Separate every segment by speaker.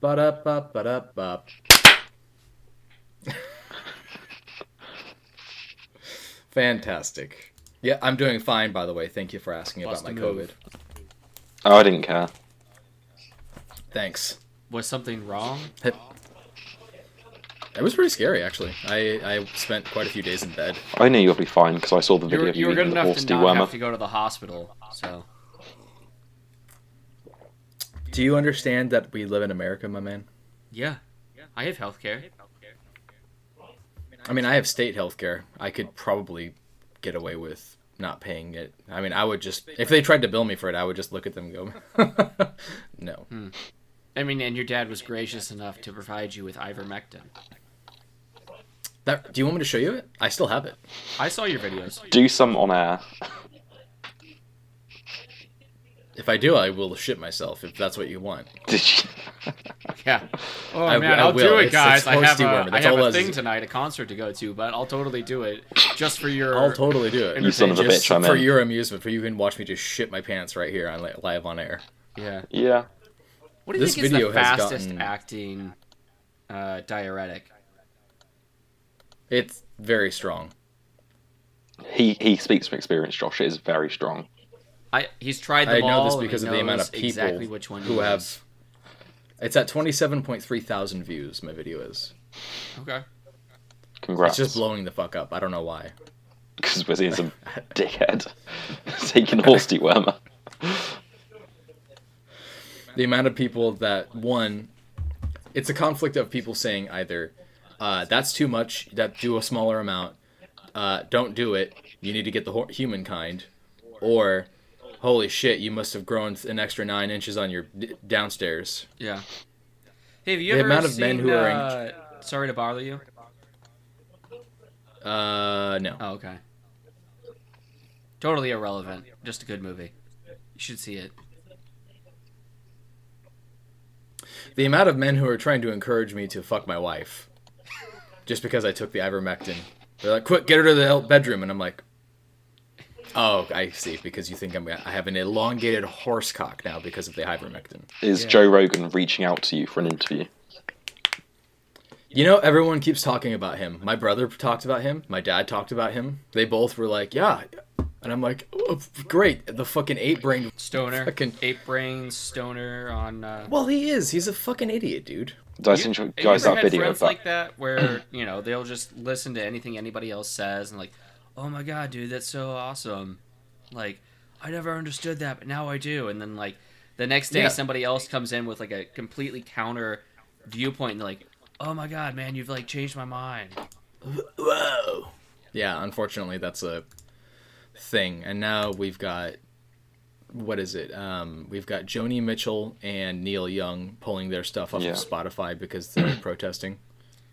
Speaker 1: Ba da ba ba da ba. Fantastic. Yeah, I'm doing fine, by the way. Thank you for asking
Speaker 2: Lost
Speaker 1: about
Speaker 2: the
Speaker 1: my COVID.
Speaker 2: move.
Speaker 3: Oh, I didn't care.
Speaker 1: Thanks.
Speaker 2: Was something wrong?
Speaker 1: It was pretty scary, actually. I, I spent quite a few days in bed.
Speaker 3: I knew you'd be fine because I saw the
Speaker 2: You
Speaker 3: video
Speaker 2: were,
Speaker 3: of
Speaker 2: you
Speaker 3: you
Speaker 2: were good
Speaker 3: eating the
Speaker 2: enough
Speaker 3: horse
Speaker 2: to not have
Speaker 3: dewormer.
Speaker 2: to go to the hospital, so
Speaker 1: Do you understand that we live in America, my man?
Speaker 2: yeah. I have healthcare.
Speaker 1: I mean, I have state health care. I could probably get away with not paying it. I mean, I would just, if they tried to bill me for it, I would just look at them and go, no.
Speaker 2: I mean, and your dad was gracious enough to provide you with ivermectin.
Speaker 1: That, do you want me to show you it? I still have it.
Speaker 2: I saw your videos.
Speaker 3: Do some on air.
Speaker 1: If I do, I will shit myself if that's what you want.
Speaker 3: Did you?
Speaker 2: Yeah. Oh
Speaker 1: I-
Speaker 2: man,
Speaker 1: I
Speaker 2: I'll
Speaker 1: will.
Speaker 2: do it,
Speaker 1: It's-
Speaker 2: guys.
Speaker 1: it's
Speaker 2: I have
Speaker 1: horse dewormer.
Speaker 2: a, I
Speaker 1: That's
Speaker 2: have
Speaker 1: all
Speaker 2: a
Speaker 1: it
Speaker 2: thing
Speaker 1: is.
Speaker 2: tonight, a concert to go to, but I'll totally do it just for your.
Speaker 1: I'll totally do it.
Speaker 3: You son of a
Speaker 1: Just
Speaker 3: bitch, I'm
Speaker 1: for
Speaker 3: in.
Speaker 1: your amusement, for you can watch me just shit my pants right here on li- live on air.
Speaker 2: Yeah.
Speaker 3: Yeah.
Speaker 2: What do you
Speaker 1: This
Speaker 2: think is
Speaker 1: video
Speaker 2: the
Speaker 1: has
Speaker 2: fastest
Speaker 1: gotten-
Speaker 2: acting uh, diuretic?
Speaker 1: It's very strong.
Speaker 3: He he speaks from experience, Josh. It is very strong.
Speaker 2: I he's tried
Speaker 1: I
Speaker 2: them
Speaker 1: know
Speaker 2: all.
Speaker 1: this
Speaker 2: and he
Speaker 1: because of the amount
Speaker 2: knows
Speaker 1: of people
Speaker 2: exactly which one
Speaker 1: who
Speaker 2: he
Speaker 1: have-
Speaker 2: is.
Speaker 1: It's at 27.3 thousand views, my video is.
Speaker 2: Okay.
Speaker 1: It's
Speaker 3: Congrats.
Speaker 1: just blowing the fuck up. I don't know why.
Speaker 3: Because Wizzy's a dickhead. Taking horse dewormer.
Speaker 1: the amount of people that one it's a conflict of people saying either uh, that's too much that do a smaller amount uh, don't do it you need to get the ho- humankind or holy shit you must have grown an extra nine inches on your d- downstairs
Speaker 2: Yeah. Hey, have you
Speaker 1: The
Speaker 2: ever
Speaker 1: amount of
Speaker 2: seen,
Speaker 1: men who are in-
Speaker 2: uh, Sorry to bother you.
Speaker 1: uh no
Speaker 2: Oh, okay. Totally irrelevant. Just a good movie. You should see it.
Speaker 1: the amount of men who are trying to encourage me to fuck my wife just because i took the ivermectin they're like quick get her to the el- bedroom and i'm like oh i see because you think i'm i have an elongated horse cock now because of the ivermectin
Speaker 3: Is
Speaker 2: Yeah.
Speaker 3: Joe Rogan reaching out to you for an interview?
Speaker 1: You know, everyone keeps talking about him. My brother talked about him. My dad talked about him. They both were like, yeah. And I'm like, oh, great. The fucking eight brained.
Speaker 2: Stoner.
Speaker 1: Fucking-
Speaker 2: Ape Brain Stoner on. Uh,
Speaker 1: Well, he is. He's a fucking idiot, dude.
Speaker 3: Did I
Speaker 2: You-
Speaker 3: send you
Speaker 2: have you
Speaker 3: guys
Speaker 2: ever
Speaker 3: that
Speaker 2: had
Speaker 3: video
Speaker 2: friends
Speaker 3: about
Speaker 2: like that where you know they'll just listen to anything anybody else says and like, oh my god, dude, that's so awesome. Like, I never understood that, but now I do. And then like the next day,
Speaker 1: Yeah.
Speaker 2: somebody else comes in with like a completely counter viewpoint and they're like, oh my god, man, you've like changed my mind.
Speaker 1: Whoa. Yeah, unfortunately, that's a thing. And now we've got, what is it? Um, we've got Joni Mitchell and Neil Young pulling their stuff off
Speaker 3: Yeah.
Speaker 1: of Spotify because they're protesting.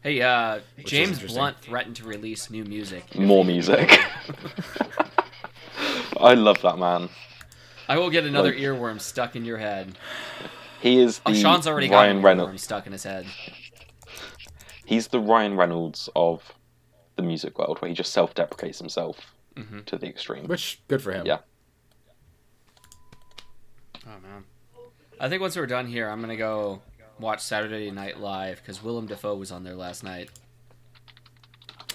Speaker 2: Hey, uh, James
Speaker 1: interesting.
Speaker 2: Blunt threatened to release new music.
Speaker 3: more music? I love that man.
Speaker 2: I will get another
Speaker 3: Like-
Speaker 2: earworm stuck in your head.
Speaker 3: He is the
Speaker 2: Oh, Sean's already
Speaker 3: Ryan
Speaker 2: got an earworm
Speaker 3: Reynolds.
Speaker 2: stuck in his head.
Speaker 3: He's the Ryan Reynolds of the music world, where he just self-deprecates himself
Speaker 2: Mhm.
Speaker 3: to the extreme.
Speaker 1: Which, good for him.
Speaker 3: Yeah.
Speaker 2: Oh man. I think once we're done here, I'm gonna go watch Saturday Night Live because Willem Dafoe was on there last night.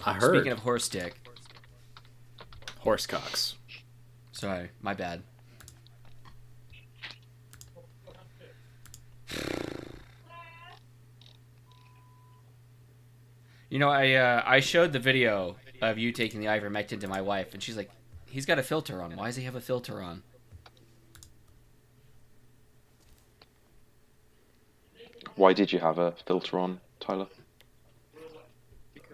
Speaker 1: I heard.
Speaker 2: Speaking of horse dick,
Speaker 1: horse cocks.
Speaker 2: sorry, my bad. You know, I uh, I showed the video of you taking the ivermectin to my wife, and she's like, "He's got a filter on. Why does he have a filter on?"
Speaker 3: Why did you have a filter on, Tyler?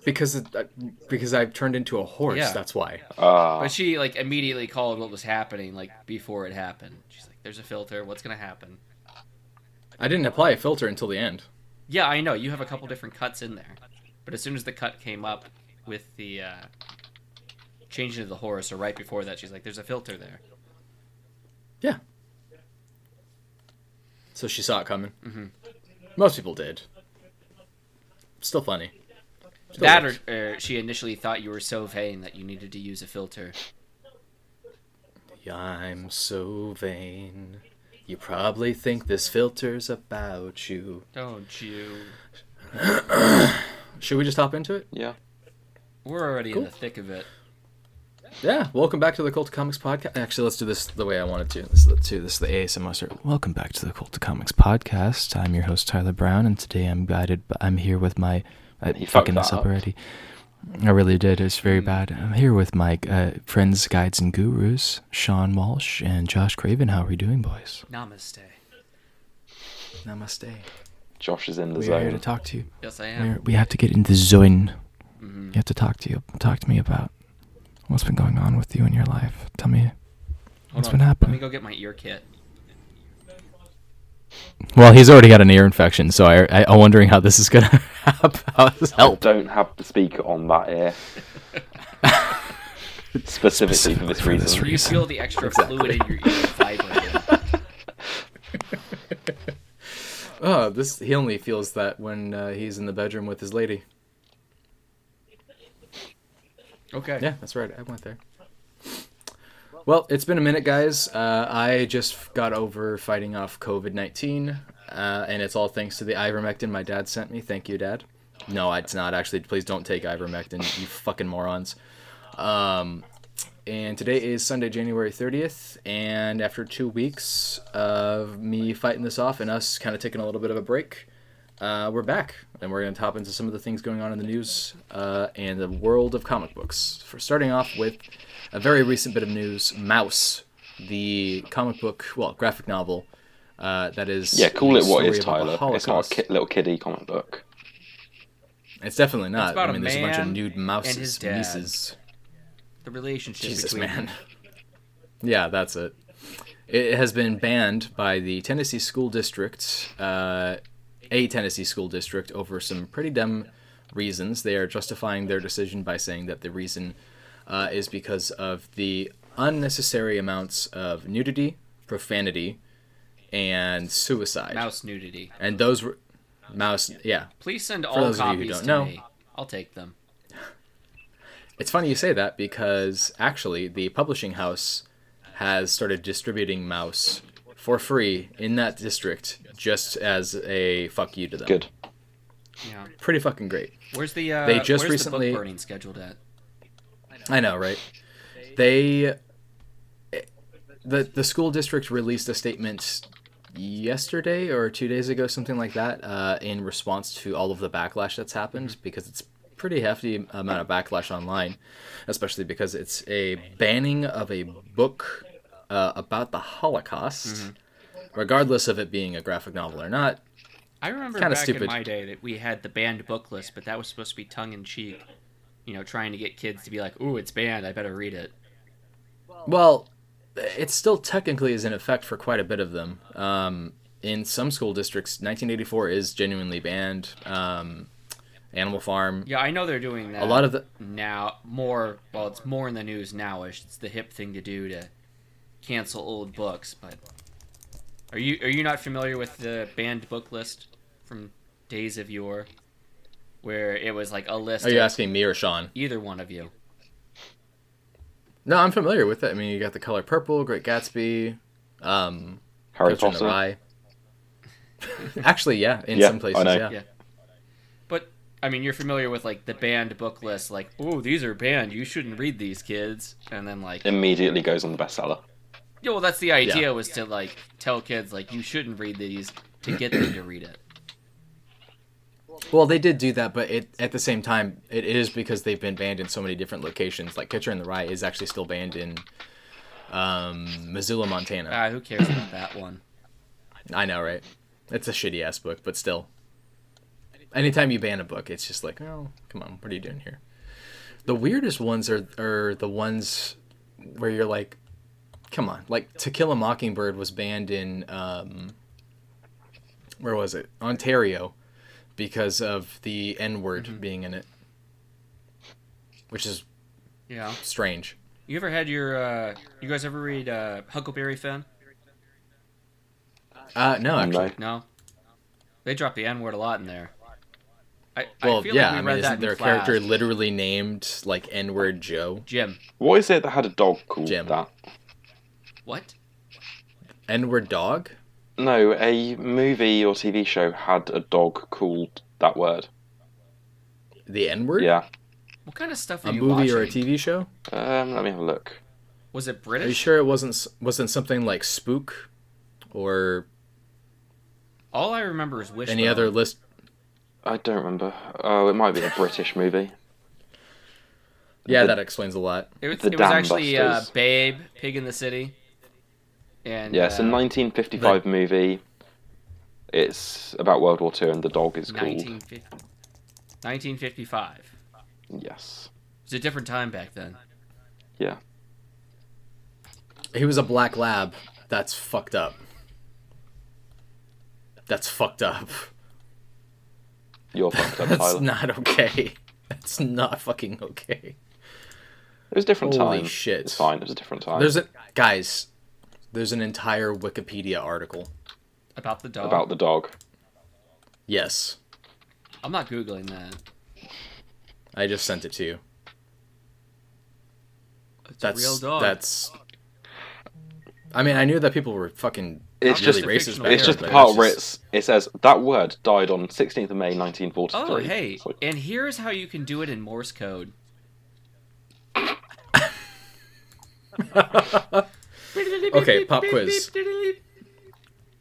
Speaker 1: Because it, uh, because I've turned into a horse.
Speaker 2: Yeah.
Speaker 1: That's why.
Speaker 3: Ah,
Speaker 1: Oh.
Speaker 2: But she like immediately called what was happening like before it happened. She's like, "There's a filter. What's gonna happen?"
Speaker 1: I didn't apply a filter until the end.
Speaker 2: Yeah, I know. You have a couple different cuts in there. But as soon as the cut came up with the uh, changing of the horse, or right before that, she's like, there's a filter there.
Speaker 1: So she saw it coming.
Speaker 2: Mhm.
Speaker 1: Most people did. Still funny. Still
Speaker 2: that,
Speaker 1: works.
Speaker 2: or, or she initially thought you were so vain that you needed to use a filter.
Speaker 1: Yeah, I'm so vain. You probably think this filter's about you.
Speaker 2: Don't you?
Speaker 1: Should we just hop into it?
Speaker 3: Yeah.
Speaker 2: We're already in
Speaker 1: Cool.
Speaker 2: the thick of it.
Speaker 1: Yeah. Welcome back to the Cult of Comics podcast. Actually, let's do this the way I wanted to. This is the two. This is the ASMR. Start. Welcome back to the Cult of Comics podcast. I'm your host Tyler Brown, and today I'm guided. By, I'm here with my. I'm
Speaker 3: You fucked
Speaker 1: fucking this
Speaker 3: that
Speaker 1: up,
Speaker 3: up. Hmm.
Speaker 1: already. I really did. It's very bad. I'm here with my uh, friends, guides, and gurus, Sean Walsh and Josh Craven. How are we doing, boys?
Speaker 2: Namaste.
Speaker 1: Namaste.
Speaker 3: Josh is in the
Speaker 1: We are here to
Speaker 3: zone.
Speaker 1: talk to you.
Speaker 2: Yes, I am.
Speaker 1: We're, we have to get into the zone. You have to talk to you. Talk to me about what's been going on with you in your life. Tell me
Speaker 2: Hold
Speaker 1: what's
Speaker 2: on.
Speaker 1: been
Speaker 2: Let me
Speaker 1: happening.
Speaker 2: go get my ear kit.
Speaker 1: Well, he's already got an ear infection, so I, I, I'm wondering how this is gonna how this help.
Speaker 3: Don't have the speaker on that ear. Specifically, for this
Speaker 1: for
Speaker 3: reason.
Speaker 1: this
Speaker 2: You
Speaker 1: reason.
Speaker 2: feel the extra fluid in your ear vibrating.
Speaker 1: Oh, this he only feels that when uh, he's in the bedroom with his lady.
Speaker 2: Okay.
Speaker 1: Yeah, that's right. I went there. Well, it's been a minute, guys. Uh, I just got over fighting off COVID 19, uh, and it's all thanks to the ivermectin my dad sent me. Thank you, Dad. No, it's not actually. Please don't take ivermectin, you fucking morons. Um, and today is Sunday, January 30th, and after two weeks of me fighting this off and us kind of taking a little bit of a break, uh, we're back, and we're going to hop into some of the things going on in the news uh, and the world of comic books. For starting off with a very recent bit of news, Mouse, the comic book, well, graphic novel uh, that is
Speaker 3: Yeah, call
Speaker 1: the
Speaker 3: it what it
Speaker 1: story
Speaker 3: is,
Speaker 1: about the
Speaker 3: Tyler. It's not a
Speaker 1: Holocaust.
Speaker 3: ki- little kiddie comic book.
Speaker 1: It's definitely not.
Speaker 2: about
Speaker 1: I
Speaker 2: a
Speaker 1: mean, there's a bunch of
Speaker 2: man
Speaker 1: nude
Speaker 2: and
Speaker 1: mouses,
Speaker 2: his dad.
Speaker 1: nieces.
Speaker 2: The relationship
Speaker 1: Jesus,
Speaker 2: between
Speaker 1: man. yeah, that's it. It has been banned by the Tennessee school district, uh, a Tennessee school district, over some pretty dumb reasons. They are justifying their decision by saying that the reason uh, is because of the unnecessary amounts of nudity, profanity, and suicide.
Speaker 2: mouse nudity.
Speaker 1: And those were mouse. Yeah,
Speaker 2: Please send all
Speaker 1: those of you who
Speaker 2: copies
Speaker 1: don't
Speaker 2: to
Speaker 1: know-
Speaker 2: me. I'll take them.
Speaker 1: It's funny you say that because actually the publishing house has started distributing Mouse for free in that district just as a fuck you to them.
Speaker 3: Good.
Speaker 2: Yeah.
Speaker 1: Pretty fucking great.
Speaker 2: Where's the uh,
Speaker 1: They just
Speaker 2: where's the
Speaker 1: recently-
Speaker 2: book burning scheduled at?
Speaker 1: I know, right? They the the school district released a statement yesterday or two days ago, something like that, uh, in response to all of the backlash that's happened because it's pretty hefty amount of backlash online, especially because it's a banning of a book uh, about the Holocaust, regardless of it being a graphic novel or not.
Speaker 2: I remember
Speaker 1: Kinda
Speaker 2: back
Speaker 1: stupid.
Speaker 2: in my day that we had the banned book list, but that was supposed to be tongue in cheek. You know, trying to get kids to be like, "Ooh, it's banned. I better read it."
Speaker 1: Well, it still technically is in effect for quite a bit of them. Um, in some school districts, 1984 is genuinely banned. Um, Animal Farm,
Speaker 2: Yeah, I know they're doing that.
Speaker 1: a lot of the
Speaker 2: now more. Well, it's more in the news nowish. It's the hip thing to do to cancel old books. But are you are you not familiar with the banned book list from days of yore, where it was like a list?
Speaker 1: are you
Speaker 2: of
Speaker 1: asking me or Sean?
Speaker 2: Either one of you.
Speaker 1: No, I'm familiar with it. I mean, you got the color purple, Great Gatsby, um,
Speaker 3: Harry
Speaker 1: Catcher in the
Speaker 3: Potter.
Speaker 1: Rye. Actually, yeah, in
Speaker 3: Yeah,
Speaker 1: some
Speaker 3: I
Speaker 1: places,
Speaker 3: know.
Speaker 1: yeah.
Speaker 2: Yeah. But I mean, you're familiar with like the banned book list, like, oh, these are banned. You shouldn't read these, kids. And then like, yeah,
Speaker 3: Immediately goes on the bestseller.
Speaker 2: well, that's the idea was to like tell kids like you shouldn't read these to get them to read it.
Speaker 1: Well, they did do that, but it at the same time, it is because they've been banned in so many different locations. Like Catcher in the Rye is actually still banned in um, Missoula, Montana.
Speaker 2: Ah, who cares about that one?
Speaker 1: I know, right? It's a shitty ass book, but still. Anytime you ban a book, it's just like, oh, come on, what are you doing here? The weirdest ones are are the ones where you're like, come on, like To Kill a Mockingbird was banned in um, where was it? Ontario, because of the N word
Speaker 2: Mm-hmm.
Speaker 1: being in it, which is
Speaker 2: Yeah.
Speaker 1: strange.
Speaker 2: You ever had your? uh You guys ever read uh Huckleberry Finn?
Speaker 1: Uh, no, actually,
Speaker 3: No.
Speaker 2: No. They drop the N word a lot in there. I, I
Speaker 1: well,
Speaker 2: feel
Speaker 1: yeah,
Speaker 2: like we
Speaker 1: I
Speaker 2: read
Speaker 1: mean,
Speaker 2: that
Speaker 1: isn't
Speaker 2: in
Speaker 1: there a
Speaker 2: class.
Speaker 1: character literally named like N word Joe?
Speaker 2: Jim.
Speaker 3: What is it that had a dog called
Speaker 1: Jim.
Speaker 3: that?
Speaker 2: What?
Speaker 1: N word dog?
Speaker 3: No, a movie or TV show had a dog called that word.
Speaker 1: The N word?
Speaker 3: Yeah.
Speaker 2: What kind of stuff are
Speaker 1: A
Speaker 2: you
Speaker 1: movie
Speaker 2: watching?
Speaker 1: or a TV show?
Speaker 3: Um, let me have a look.
Speaker 2: Was it
Speaker 1: Are you
Speaker 2: British?
Speaker 1: sure it wasn't s- wasn't something like Spook or
Speaker 2: All I remember is Wishbone.
Speaker 1: any other list?
Speaker 3: I don't remember. Oh, it might be a British movie.
Speaker 1: Yeah,
Speaker 3: The-
Speaker 1: that explains a lot.
Speaker 2: It was,
Speaker 3: The
Speaker 2: it was
Speaker 3: Dam
Speaker 2: actually uh,
Speaker 3: Busters.
Speaker 2: Babe, Pig in the City. And
Speaker 3: Yeah, it's a
Speaker 2: uh,
Speaker 3: 1955 movie. It's about World War Two, and the dog is called
Speaker 2: 1950 1955.
Speaker 3: yes.
Speaker 2: It was a different time back then.
Speaker 1: He was a black lab. That's fucked up. That's fucked up.
Speaker 3: You're fucked up,
Speaker 1: That's
Speaker 3: Tyler.
Speaker 1: not okay. That's not fucking okay.
Speaker 3: It was a different
Speaker 1: Holy
Speaker 3: time.
Speaker 1: shit.
Speaker 3: It's fine. It was a different time.
Speaker 1: There's a guys. There's an entire Wikipedia article.
Speaker 2: About the dog.
Speaker 3: about the dog.
Speaker 1: Yes,
Speaker 2: I'm not Googling that.
Speaker 1: I just sent it to you.
Speaker 2: It's
Speaker 1: That's
Speaker 2: a real dog.
Speaker 1: that's. I mean, I knew that people were fucking.
Speaker 3: It's
Speaker 1: really
Speaker 3: just-
Speaker 1: racist.
Speaker 2: It's
Speaker 1: back
Speaker 3: It's
Speaker 1: then,
Speaker 3: just the
Speaker 1: but
Speaker 3: part where
Speaker 1: just-
Speaker 3: it's it says that word died on 16th of May 1943.
Speaker 2: Oh, hey.
Speaker 3: It's like,
Speaker 2: And here's how you can do it in Morse code.
Speaker 1: Okay, pop quiz.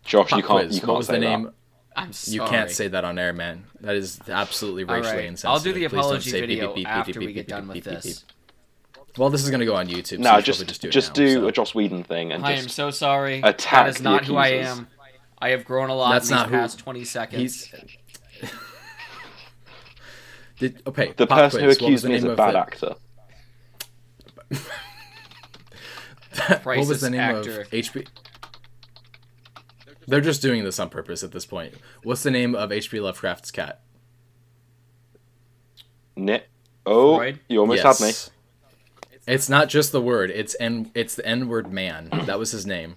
Speaker 3: Josh, you
Speaker 1: Pop
Speaker 3: can't
Speaker 1: quiz.
Speaker 3: you can't
Speaker 1: What was
Speaker 3: say
Speaker 1: the name?
Speaker 2: I'm sorry.
Speaker 1: You can't say that on air, man. That is absolutely
Speaker 2: All
Speaker 1: racially
Speaker 2: right.
Speaker 1: insensitive.
Speaker 2: I'll do the
Speaker 1: Please don't
Speaker 2: apology
Speaker 1: say beep,
Speaker 2: video
Speaker 1: beep, beep, beep,
Speaker 2: after
Speaker 1: beep,
Speaker 2: we
Speaker 1: beep,
Speaker 2: get
Speaker 1: beep,
Speaker 2: done
Speaker 1: beep,
Speaker 2: with
Speaker 1: beep, beep,
Speaker 2: this.
Speaker 1: beep. Well, this is gonna go on YouTube. So
Speaker 3: that. No,
Speaker 1: you should
Speaker 3: just
Speaker 1: probably
Speaker 3: just,
Speaker 1: do it now,
Speaker 3: do
Speaker 1: so.
Speaker 3: a Joss Whedon thing and
Speaker 2: I
Speaker 3: just
Speaker 2: am so sorry.
Speaker 3: attack
Speaker 2: That is not
Speaker 3: the
Speaker 2: who I
Speaker 3: accusers.
Speaker 2: am. I have grown a lot
Speaker 1: That's
Speaker 2: in these
Speaker 1: not who-
Speaker 2: past 20 seconds.
Speaker 1: He's. Did, okay.
Speaker 3: the
Speaker 1: pop
Speaker 3: person who
Speaker 1: quiz. What was
Speaker 3: accused
Speaker 1: the
Speaker 3: me is
Speaker 1: name
Speaker 3: a
Speaker 1: of
Speaker 3: bad
Speaker 1: the-
Speaker 3: actor.
Speaker 1: what was the
Speaker 2: Crisis
Speaker 1: name
Speaker 2: actor.
Speaker 1: of HB? They're just doing this on purpose at this point. What's the name of H.P. Lovecraft's cat?
Speaker 3: Nick. Oh,
Speaker 2: Freud?
Speaker 3: you almost had me.
Speaker 1: Yes. It's not just the word. It's n. It's the n-word man. That was his name.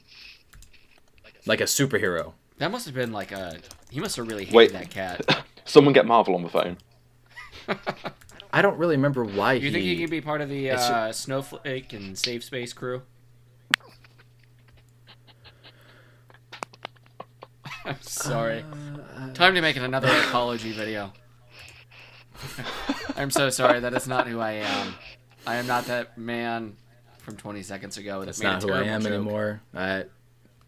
Speaker 1: Like a superhero.
Speaker 2: That must have been like a. He must have really hated
Speaker 3: Wait.
Speaker 2: that cat.
Speaker 3: Someone get Marvel on the phone.
Speaker 1: I don't really remember why
Speaker 2: Do you
Speaker 1: he.
Speaker 2: think he could be part of the
Speaker 1: It's-
Speaker 2: uh, Snowflake and Safe Space crew? I'm sorry.
Speaker 1: Uh,
Speaker 2: Time to make it another apology video. I'm so sorry. That is not who I am. I am not that man from 20 seconds ago. That
Speaker 1: That's
Speaker 2: made a
Speaker 1: not who I
Speaker 2: terrible
Speaker 1: am
Speaker 2: joke.
Speaker 1: anymore. I,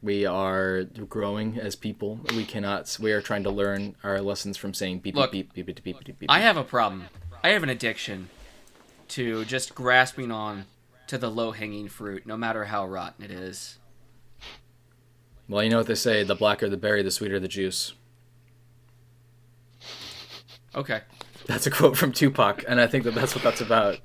Speaker 1: we are growing as people. We cannot. We are trying to learn our lessons from saying beep
Speaker 2: Look,
Speaker 1: beep beep beep beep beep beep. beep.
Speaker 2: I have a problem. I have an addiction to just grasping on to the low hanging fruit, no matter how rotten it is.
Speaker 1: well, you know what they say: the blacker the berry, the sweeter the juice.
Speaker 2: Okay.
Speaker 1: That's a quote from Tupac, and I think that that's what that's about.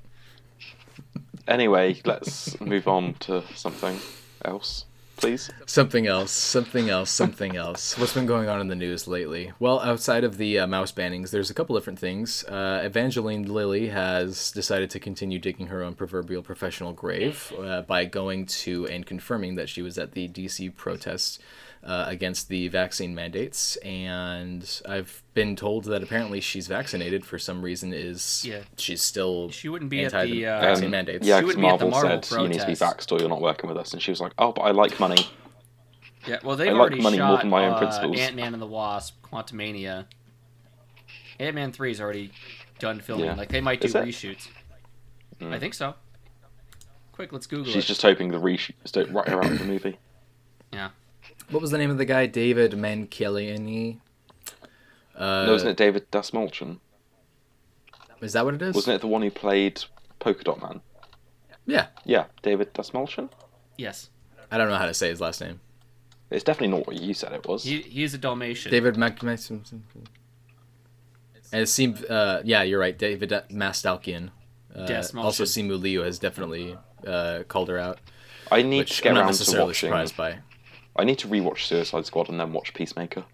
Speaker 3: Anyway, let's move on to something else, please.
Speaker 1: Something else, something else, something else. What's been going on in the news lately? Well, outside of the uh, mouse bannings, there's a couple different things. Uh, Evangeline Lilly has decided to continue digging her own proverbial professional grave uh, by going to and confirming that she was at the DC protest uh, against the vaccine mandates. And I've been told that apparently she's vaccinated for some reason. Is
Speaker 2: Yeah.
Speaker 1: she's still
Speaker 2: She wouldn't be
Speaker 1: Anti-
Speaker 2: at the. Uh,
Speaker 1: vaccine
Speaker 3: Um,
Speaker 1: mandates.
Speaker 3: Yeah,
Speaker 2: She
Speaker 3: 'cause
Speaker 2: would be at the
Speaker 3: Marvel
Speaker 2: Marvel
Speaker 3: said you need to be
Speaker 2: protest.
Speaker 3: vaxxed or you're not working with us, and she was like, "Oh, but I like money."
Speaker 2: Yeah, well, they've
Speaker 3: I like
Speaker 2: already
Speaker 3: money
Speaker 2: shot
Speaker 3: more than my own
Speaker 2: uh,
Speaker 3: principles.
Speaker 2: Ant-Man and the Wasp, Quantumania. Ant-Man 3 is already done filming.
Speaker 3: Yeah.
Speaker 2: Like, they might do
Speaker 3: Is it?
Speaker 2: reshoots.
Speaker 3: Mm.
Speaker 2: I think so. Quick, let's Google
Speaker 3: She's
Speaker 2: it.
Speaker 3: just hoping the reshoot is right around the movie.
Speaker 1: What was the name of the guy? David Mankielini. Uh,
Speaker 3: no, wasn't it David Dasmalchan?
Speaker 1: Is that what it is?
Speaker 3: Wasn't it the one who played Polka Dot Man?
Speaker 1: Yeah.
Speaker 3: Yeah, David Dasmalchan.
Speaker 2: Yes.
Speaker 1: I don't know how to say his last name.
Speaker 3: It's definitely not what you said it was.
Speaker 2: He, he is a Dalmatian.
Speaker 1: David Mac. Mac- something. And it seemed, uh, yeah, you're right. David Mastalkian. Uh,
Speaker 2: Desmalchin.
Speaker 1: also, Simu Liu has definitely uh, called her out,
Speaker 3: I need to
Speaker 1: which
Speaker 3: get
Speaker 1: I'm not
Speaker 3: around to
Speaker 1: necessarily
Speaker 3: watching.
Speaker 1: surprised by.
Speaker 3: I need to rewatch Suicide Squad and then watch Peacemaker.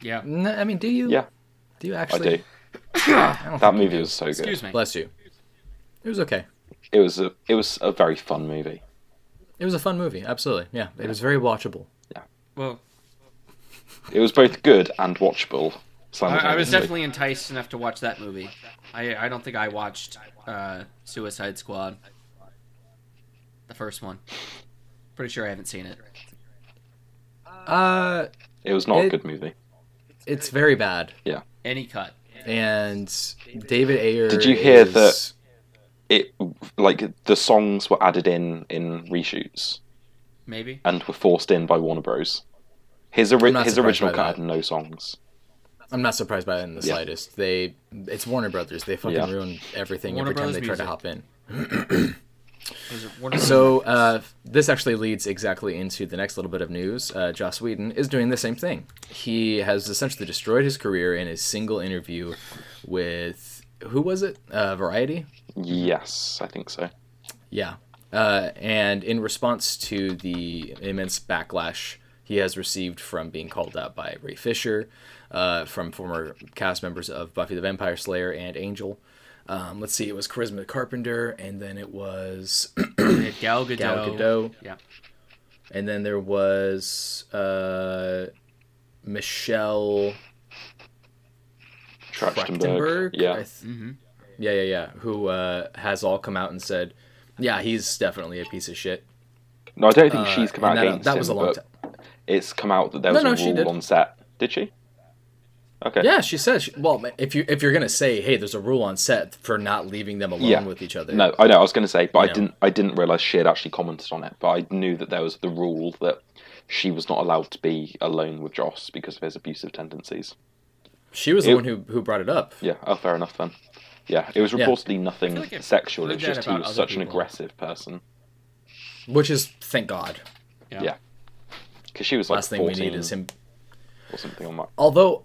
Speaker 2: Yeah.
Speaker 1: N- I mean, do you?
Speaker 3: Yeah.
Speaker 1: Do you
Speaker 3: I
Speaker 1: actually?
Speaker 3: do.
Speaker 1: I don't
Speaker 3: That
Speaker 1: think you
Speaker 3: movie
Speaker 1: do.
Speaker 3: was so good.
Speaker 2: Excuse me.
Speaker 1: Bless you. It was okay.
Speaker 3: It was a it was a very fun movie.
Speaker 1: It was a fun movie. Absolutely. Yeah. It was very watchable.
Speaker 2: Well,
Speaker 3: It was both good and watchable.
Speaker 2: I, I was
Speaker 3: simultaneously.
Speaker 2: definitely enticed enough to watch that movie. I, I don't think I watched uh, Suicide Squad, the first one. Pretty sure I haven't seen it.
Speaker 1: Uh,
Speaker 3: It was not
Speaker 1: It-
Speaker 3: a good movie.
Speaker 1: it's very bad.
Speaker 2: Any cut.
Speaker 1: And David Ayer.
Speaker 3: Did you hear
Speaker 1: is-
Speaker 3: that- It like the songs were added in in reshoots
Speaker 2: Maybe.
Speaker 3: and were forced in by Warner Bros. His ori-
Speaker 1: I'm not
Speaker 3: his
Speaker 1: surprised
Speaker 3: original
Speaker 1: by that.
Speaker 3: cut had no songs.
Speaker 1: I'm not surprised by that in the
Speaker 3: Yeah.
Speaker 1: slightest. They, it's Warner Brothers. They fucking
Speaker 3: Yeah.
Speaker 1: ruin everything
Speaker 2: Warner
Speaker 1: every time
Speaker 2: Brothers
Speaker 1: they try to
Speaker 2: music.
Speaker 1: hop in.
Speaker 2: Was it Warner
Speaker 1: So
Speaker 2: Brothers?
Speaker 1: uh, this actually leads exactly into the next little bit of news. Uh, Joss Whedon is doing the same thing. He has essentially destroyed his career in his single interview with who was it? Uh, Variety.
Speaker 3: Yes, I think so.
Speaker 1: Yeah. Uh, and in response to the immense backlash he has received from being called out by Ray Fisher, uh, from former cast members of Buffy the Vampire Slayer and Angel. Um, let's see, it was Charisma Carpenter, and then it was
Speaker 2: They had Gal Gadot.
Speaker 1: Gal Gadot.
Speaker 2: Yeah.
Speaker 1: And then there was uh, Michelle
Speaker 3: Trachtenberg. Yeah.
Speaker 1: I th-
Speaker 2: Mm-hmm.
Speaker 1: yeah, yeah, yeah. Who uh, has all come out and said, yeah, he's definitely a piece of shit.
Speaker 3: No, I don't think
Speaker 1: Uh,
Speaker 3: she's come out
Speaker 1: and that,
Speaker 3: against
Speaker 1: that
Speaker 3: him.
Speaker 1: was a long
Speaker 3: but
Speaker 1: time.
Speaker 3: It's come out that there
Speaker 1: No,
Speaker 3: was
Speaker 1: no,
Speaker 3: a
Speaker 1: she
Speaker 3: rule
Speaker 1: did.
Speaker 3: on set. Did she? Okay.
Speaker 1: Yeah, she says. She, well, if you if you're gonna say, hey, there's a rule on set for not leaving them alone
Speaker 3: Yeah.
Speaker 1: with each other.
Speaker 3: No, I know. I was going to say, but
Speaker 1: Yeah.
Speaker 3: I didn't. I didn't realize she had actually commented on it. But I knew that there was the rule that she was not allowed to be alone with Joss because of his abusive tendencies.
Speaker 1: she was the
Speaker 3: It-
Speaker 1: one who who brought it up.
Speaker 3: Yeah. Oh, fair enough then. Yeah, it was
Speaker 1: Yeah.
Speaker 3: reportedly nothing
Speaker 2: feel like I've
Speaker 3: sexual. It
Speaker 2: heard
Speaker 3: was
Speaker 2: that
Speaker 3: just he
Speaker 2: about
Speaker 3: was
Speaker 2: other
Speaker 3: such an
Speaker 2: people.
Speaker 3: aggressive person
Speaker 1: Which is thank God.
Speaker 2: Yeah.
Speaker 3: Yeah. because she was like
Speaker 1: Last thing we
Speaker 3: fourteen
Speaker 1: need is him.
Speaker 3: or something on that.
Speaker 1: Although,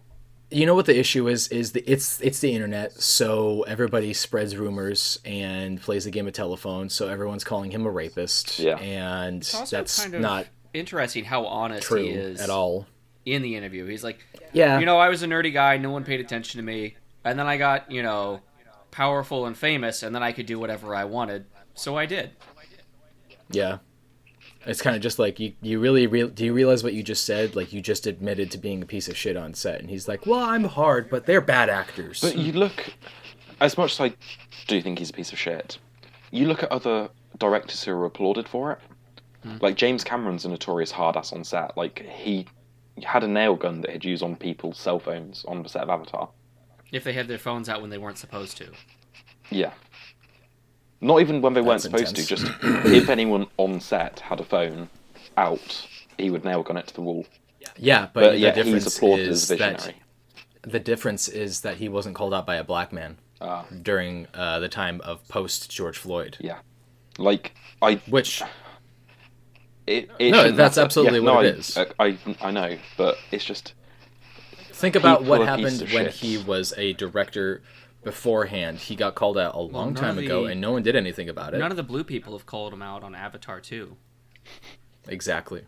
Speaker 1: you know what the issue is is the it's it's the internet, so everybody spreads rumors and plays the game of telephone. So everyone's calling him a rapist.
Speaker 3: Yeah.
Speaker 1: and
Speaker 2: It's also
Speaker 1: that's
Speaker 2: kind of
Speaker 1: not
Speaker 2: interesting how honest
Speaker 1: true
Speaker 2: he is
Speaker 1: at all.
Speaker 2: in the interview. He's like,
Speaker 1: Yeah,
Speaker 2: you know, I was a nerdy guy, no one paid attention to me, and then I got, you know, powerful and famous, and then I could do whatever I wanted. So I did.
Speaker 1: yeah. It's kind of just like you. You really real do you realize what you just said? Like you just admitted to being a piece of shit on set, and he's like, "Well, I'm hard, but they're bad actors."
Speaker 3: But you look, as much as I do think he's a piece of shit, you look at other directors who are applauded for it.
Speaker 1: Hmm.
Speaker 3: Like James Cameron's a notorious hard ass on set. Like he had a nail gun that he'd use on people's cell phones on the set of Avatar.
Speaker 2: If they had their phones out when they weren't supposed to.
Speaker 3: Yeah. Not even when they weren't
Speaker 1: That's
Speaker 3: supposed
Speaker 1: intense.
Speaker 3: to. Just if anyone on set had a phone out, he would nail gun it to the wall.
Speaker 1: yeah, but,
Speaker 3: But,
Speaker 1: the
Speaker 3: yeah, he's
Speaker 1: difference
Speaker 3: applauded as
Speaker 1: is
Speaker 3: visionary.
Speaker 1: that the difference is that he wasn't called out by a black man
Speaker 3: Ah.
Speaker 1: during uh, the time of post George Floyd.
Speaker 3: Yeah. Like I
Speaker 1: Which
Speaker 3: it, it
Speaker 1: No,
Speaker 3: shouldn't
Speaker 1: that's
Speaker 3: matter.
Speaker 1: absolutely
Speaker 3: yeah,
Speaker 1: what
Speaker 3: no,
Speaker 1: it
Speaker 3: I-
Speaker 1: is.
Speaker 3: I, I I know, but it's just
Speaker 1: think about
Speaker 3: People
Speaker 1: what
Speaker 3: are pieces
Speaker 1: happened
Speaker 3: of
Speaker 1: when
Speaker 3: shit.
Speaker 1: he was a director beforehand. He got called out a long
Speaker 2: none
Speaker 1: time
Speaker 2: of
Speaker 1: ago,
Speaker 2: the-
Speaker 1: and no one did anything about it.
Speaker 2: None of the blue people have called him out on Avatar 2.
Speaker 1: Exactly.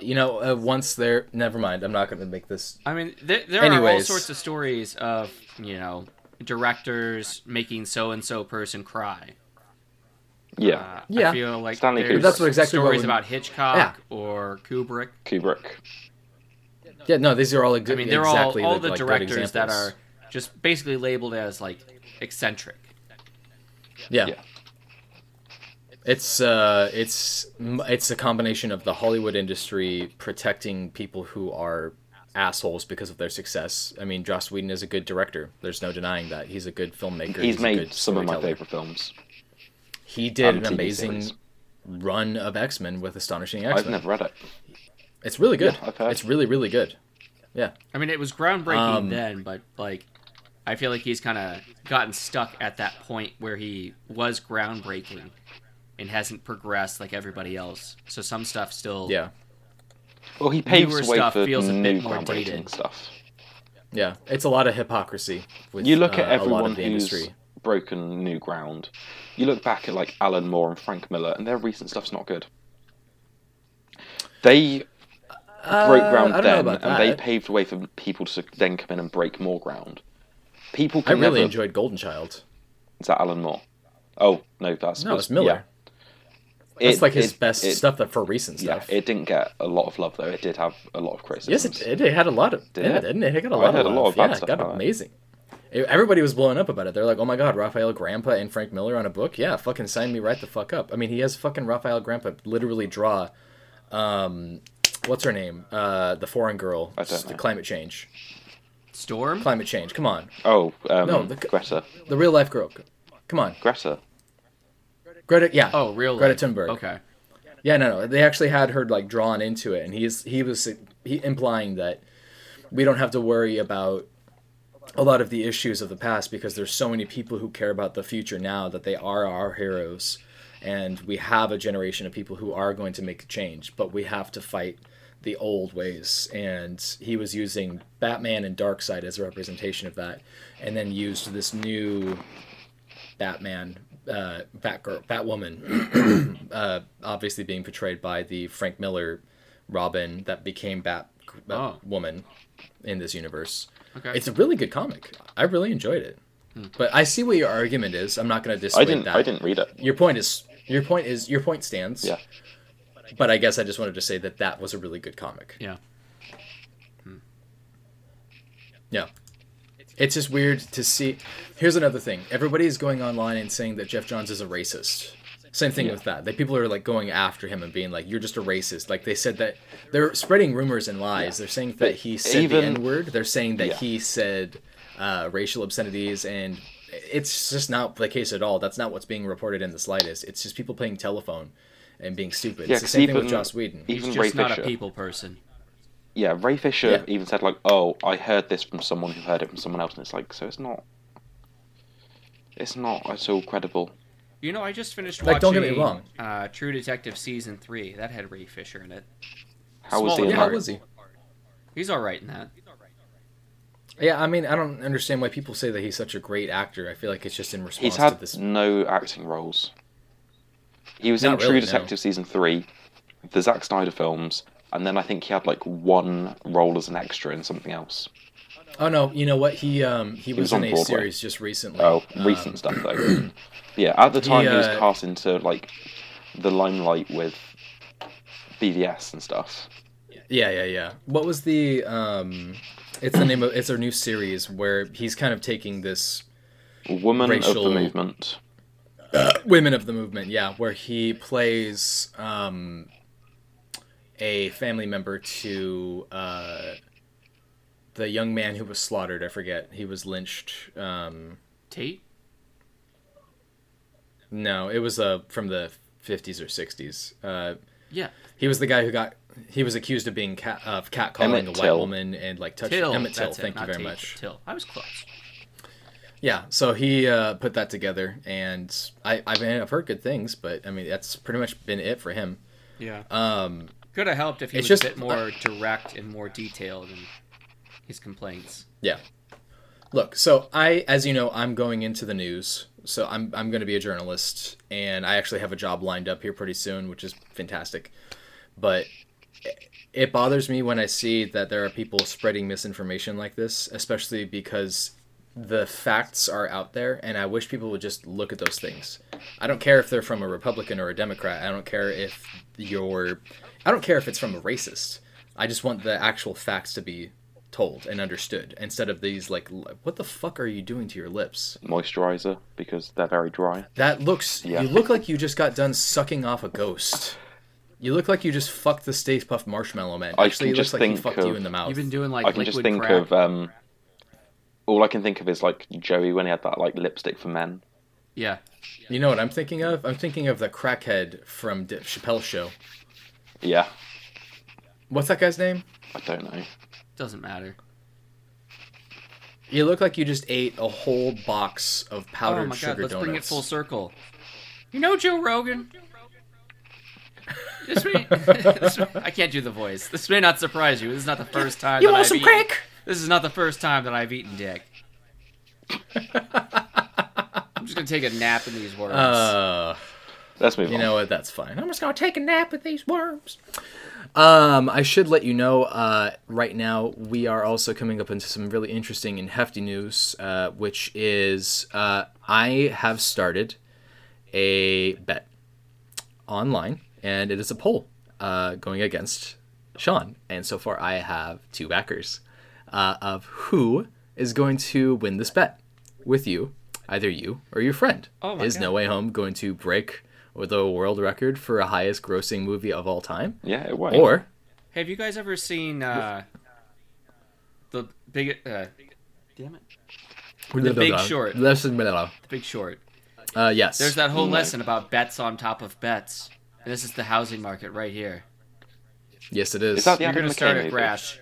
Speaker 1: You know, uh, once they're never mind. I'm not going to make this.
Speaker 2: I mean, there, there are all
Speaker 1: Anyways.
Speaker 2: sorts of stories of, you know, directors making so and so person cry.
Speaker 3: yeah.
Speaker 2: Uh,
Speaker 1: Yeah.
Speaker 2: I feel like
Speaker 3: Stanley
Speaker 2: there's
Speaker 3: Kubrick. That's
Speaker 1: what exactly what
Speaker 2: stories
Speaker 1: we-
Speaker 2: about Hitchcock
Speaker 1: Yeah.
Speaker 2: or Kubrick.
Speaker 3: Kubrick.
Speaker 1: Yeah, no, these are all ex-
Speaker 2: I mean, they're
Speaker 1: exactly
Speaker 2: all, all
Speaker 1: the,
Speaker 2: the
Speaker 1: like, good
Speaker 2: directors that
Speaker 1: examples.
Speaker 2: are just basically labeled as like eccentric.
Speaker 1: Yeah.
Speaker 3: Yeah.
Speaker 1: It's uh, it's m- it's a combination of the Hollywood industry protecting people who are assholes because of their success. I mean, Joss Whedon is a good director. There's no denying that. He's a good filmmaker.
Speaker 3: He's,
Speaker 1: a
Speaker 3: made
Speaker 1: good
Speaker 3: some of my
Speaker 1: storyteller.
Speaker 3: favorite films.
Speaker 1: He did
Speaker 3: um,
Speaker 1: an
Speaker 3: TV
Speaker 1: amazing
Speaker 3: series.
Speaker 1: run of X Men with Astonishing X
Speaker 3: I've
Speaker 1: Men.
Speaker 3: never read it.
Speaker 1: It's really good.
Speaker 3: Yeah, I've heard.
Speaker 1: It's really really good.
Speaker 2: I mean, it was groundbreaking
Speaker 1: Um,
Speaker 2: then, but like, I feel like he's kind of gotten stuck at that point where he was groundbreaking and hasn't progressed like everybody else. So some stuff still
Speaker 1: Yeah,
Speaker 3: Well, he paves
Speaker 2: Newer
Speaker 3: the way
Speaker 2: stuff
Speaker 3: for
Speaker 2: feels a
Speaker 3: new
Speaker 2: bit more
Speaker 3: groundbreaking
Speaker 2: dated.
Speaker 3: stuff.
Speaker 1: yeah. It's a lot of hypocrisy. With,
Speaker 3: You look
Speaker 1: uh,
Speaker 3: at
Speaker 1: a lot
Speaker 3: everyone
Speaker 1: of the
Speaker 3: who's
Speaker 1: industry.
Speaker 3: broken new ground. You look back at like Alan Moore and Frank Miller, and their recent stuff's not good. They broke
Speaker 1: Uh,
Speaker 3: ground
Speaker 1: I don't know
Speaker 3: then,
Speaker 1: about
Speaker 3: and they
Speaker 1: that.
Speaker 3: paved the way for people to then come in and break more ground. People
Speaker 1: I
Speaker 3: can
Speaker 1: really
Speaker 3: never.
Speaker 1: enjoyed Golden Child.
Speaker 3: Is that Alan Moore? Oh no, that's
Speaker 1: No, it's
Speaker 3: yeah.
Speaker 1: Miller. That's
Speaker 3: It-
Speaker 1: like his
Speaker 3: it-
Speaker 1: best
Speaker 3: it-
Speaker 1: stuff that for recent
Speaker 3: Yeah,
Speaker 1: stuff.
Speaker 3: it didn't get a lot of love though. It did have a lot of criticism.
Speaker 1: yes, it, it, it had a lot of
Speaker 3: Did
Speaker 1: in
Speaker 3: it?
Speaker 1: it, didn't it? It got a
Speaker 3: I
Speaker 1: lot
Speaker 3: heard
Speaker 1: of
Speaker 3: a
Speaker 1: love.
Speaker 3: lot of bad
Speaker 1: yeah, it
Speaker 3: stuff
Speaker 1: got
Speaker 3: about it.
Speaker 1: amazing. It- everybody was blowing up about it. They're like, "Oh my god, Raphael Grandpa and Frank Miller on a book? Yeah, fucking sign me right the fuck up." I mean, he has fucking Raphael Grandpa literally draw um what's her name? Uh, the foreign girl.
Speaker 3: I don't
Speaker 1: It's the
Speaker 3: know.
Speaker 1: climate change.
Speaker 2: Storm?
Speaker 1: Climate change. Come on.
Speaker 3: Oh, um,
Speaker 1: No, the-
Speaker 3: Greta.
Speaker 1: The real life girl. Come on.
Speaker 3: Greta.
Speaker 1: Greta. Yeah.
Speaker 2: Oh, real
Speaker 1: Greta
Speaker 2: life.
Speaker 1: Thunberg.
Speaker 2: Okay.
Speaker 1: Yeah, no, no. They actually had her like drawn into it, and he's he was he implying that we don't have to worry about a lot of the issues of the past because there's so many people who care about the future now that they are our heroes, and we have a generation of people who are going to make a change, but we have to fight the old ways. And he was using Batman and Darkseid as a representation of that, and then used this new Batman, uh, Batgirl, Batwoman, uh, obviously being portrayed by the Frank Miller Robin that became Bat,
Speaker 2: Oh.
Speaker 1: Batwoman in this universe.
Speaker 2: Okay.
Speaker 1: It's a really good comic. I really enjoyed it. But I see what your argument is. I'm not going to
Speaker 3: I
Speaker 1: dissuade
Speaker 3: didn't.
Speaker 1: that.
Speaker 3: I didn't read it.
Speaker 1: Your point is your point is your point stands.
Speaker 3: Yeah.
Speaker 1: But I guess I just wanted to say that that was a really good comic.
Speaker 2: yeah.
Speaker 1: Yeah. It's just weird to see. Here's another thing. Everybody's going online and saying that Jeff Johns is a racist. Same thing with that. That people are like going after him and being like, "You're just a racist." Like they said that they're spreading rumors and lies. They're saying that he said
Speaker 3: even-
Speaker 1: the N word. They're saying that
Speaker 3: Yeah.
Speaker 1: he said uh, racial obscenities, and it's just not the case at all. That's not what's being reported in the slightest. It's just people playing telephone and being stupid.
Speaker 3: Yeah,
Speaker 1: it's the
Speaker 3: 'cause
Speaker 1: same thing
Speaker 3: even-
Speaker 1: with Joss Whedon.
Speaker 3: Even
Speaker 2: He's
Speaker 3: Ray
Speaker 2: just not
Speaker 3: Fisher.
Speaker 2: a people person.
Speaker 3: yeah, Ray Fisher
Speaker 1: Yeah.
Speaker 3: even said like, "Oh, I heard this from someone who heard it from someone else," and it's like, so it's not. It's not at all credible.
Speaker 2: You know, I just finished
Speaker 1: Like, don't
Speaker 2: watching
Speaker 1: get me wrong.
Speaker 2: Uh, True Detective season three. That had Ray Fisher in it.
Speaker 3: How was
Speaker 2: Small
Speaker 3: he?
Speaker 1: yeah,
Speaker 3: in
Speaker 1: how
Speaker 3: that?
Speaker 2: part.
Speaker 1: was he?
Speaker 2: He's all right in that.
Speaker 1: Yeah, I mean, I don't understand why people say that he's such a great actor. I feel like it's just in response
Speaker 3: He's
Speaker 1: to
Speaker 3: had
Speaker 1: this.
Speaker 3: no acting roles. He was in
Speaker 1: Not
Speaker 3: True
Speaker 1: really, no.
Speaker 3: Detective season three, the Zack Snyder films, and then I think he had like one role as an extra in something else.
Speaker 1: Oh no, you know what? He um he was,
Speaker 3: was
Speaker 1: in
Speaker 3: on
Speaker 1: a
Speaker 3: Broadway.
Speaker 1: series just recently.
Speaker 3: Oh,
Speaker 1: Um,
Speaker 3: recent stuff though. yeah, at the
Speaker 1: he,
Speaker 3: time he, was
Speaker 1: uh,
Speaker 3: cast into like the limelight with BVS and stuff.
Speaker 1: Yeah, yeah, yeah. What was the um? It's the name of it's a new series where he's kind of taking this
Speaker 3: Woman of
Speaker 1: Racial-
Speaker 3: the movement.
Speaker 1: women of the movement. Yeah, where he plays um a family member to uh the young man who was slaughtered. I forget. He was lynched. Um,
Speaker 2: Tate?
Speaker 1: no, it was uh from the fifties or sixties. Uh.
Speaker 2: Yeah.
Speaker 1: He was the guy who got. He was accused of being cat, of catcalling
Speaker 3: Emmett
Speaker 1: a white
Speaker 3: Till.
Speaker 1: woman and like touching
Speaker 2: Till.
Speaker 1: Emmett Till.
Speaker 2: That's it,
Speaker 1: Thank you
Speaker 2: not
Speaker 1: very
Speaker 2: Tate,
Speaker 1: much.
Speaker 2: but Till. I was close.
Speaker 1: Yeah, so he uh, put that together, and I I mean I've heard good things, but I mean that's pretty much been it for him.
Speaker 2: Yeah.
Speaker 1: Um,
Speaker 2: Could have helped if he
Speaker 1: It's
Speaker 2: was
Speaker 1: just-
Speaker 2: a bit more direct and more detailed in his complaints.
Speaker 1: yeah. Look, so I, as you know, I'm going into the news, so I'm I'm going to be a journalist, and I actually have a job lined up here pretty soon, which is fantastic. But it bothers me when I see that there are people spreading misinformation like this, especially because the facts are out there, and I wish people would just look at those things. I don't care if they're from a Republican or a Democrat. I don't care if you're. I don't care if it's from a racist. I just want the actual facts to be told and understood instead of these, like, l- what the fuck are you doing to your lips?
Speaker 3: Moisturizer because they're very dry.
Speaker 1: That looks.
Speaker 3: Yeah.
Speaker 1: You look like you just got done sucking off a ghost. You look like you just fucked the Stay Puft Marshmallow Man.
Speaker 3: I
Speaker 1: Actually,
Speaker 3: can
Speaker 1: it
Speaker 3: just
Speaker 1: looks like he
Speaker 3: think
Speaker 1: fucked
Speaker 3: of-
Speaker 1: you in the mouth.
Speaker 2: You've been doing like
Speaker 3: I can
Speaker 2: liquid
Speaker 3: just think
Speaker 2: crack.
Speaker 3: of um all I can think of is like Joey when he had that like lipstick for men.
Speaker 2: Yeah.
Speaker 1: You know what I'm thinking of? I'm thinking of the crackhead from D- Chappelle's show.
Speaker 3: Yeah.
Speaker 1: What's that guy's name?
Speaker 3: I don't know.
Speaker 2: Doesn't matter.
Speaker 1: You look like you just ate a whole box of powdered
Speaker 2: oh my god,
Speaker 1: sugar
Speaker 2: let's
Speaker 1: donuts.
Speaker 2: bring it full circle. You know Joe Rogan. this may, this may- I can't do the voice. This may not surprise you. This is not the first time that I've eaten. This is not the first time that I've eaten dick. I'm just gonna take a nap in these words.
Speaker 1: Uh,
Speaker 3: Let's move
Speaker 1: you
Speaker 3: on.
Speaker 1: know what? That's fine. I'm just gonna take a nap with these worms. Um, I should let you know. Uh, right now we are also coming up into some really interesting and hefty news, uh, which is uh, I have started a bet online, and it is a poll uh, going against Sean. And so far, I have two backers uh, of who is going to win this bet with you, either you or your friend.
Speaker 2: Oh my
Speaker 1: is No
Speaker 2: God.
Speaker 1: Way Home going to break the world record for a highest grossing movie of all time?
Speaker 3: yeah, it won't.
Speaker 1: Or
Speaker 2: Have you guys ever seen uh, the big? Uh, damn it, The Big Short.
Speaker 4: Lesson Manila.
Speaker 2: the Big Short.
Speaker 4: Uh, yes.
Speaker 2: There's that whole
Speaker 3: Mm.
Speaker 2: lesson about bets on top of bets. And this is the housing market right here.
Speaker 4: Yes, it is.
Speaker 3: Is that the
Speaker 2: You're
Speaker 3: Adam
Speaker 2: gonna
Speaker 3: McKay
Speaker 2: start
Speaker 3: movie?
Speaker 2: at Rash.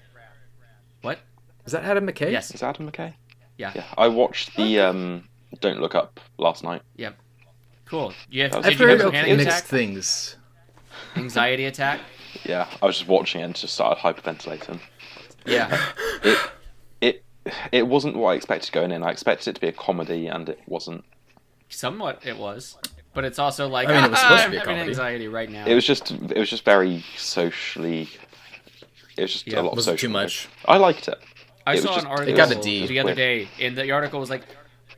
Speaker 2: What?
Speaker 4: is that Adam McKay?
Speaker 2: Yes.
Speaker 3: Is Adam McKay?
Speaker 2: Yeah.
Speaker 3: Yeah. I watched the um, Don't Look Up last night.
Speaker 2: Cool. You have,
Speaker 3: I've
Speaker 2: did
Speaker 4: I've
Speaker 2: you
Speaker 4: heard
Speaker 2: have a
Speaker 4: of
Speaker 2: panic
Speaker 4: mixed
Speaker 2: attack?
Speaker 4: things.
Speaker 2: Anxiety attack?
Speaker 3: Yeah, I was just watching it and just started hyperventilating.
Speaker 2: Yeah.
Speaker 3: It wasn't what I expected going in. I expected it to be a comedy, and it wasn't.
Speaker 2: Somewhat it was. But it's also like
Speaker 1: I mean, it was supposed to
Speaker 2: "Ah,
Speaker 1: be a
Speaker 2: I'm having
Speaker 1: comedy."
Speaker 2: anxiety right now.
Speaker 3: It was just. It was just very socially. It was just
Speaker 2: Yeah,
Speaker 3: a lot of
Speaker 1: Was it
Speaker 3: social.
Speaker 1: too much?
Speaker 3: I liked it.
Speaker 2: I
Speaker 3: it was
Speaker 2: saw
Speaker 3: just-
Speaker 2: an
Speaker 3: it
Speaker 2: article
Speaker 1: got a D.
Speaker 2: the other
Speaker 3: Weird.
Speaker 2: day, and the article was like,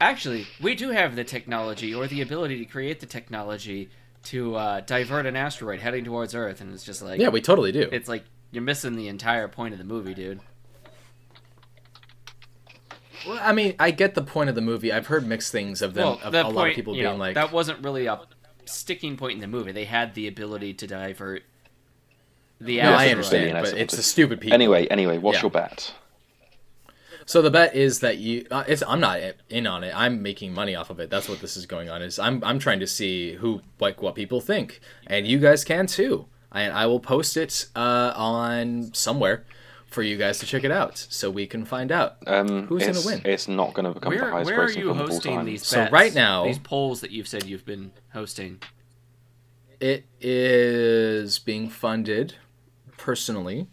Speaker 2: actually, we do have the technology or the ability to create the technology to uh, divert an asteroid heading towards Earth, and it's just like,
Speaker 1: Yeah, we totally do.
Speaker 2: it's like you're missing the entire point of the movie, dude.
Speaker 1: Well, I mean, I get the point of the movie. I've heard mixed things of them
Speaker 2: well,
Speaker 1: of
Speaker 2: that
Speaker 1: a
Speaker 2: point,
Speaker 1: lot of people
Speaker 2: you
Speaker 1: being
Speaker 2: know,
Speaker 1: like,
Speaker 2: that wasn't really a sticking point in the movie. They had the ability to divert the
Speaker 1: "No, I
Speaker 2: asteroid.
Speaker 1: understand,"
Speaker 3: Billion
Speaker 1: but it's
Speaker 3: accidents.
Speaker 1: the stupid people.
Speaker 3: Anyway, anyway, what's
Speaker 1: Yeah.
Speaker 3: your bet?
Speaker 1: So the bet is that you. Uh, it's I'm not in on it. I'm making money off of it. That's what this is going on. Is I'm I'm trying to see who like what people think, and you guys can too. And I will post it uh, on somewhere for you guys to check it out, so we can find out.
Speaker 3: Um,
Speaker 1: Who's gonna
Speaker 3: it's,
Speaker 1: win?
Speaker 3: It's not going to become the
Speaker 2: Where,
Speaker 3: highest
Speaker 2: where are
Speaker 3: grossing
Speaker 2: you
Speaker 3: film of all
Speaker 2: hosting
Speaker 3: time.
Speaker 2: these
Speaker 1: So
Speaker 2: bets,
Speaker 1: right now-
Speaker 2: these polls that you've said you've been hosting?
Speaker 1: It is being funded personally,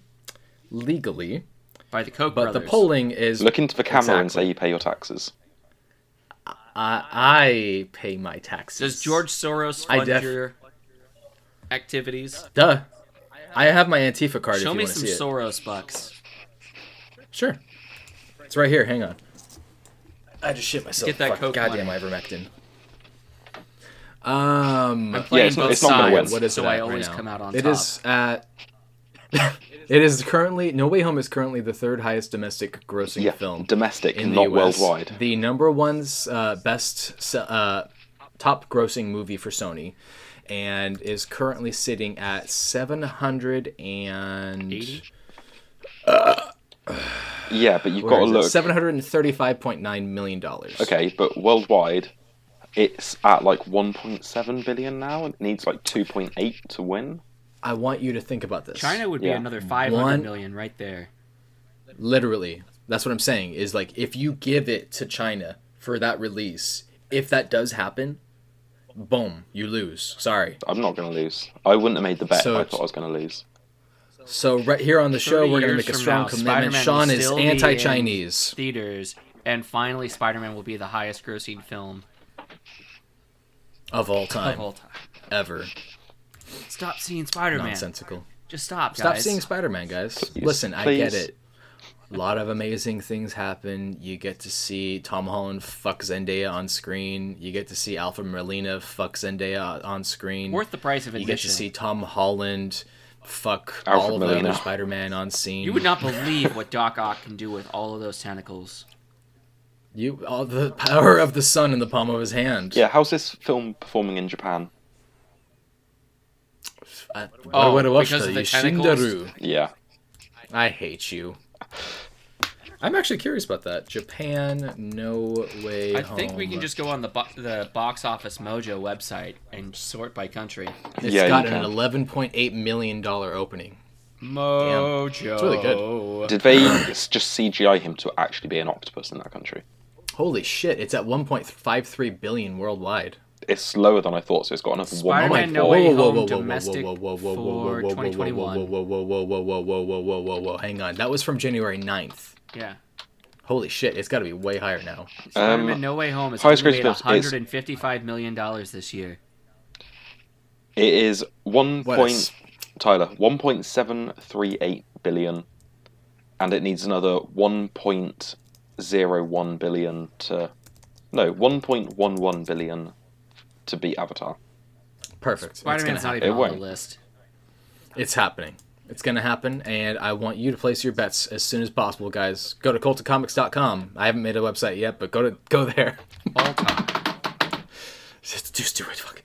Speaker 1: legally,
Speaker 2: By the Koch
Speaker 1: but
Speaker 2: brothers.
Speaker 1: the polling is.
Speaker 3: Look into the camera and
Speaker 1: Exactly.
Speaker 3: say you pay your taxes.
Speaker 1: I, I pay my taxes.
Speaker 2: Does George Soros
Speaker 1: I
Speaker 2: fund
Speaker 1: def-
Speaker 2: your activities?
Speaker 1: Duh. I have my Antifa card.
Speaker 2: Show
Speaker 1: if you
Speaker 2: me
Speaker 1: want to
Speaker 2: some
Speaker 1: see it.
Speaker 2: Soros bucks.
Speaker 1: Sure. It's right here. Hang on. I just shit myself.
Speaker 2: Get that
Speaker 1: Fuck,
Speaker 2: Coke
Speaker 1: goddamn
Speaker 2: money.
Speaker 1: ivermectin. Um,
Speaker 2: I'm playing
Speaker 3: it's not-
Speaker 2: both
Speaker 3: it's not gonna
Speaker 2: sides,
Speaker 3: win.
Speaker 1: what is
Speaker 2: so
Speaker 1: it
Speaker 2: I
Speaker 1: at right
Speaker 2: always
Speaker 1: now?
Speaker 2: come out on
Speaker 1: It
Speaker 2: top.
Speaker 1: is at. it is currently No Way Home is currently the third highest domestic grossing
Speaker 3: Yeah,
Speaker 1: film
Speaker 3: domestic,
Speaker 1: in
Speaker 3: not
Speaker 1: the US.
Speaker 3: worldwide.
Speaker 1: The number one's uh, best s- uh, top grossing movie for Sony, and is currently sitting at seven hundred and.
Speaker 2: 80?
Speaker 3: Yeah, but you've got to look.
Speaker 1: Seven hundred and thirty-five point nine million dollars.
Speaker 3: Okay, but worldwide, it's at like 1.7 billion now. and It needs like 2.8 to win.
Speaker 1: I want you to think about this.
Speaker 2: China would be
Speaker 3: Yeah.
Speaker 2: another five hundred million
Speaker 1: One-
Speaker 2: right there.
Speaker 1: literally. That's what I'm saying. Is like if you give it to China for that release, if that does happen, boom, you lose. Sorry.
Speaker 3: I'm not going to lose. I wouldn't have made the bet
Speaker 1: So
Speaker 3: if I
Speaker 1: it's-
Speaker 3: thought I was going to lose.
Speaker 1: So right here on the show,
Speaker 2: 30
Speaker 1: we're gonna
Speaker 2: years
Speaker 1: make a
Speaker 2: from
Speaker 1: strong
Speaker 2: now,
Speaker 1: commitment.
Speaker 2: Spider-Man
Speaker 1: Sean
Speaker 2: will
Speaker 1: is
Speaker 2: still be in
Speaker 1: anti-Chinese.
Speaker 2: Theaters, and finally, Spider Man will be the highest grossing film
Speaker 1: Of all time,
Speaker 2: of all time.
Speaker 1: ever.
Speaker 2: Stop seeing Spider Man.
Speaker 1: Nonsensical.
Speaker 2: Just stop,
Speaker 1: Stop
Speaker 2: guys.
Speaker 1: seeing Spider-Man, guys. Listen, I get
Speaker 3: please.
Speaker 1: it. A lot of amazing things happen. You get to see Tom Holland fuck Zendaya on screen. You get to see Alfred Merlina fuck Zendaya on screen.
Speaker 2: Worth the price of
Speaker 1: you
Speaker 2: admission.
Speaker 1: get to see Tom Holland fuck
Speaker 3: Alfred
Speaker 1: all of the
Speaker 3: Molina.
Speaker 1: other Spider-Man on scene.
Speaker 2: You would not believe what Doc Ock can do with all of those tentacles.
Speaker 1: You all the power of the sun in the palm of his hand.
Speaker 3: Yeah, how's this film performing in Japan?
Speaker 1: I,
Speaker 2: Oh,
Speaker 1: Uh, what- what-
Speaker 2: because of the
Speaker 1: you
Speaker 2: tentacles?
Speaker 1: Shindaru.
Speaker 3: Yeah.
Speaker 1: I hate you. I'm actually curious about that. Japan, no way.
Speaker 2: I think we can
Speaker 1: Home.
Speaker 2: just go on the bo- the box office Mojo website and sort by country.
Speaker 1: It's
Speaker 3: Yeah, you
Speaker 1: got an
Speaker 3: can.
Speaker 1: eleven point eight million dollar opening.
Speaker 2: Mojo.
Speaker 1: It's really
Speaker 3: Did they s- just CGI him to actually be an octopus in that country?
Speaker 1: Holy shit! It's at one point five three billion worldwide. Oh
Speaker 3: It's lower than I thought, so it's got another one.
Speaker 2: Spider-Man,
Speaker 3: point
Speaker 2: No
Speaker 3: four.
Speaker 2: Way
Speaker 1: Whoa, whoa,
Speaker 2: Home
Speaker 1: whoa, whoa, whoa,
Speaker 2: domestic
Speaker 1: whoa, whoa, whoa, whoa, whoa, whoa,
Speaker 2: for
Speaker 1: whoa, whoa,
Speaker 2: 2021.
Speaker 1: whoa, whoa, whoa, whoa, whoa, whoa, whoa, whoa, whoa, whoa, whoa. Hang on, that was from January 9th.
Speaker 2: Yeah.
Speaker 1: Holy shit! It's got to be way higher now.
Speaker 2: Spider-Man
Speaker 3: Um,
Speaker 2: No Way Home has
Speaker 3: highest
Speaker 2: only made
Speaker 3: grossing films is-
Speaker 2: 155 million dollars this year.
Speaker 3: It is one
Speaker 1: What
Speaker 3: point.
Speaker 1: else?
Speaker 3: Tyler, 1.738 billion, and it needs another 1.01 billion to. No, 1.11 billion to beat Avatar.
Speaker 1: Perfect. It's gonna
Speaker 2: Spider-Man's not
Speaker 1: happen.
Speaker 2: even
Speaker 3: It
Speaker 2: on
Speaker 3: won't.
Speaker 2: the list.
Speaker 1: It's happening. It's going to happen, and I want you to place your bets as soon as possible, guys. Go to cultacomics.com. I haven't made a website yet, but go to go there.
Speaker 2: All time.
Speaker 1: Just do it. Fuck.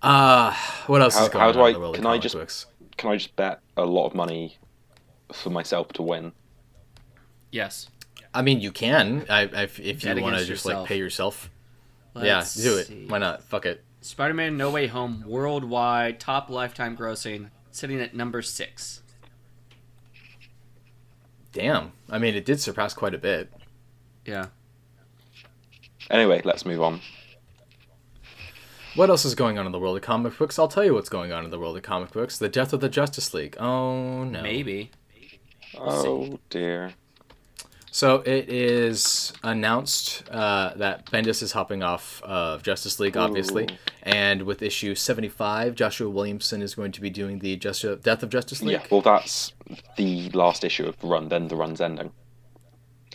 Speaker 1: Uh, what else
Speaker 3: How,
Speaker 1: is going
Speaker 3: how do
Speaker 1: on
Speaker 3: I?
Speaker 1: in the world of
Speaker 3: Can I
Speaker 1: comic
Speaker 3: just
Speaker 1: books?
Speaker 3: can I just bet a lot of money for myself to win?
Speaker 2: Yes.
Speaker 1: I mean, you can. I, I if
Speaker 2: Bet
Speaker 1: you want to
Speaker 2: against
Speaker 1: just
Speaker 2: yourself.
Speaker 1: like pay yourself.
Speaker 2: Let's
Speaker 1: yeah, do it.
Speaker 2: see.
Speaker 1: Why not? Fuck it.
Speaker 2: Spider-Man: No Way Home worldwide top lifetime grossing, sitting at number six.
Speaker 1: Damn. I mean, it did surpass quite a bit.
Speaker 2: Yeah.
Speaker 3: Anyway, let's move on.
Speaker 1: What else is going on in the world of comic books? I'll tell you what's going on in the world of comic books. The death of the Justice League. Oh no.
Speaker 2: Maybe.
Speaker 3: Oh dear.
Speaker 1: So it is announced uh, that Bendis is hopping off of Justice League, obviously,
Speaker 3: Ooh.
Speaker 1: and with issue seventy-five, Joshua Williamson is going to be doing the Just- death of Justice League.
Speaker 3: Yeah. Well, that's the last issue of the run. Then the run's ending,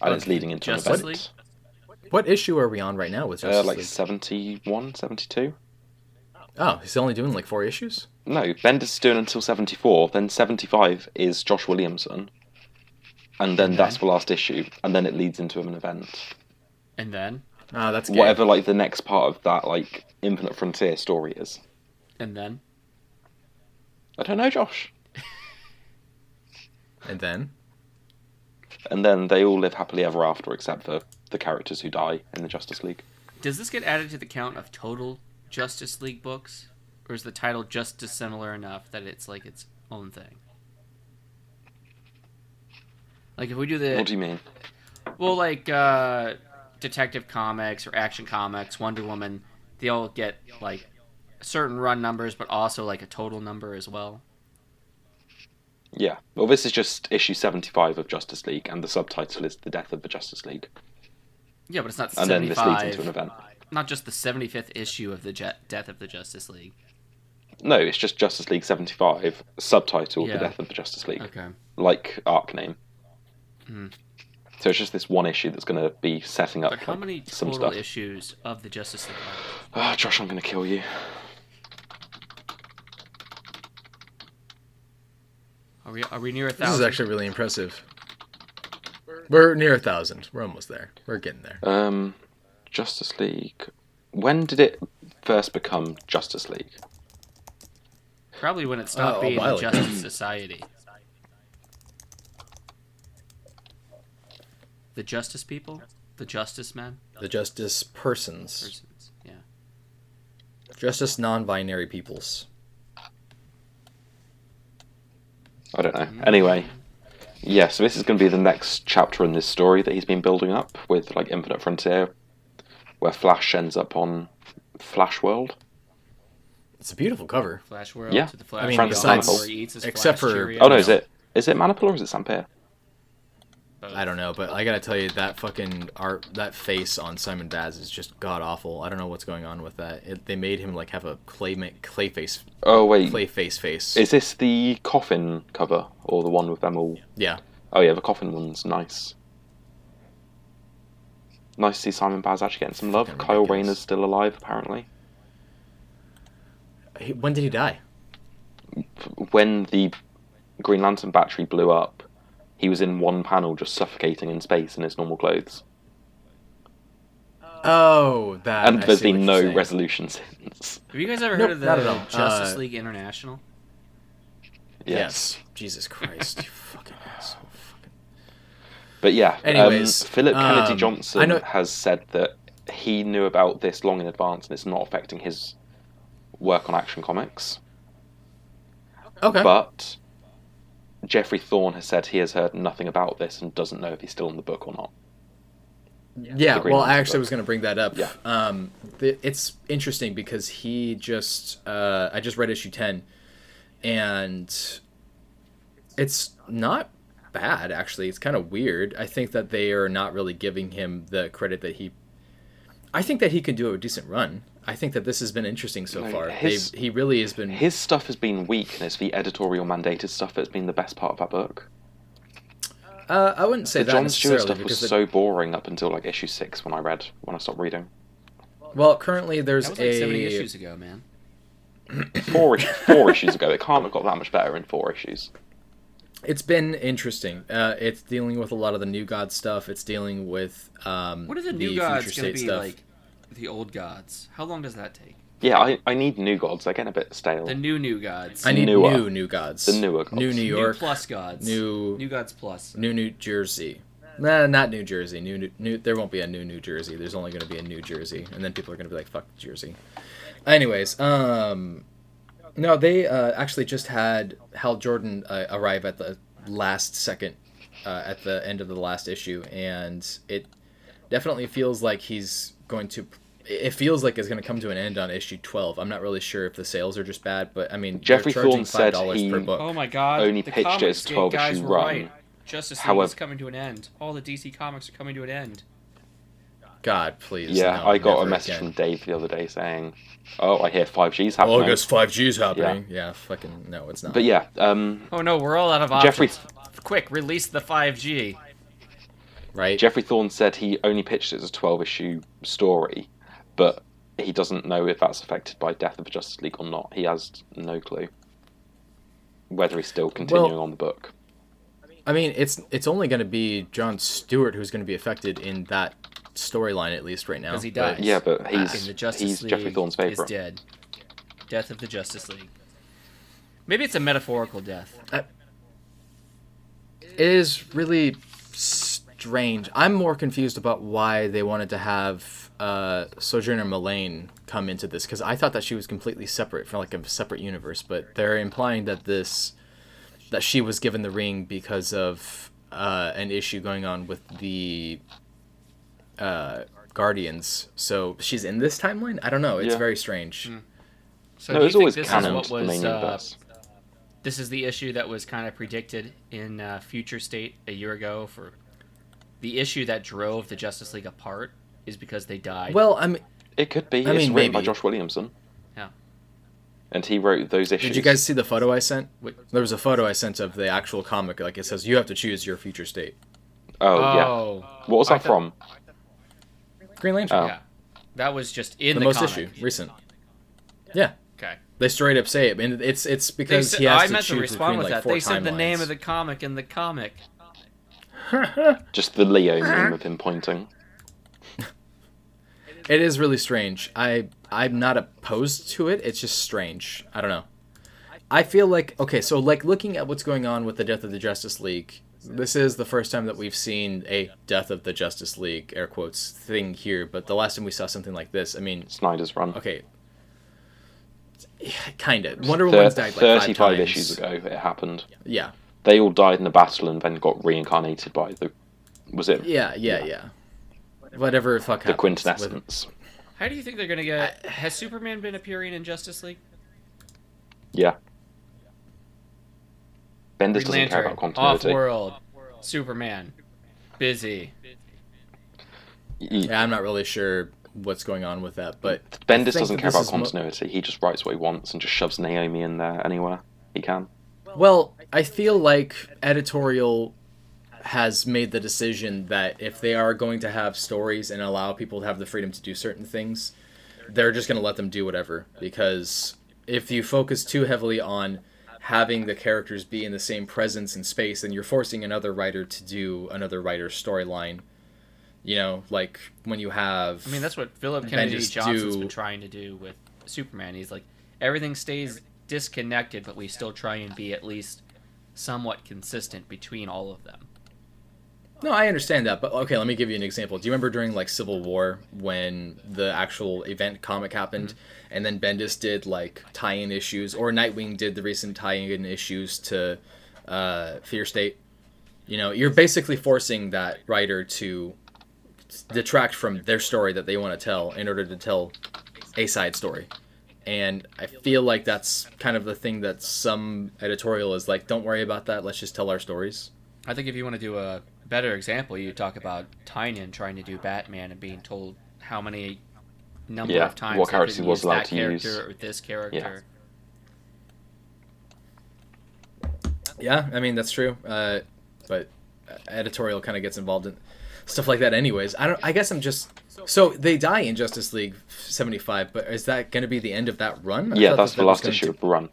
Speaker 3: and it's leading into an
Speaker 2: Justice
Speaker 3: event.
Speaker 2: League?
Speaker 1: What issue are we on right now with
Speaker 3: Uh,
Speaker 1: Justice
Speaker 3: like
Speaker 1: League?
Speaker 3: 71, 72?
Speaker 1: Oh, he's only doing like four issues.
Speaker 3: No, Bendis doing until 74, then 75 is Josh Williamson. And then that's the last issue, and then it leads into an event.
Speaker 2: And then.
Speaker 1: Oh, that's gay.
Speaker 3: Whatever like the next part of that like Infinite Frontier story is.
Speaker 2: And then.
Speaker 3: I don't know, Josh.
Speaker 1: And then
Speaker 3: And then they all live happily ever after, except for the characters who die in the Justice League.
Speaker 2: Does this get added to the count of total Justice League books, or is the title just dissimilar enough that it's like its own thing? Like if we do the
Speaker 3: What do you mean?
Speaker 2: Well, like uh, Detective Comics or Action Comics, Wonder Woman, they all get like certain run numbers, but also like a total number as well.
Speaker 3: Yeah. Well, this is just issue 75 of Justice League, and the subtitle is The Death of the Justice League.
Speaker 2: Yeah, but it's not
Speaker 3: And then this leads into an
Speaker 2: seventy-five.
Speaker 3: event.
Speaker 2: Not just the seventy-fifth issue of the Je- Death of the Justice League.
Speaker 3: No, it's just Justice League 75, subtitle
Speaker 2: Yeah.
Speaker 3: The Death of the Justice League.
Speaker 2: Okay.
Speaker 3: like arc name.
Speaker 2: Hmm.
Speaker 3: So it's just this one issue that's going to be setting up
Speaker 2: But how
Speaker 3: like,
Speaker 2: many
Speaker 3: some
Speaker 2: total
Speaker 3: stuff.
Speaker 2: issues of the Justice League? Are?
Speaker 3: Ah, Josh, I'm going to kill you.
Speaker 2: Are we are we near a
Speaker 1: this is
Speaker 2: thousand?
Speaker 1: actually really impressive. We're near a thousand. We're almost there. We're getting there.
Speaker 3: Um, Justice League. When did it first become Justice League?
Speaker 2: Probably when it stopped
Speaker 1: Oh, a
Speaker 2: being the
Speaker 1: while ago.
Speaker 2: Justice Society. The Justice People, the Justice Men,
Speaker 1: The Justice persons,
Speaker 2: persons. Yeah.
Speaker 1: Justice non-binary peoples.
Speaker 3: I don't know.
Speaker 2: Hmm.
Speaker 3: Anyway, yeah. So this is going to be the next chapter in this story that he's been building up with like Infinite Frontier, where Flash ends up on Flash World.
Speaker 1: It's a beautiful cover.
Speaker 2: Flash World
Speaker 3: Yeah.
Speaker 2: to the Flash.
Speaker 1: I mean,
Speaker 2: World,
Speaker 3: besides-
Speaker 2: where he eats his
Speaker 1: except
Speaker 2: Flash
Speaker 1: for-
Speaker 2: Cheerios.
Speaker 3: Oh no, is it is it Manipul or is it Sampier?
Speaker 1: I don't know, but I gotta tell you that fucking art, that face on Simon Baz is just god awful. I don't know what's going on with that. It, they made him like have a clay ma- clay face
Speaker 3: Oh wait,
Speaker 1: clay face face.
Speaker 3: is this the coffin cover or the one with them all
Speaker 1: yeah,
Speaker 3: Oh yeah, the coffin one's nice. Nice to see Simon Baz actually getting some love.
Speaker 1: Fucking
Speaker 3: Kyle
Speaker 1: ridiculous.
Speaker 3: Rayner's still alive apparently.
Speaker 1: He- when did he die?
Speaker 3: When the Green Lantern battery blew up, he was in one panel just suffocating in space in his normal clothes,
Speaker 1: Oh, that.
Speaker 3: and
Speaker 1: I
Speaker 3: there's
Speaker 1: see
Speaker 3: been
Speaker 1: what you're
Speaker 3: no
Speaker 1: saying.
Speaker 3: resolution since.
Speaker 2: Have you guys ever
Speaker 1: Nope,
Speaker 2: heard of
Speaker 1: not
Speaker 2: the
Speaker 1: at all.
Speaker 2: Justice
Speaker 1: Uh,
Speaker 2: League International?
Speaker 3: Yes.
Speaker 1: Yes. Jesus Christ, you fucking asshole. Fucking-
Speaker 3: But yeah,
Speaker 1: Anyways,
Speaker 3: um, Philip Kennedy
Speaker 1: um,
Speaker 3: Johnson
Speaker 1: I know-
Speaker 3: has said that he knew about this long in advance, and it's not affecting his work on Action Comics.
Speaker 1: Okay.
Speaker 3: But Jeffrey Thorne has said he has heard nothing about this and doesn't know if he's still in the book or not.
Speaker 1: yeah.
Speaker 3: the Green
Speaker 1: Well, I
Speaker 3: Lantern
Speaker 1: actually
Speaker 3: book.
Speaker 1: was gonna bring that up.
Speaker 3: Yeah.
Speaker 1: Um, the, it's interesting because he just uh, I just read issue ten, and it's not bad actually it's kind of weird i think that they are not really giving him the credit that he i think that he can do a decent run i think that this has been interesting so
Speaker 3: No,
Speaker 1: far
Speaker 3: his-
Speaker 1: They've, he really has been
Speaker 3: His stuff has been weak, and it's the editorial mandated stuff that's been the best part of that book.
Speaker 1: uh, i wouldn't say
Speaker 3: The
Speaker 1: that
Speaker 3: John Stewart
Speaker 1: necessarily
Speaker 3: stuff was
Speaker 1: because it-
Speaker 3: so boring up until like issue six when I read when I stopped reading.
Speaker 1: well currently there's
Speaker 2: That was like
Speaker 1: a
Speaker 2: seventy issues ago, man.
Speaker 3: Four four issues ago, it can't have got that much better in four issues.
Speaker 1: it's been interesting uh, it's dealing with a lot of the new god stuff it's dealing with um
Speaker 2: What are the
Speaker 1: the
Speaker 2: new gods
Speaker 1: future
Speaker 2: going to
Speaker 1: state
Speaker 2: be
Speaker 1: stuff
Speaker 2: like? The old gods. How long does that take?
Speaker 3: Yeah, I, I need New Gods. They're getting a bit stale.
Speaker 2: The new New Gods.
Speaker 1: I need
Speaker 3: Newer.
Speaker 1: new new gods.
Speaker 3: uh, The newer gods.
Speaker 1: New New
Speaker 2: New
Speaker 1: York.
Speaker 2: Plus Gods.
Speaker 1: New
Speaker 2: New Gods Plus.
Speaker 1: New New Jersey. Nah, not New Jersey. New, new New. There won't be a new New Jersey. There's only going to be a New Jersey, and then people are going to be like, "Fuck Jersey." Anyways, um, no, they uh, actually just had Hal Jordan uh, arrive at the last second, uh, at the end of the last issue, and it definitely feels like he's going to. It feels like it's going to come to an end on issue twelve. I'm not really sure if the sales are just bad, but I mean, they're
Speaker 3: Jeffrey
Speaker 1: charging
Speaker 3: Thorne said
Speaker 1: $5
Speaker 3: he-
Speaker 1: per book.
Speaker 2: Oh my god.
Speaker 3: Only
Speaker 2: the
Speaker 3: pitched it
Speaker 2: comics
Speaker 3: as
Speaker 2: gate
Speaker 3: 12
Speaker 2: guys
Speaker 3: issue
Speaker 2: were
Speaker 3: run.
Speaker 2: Right. Justice League is
Speaker 3: However-
Speaker 2: coming to an end. All the DC comics are coming to an end.
Speaker 1: God, please.
Speaker 3: yeah,
Speaker 1: no,
Speaker 3: I got a
Speaker 1: never
Speaker 3: message
Speaker 1: again.
Speaker 3: from Dave the other day saying, "Oh, I hear five G's
Speaker 1: Oh,
Speaker 3: happening."
Speaker 1: I guess five G's happening. Yeah. fucking no, it's not.
Speaker 3: But yeah, um,
Speaker 2: Oh no, we're all out of
Speaker 3: Jeffrey-
Speaker 2: options. Quick, release the 5G.
Speaker 1: right.
Speaker 3: Jeffrey Thorne said he only pitched it as a twelve issue story, but he doesn't know if that's affected by Death of the Justice League or not. He has no clue whether he's still continuing on the book.
Speaker 1: I mean, it's it's only going to be John Stewart who's going to be affected in that storyline at least right now.
Speaker 2: 'Cause he
Speaker 1: but-
Speaker 2: died.
Speaker 3: Yeah, but
Speaker 2: in
Speaker 3: he's
Speaker 2: the Justice
Speaker 3: he's
Speaker 2: League
Speaker 3: Jeffrey Thorne's
Speaker 2: is
Speaker 3: favorite.
Speaker 2: dead. Death of the Justice League. Maybe it's a metaphorical death.
Speaker 1: It is really strange. I'm more confused about why they wanted to have uh, Sojourner Malane come into this because I thought that she was completely separate from like a separate universe, but they're implying that this that she was given the ring because of uh, an issue going on with the uh, Guardians. So she's in this timeline. I don't know. It's
Speaker 3: Yeah.
Speaker 1: very strange.
Speaker 2: So
Speaker 3: no,
Speaker 2: do you
Speaker 3: it's
Speaker 2: think
Speaker 3: always
Speaker 2: this
Speaker 3: canon
Speaker 2: is
Speaker 3: to
Speaker 2: what was
Speaker 3: the main
Speaker 2: uh,
Speaker 3: universe.
Speaker 2: this is the issue that was kind of predicted in uh, Future State a year ago for the issue that drove the Justice League apart is because they died.
Speaker 1: Well, I'm.
Speaker 3: It could be.
Speaker 1: I
Speaker 3: it's
Speaker 1: mean,
Speaker 3: written by
Speaker 1: maybe.
Speaker 3: Josh Williamson.
Speaker 2: Yeah.
Speaker 3: And he wrote those issues.
Speaker 1: Did you guys see the photo I sent?
Speaker 2: Wait.
Speaker 1: There was a photo I sent of the actual comic. Like it says, you have to choose your future state.
Speaker 3: Oh, yeah.
Speaker 2: Oh,
Speaker 3: What was
Speaker 2: I
Speaker 3: that
Speaker 2: thought-
Speaker 3: from?
Speaker 1: Green Lantern.
Speaker 3: Oh.
Speaker 2: yeah, that was just in
Speaker 1: the,
Speaker 2: the,
Speaker 1: most
Speaker 2: comic.
Speaker 1: issue, recent. Yeah,
Speaker 2: Okay,
Speaker 1: they straight up say it, and it's it's
Speaker 2: they
Speaker 1: because
Speaker 2: said,
Speaker 1: he has
Speaker 2: I
Speaker 1: to
Speaker 2: meant
Speaker 1: choose
Speaker 2: to respond
Speaker 1: between
Speaker 2: with
Speaker 1: like
Speaker 2: that.
Speaker 1: four
Speaker 2: They said the name
Speaker 1: timelines.
Speaker 2: of the comic in the comic.
Speaker 3: Just the Leo meme of him pointing.
Speaker 1: It is really strange. I I'm not opposed to it. It's just strange. I don't know. I feel like okay, so like looking at what's going on with the death of the Justice League, this is the first time that we've seen a death of the Justice League air quotes thing here, but the last time we saw something like this, I mean,
Speaker 3: Snyder's run.
Speaker 1: okay. Kind of. Wonder
Speaker 3: Thir-
Speaker 1: Woman's died like five
Speaker 3: 35
Speaker 1: times.
Speaker 3: issues ago it happened.
Speaker 1: Yeah.
Speaker 3: They all died in a battle and then got reincarnated by the. Was it
Speaker 1: Yeah, yeah, yeah. Whatever the fuck
Speaker 3: the
Speaker 1: happens. with-
Speaker 3: quintessence?
Speaker 2: How do you think they're gonna get? Has Superman been appearing in Justice League?
Speaker 3: Yeah. Bendis
Speaker 2: Green
Speaker 3: doesn't
Speaker 2: Lantern,
Speaker 3: care about
Speaker 2: off
Speaker 3: continuity.
Speaker 2: world, Superman, busy.
Speaker 3: Y-
Speaker 1: Yeah, I'm not really sure what's going on with that, but
Speaker 3: Bendis
Speaker 1: think
Speaker 3: doesn't
Speaker 1: that
Speaker 3: care
Speaker 1: this
Speaker 3: about
Speaker 1: is mo-
Speaker 3: continuity. He just writes what he wants and just shoves Naomi in there anywhere he can.
Speaker 1: well, I feel like editorial has made the decision that if they are going to have stories and allow people to have the freedom to do certain things, they're just going to let them do whatever because if you focus too heavily on having the characters be in the same presence and space, then you're forcing another writer to do another writer's storyline. You know, like when you have
Speaker 2: I mean, that's what Philip Kennedy
Speaker 1: just
Speaker 2: Johnson's
Speaker 1: do-
Speaker 2: been trying to do with Superman. He's like, everything stays disconnected, but we still try and be at least somewhat consistent between all of them.
Speaker 1: No, I understand that, but okay, let me give you an example. Do you remember during like Civil War when the actual event comic happened, and then Bendis did like tie-in issues, or Nightwing did the recent tie-in issues to uh, Fear State? You know, you're basically forcing that writer to detract from their story that they want to tell in order to tell a side story. And I feel like that's kind of the thing that some editorial is like, don't worry about that. Let's just tell our stories.
Speaker 2: I think if you want to do a better example, you talk about Tynan trying to do Batman and being told how many number
Speaker 3: Yeah,
Speaker 2: of times
Speaker 3: what
Speaker 2: they
Speaker 3: characters
Speaker 2: could
Speaker 3: he was
Speaker 2: use
Speaker 3: allowed
Speaker 2: that
Speaker 3: to
Speaker 2: character
Speaker 3: use.
Speaker 2: or this character.
Speaker 1: Yeah, I mean that's true. Uh, but editorial kind of gets involved in stuff like that, anyways. I don't. I guess I'm just. So they die in Justice League '75, but is that going to be the end of that run? I
Speaker 3: yeah,
Speaker 1: thought
Speaker 3: that's
Speaker 1: that
Speaker 3: the
Speaker 1: that was
Speaker 3: last
Speaker 1: gonna
Speaker 3: issue
Speaker 1: do-
Speaker 3: of the run.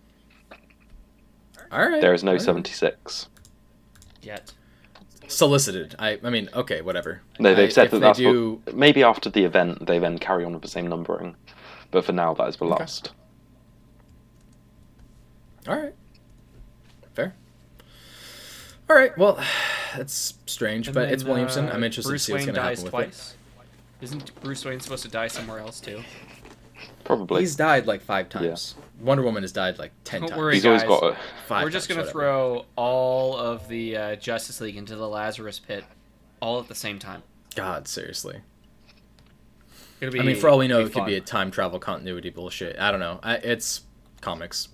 Speaker 1: All right.
Speaker 3: There is no
Speaker 1: all right.
Speaker 3: 76.
Speaker 2: Yet
Speaker 1: solicited. I I mean, okay, whatever.
Speaker 3: No, they've
Speaker 1: I-
Speaker 3: said
Speaker 1: if
Speaker 3: that
Speaker 1: they
Speaker 3: that's what-
Speaker 1: do.
Speaker 3: maybe after the event they then carry on with the same numbering, but for now that is the last.
Speaker 1: All right, fair. All right, well, that's strange,
Speaker 2: And
Speaker 1: but
Speaker 2: then,
Speaker 1: it's Williamson.
Speaker 2: uh,
Speaker 1: I'm interested
Speaker 2: Bruce
Speaker 1: to see what's going
Speaker 2: Wayne
Speaker 1: to
Speaker 2: dies
Speaker 1: happen with it.
Speaker 2: twice. is Isn't Bruce Wayne supposed to die somewhere else too?
Speaker 3: Probably.
Speaker 4: He's died like five times.
Speaker 1: Wonder Woman has died like 10
Speaker 2: Don't
Speaker 1: times.
Speaker 2: worry.
Speaker 3: He's always
Speaker 2: guys.
Speaker 3: got a.
Speaker 1: Five
Speaker 2: We're just
Speaker 1: times,
Speaker 2: gonna
Speaker 1: whatever.
Speaker 2: throw all of the uh, Justice League into the Lazarus Pit, all at the same time.
Speaker 1: God, seriously.
Speaker 2: It'll be,
Speaker 1: I mean, for all we know,
Speaker 2: it'll
Speaker 1: it could be a time travel continuity bullshit. I don't know. I, it's comics.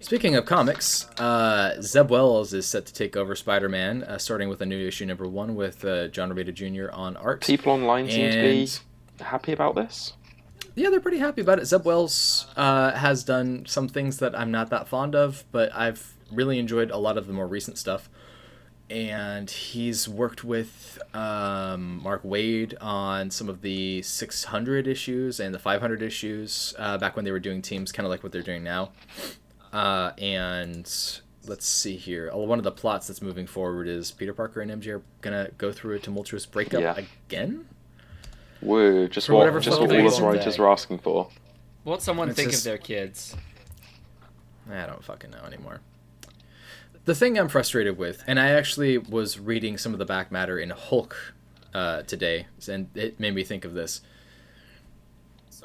Speaker 1: Speaking of comics, uh, Zeb Wells is set to take over Spider-Man, uh, starting with a new issue number one with uh, John Romita Jr. on art.
Speaker 3: People online seem
Speaker 1: And-
Speaker 3: to be happy about this.
Speaker 1: Yeah, they're pretty happy about it. Zeb Wells uh, has done some things that I'm not that fond of, but I've really enjoyed a lot of the more recent stuff. And he's worked with um, Mark Wade on some of the 600 issues and the 500 issues uh, back when they were doing teams, kind of like what they're doing now. Uh, and let's see here. Oh, One of the plots that's moving forward is Peter Parker and MJ are going to go through a tumultuous breakup
Speaker 3: Yeah.
Speaker 1: again?
Speaker 3: Whoa, just
Speaker 1: For
Speaker 3: what
Speaker 1: whatever
Speaker 3: just
Speaker 2: fucking
Speaker 3: what all us
Speaker 2: reason
Speaker 3: writers
Speaker 1: they-
Speaker 3: are asking for.
Speaker 2: Won't someone
Speaker 1: It's
Speaker 2: think
Speaker 1: just-
Speaker 2: of their kids?
Speaker 1: I don't fucking know anymore. The thing I'm frustrated with, and I actually was reading some of the back matter in Hulk uh, today, and it made me think of this.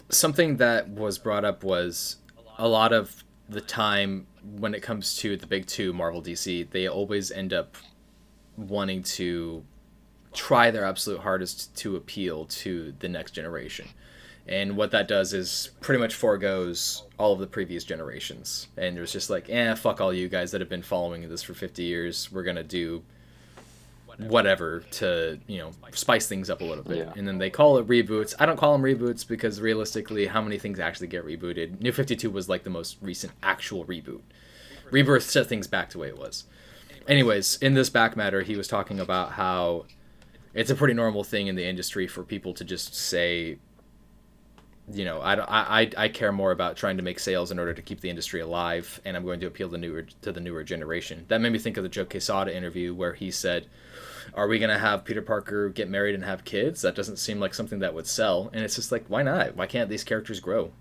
Speaker 1: Something that was brought up was a lot of the time when it comes to the big two, Marvel, DC, they always end up wanting to try their absolute hardest to appeal to the next generation. And what that does is pretty much foregoes all of the previous generations. And there's just like, eh, fuck all you guys that have been following this for 50 years. We're going to do whatever to, you know, spice things up a little bit.
Speaker 3: Yeah.
Speaker 1: And then they call it reboots. I don't call them reboots because realistically, how many things actually get rebooted? New 52 was like the most recent actual reboot. Rebirth set things back to the way it was. Anyways, in this back matter, he was talking about how it's a pretty normal thing in the industry for people to just say you know, I, I, I- I care more about trying to make sales in order to keep the industry alive, and I'm going to appeal the newer to the newer generation. That made me think of the Joe Quesada interview where he said, "Are we going to have Peter Parker get married and have kids? That doesn't seem like something that would sell." And it's just like, why not? Why can't these characters grow?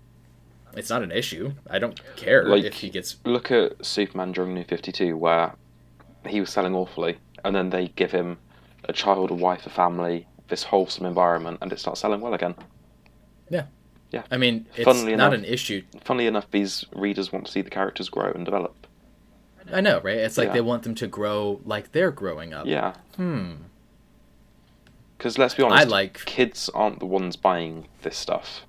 Speaker 1: It's not an issue. I don't care
Speaker 3: Like-
Speaker 1: if he gets.
Speaker 3: Look at Superman during New Fifty Two, where he was selling awfully, and then they give him a child, a wife, a family, this wholesome environment, and it starts selling well again.
Speaker 1: I mean, it's
Speaker 3: Funnily
Speaker 1: not
Speaker 3: enough-
Speaker 1: an issue.
Speaker 3: Funnily enough, these readers want to see the characters grow and develop.
Speaker 1: I know, right? It's like
Speaker 3: Yeah.
Speaker 1: they want them to grow like they're growing up.
Speaker 3: Yeah,
Speaker 1: Hmm.
Speaker 3: because let's be honest,
Speaker 1: I like
Speaker 3: kids aren't the ones buying this stuff.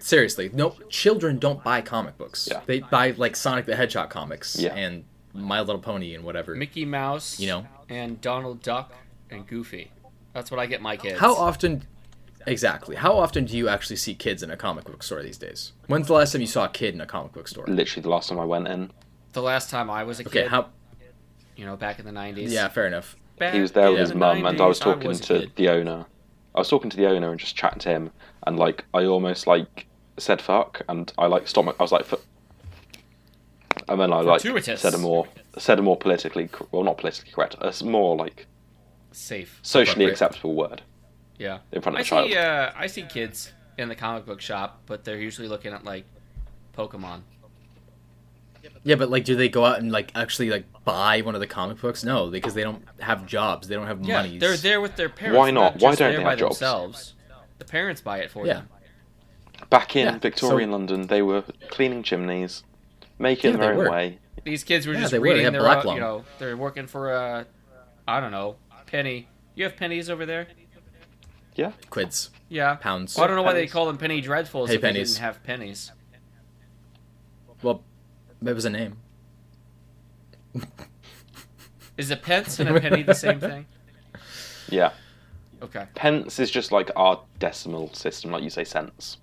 Speaker 1: Seriously, no children don't buy comic books.
Speaker 3: Yeah.
Speaker 1: They buy like Sonic the Hedgehog comics
Speaker 3: Yeah.
Speaker 1: and My Little Pony and whatever.
Speaker 2: Mickey Mouse,
Speaker 1: You know.
Speaker 2: and Donald Duck and Goofy. That's what I get my kids.
Speaker 1: How often exactly? How often do you actually see kids in a comic book store these days? When's the last time you saw a kid in a comic book store?
Speaker 3: Literally, the last time I went in,
Speaker 2: the last time I was a
Speaker 1: Okay,
Speaker 2: kid,
Speaker 1: how
Speaker 2: you know, back in the nineties.
Speaker 1: Yeah, fair enough.
Speaker 2: back
Speaker 3: he was there with
Speaker 2: in
Speaker 3: his
Speaker 2: the
Speaker 3: mum, and I was
Speaker 2: 90s,
Speaker 3: talking
Speaker 2: was a
Speaker 3: to
Speaker 2: kid.
Speaker 3: the owner. I was talking to the owner and just chatting to him, and like I almost like said fuck, and I like stopped. My, I was like, "Fu-" and then I like
Speaker 2: Fortuitous.
Speaker 3: said a more said a more politically cor- well not politically correct, a s- more like
Speaker 2: safe.
Speaker 3: socially
Speaker 1: Appropriate.
Speaker 3: acceptable word
Speaker 2: Yeah.
Speaker 3: in front of
Speaker 2: I
Speaker 3: a child.
Speaker 2: see. Uh, I see kids in the comic book shop, but they're usually looking at like Pokemon.
Speaker 1: Yeah, but like do they go out and like actually like buy one of the comic books? No, because they don't have jobs. They don't have
Speaker 2: Yeah,
Speaker 1: money.
Speaker 2: they're there with their parents.
Speaker 3: Why not? Why
Speaker 2: just
Speaker 3: don't
Speaker 2: there
Speaker 3: they
Speaker 2: by
Speaker 3: have jobs?
Speaker 2: themselves? The parents buy it for
Speaker 1: Yeah.
Speaker 2: them.
Speaker 3: Back in
Speaker 1: Yeah, so-
Speaker 3: Victorian London, they were cleaning chimneys, making
Speaker 1: Yeah,
Speaker 3: their
Speaker 1: they
Speaker 3: own
Speaker 1: were.
Speaker 3: way.
Speaker 2: These kids were
Speaker 1: Yeah,
Speaker 2: just
Speaker 1: they were. They
Speaker 2: reading
Speaker 1: had
Speaker 2: their
Speaker 1: black
Speaker 2: own-
Speaker 1: lung.
Speaker 2: you know, they're working for a, I don't know, penny. You have pennies over there?
Speaker 1: quids,
Speaker 2: Yeah.
Speaker 1: pounds.
Speaker 2: Well, I don't know why they
Speaker 3: Pennies.
Speaker 2: call them penny dreadfuls
Speaker 1: Hey,
Speaker 2: if
Speaker 1: pennies.
Speaker 2: they didn't have pennies.
Speaker 1: Well, that was a name.
Speaker 2: Is a pence and a penny the same thing?
Speaker 3: Yeah,
Speaker 2: Okay.
Speaker 3: pence is just like our decimal system, like you say cents.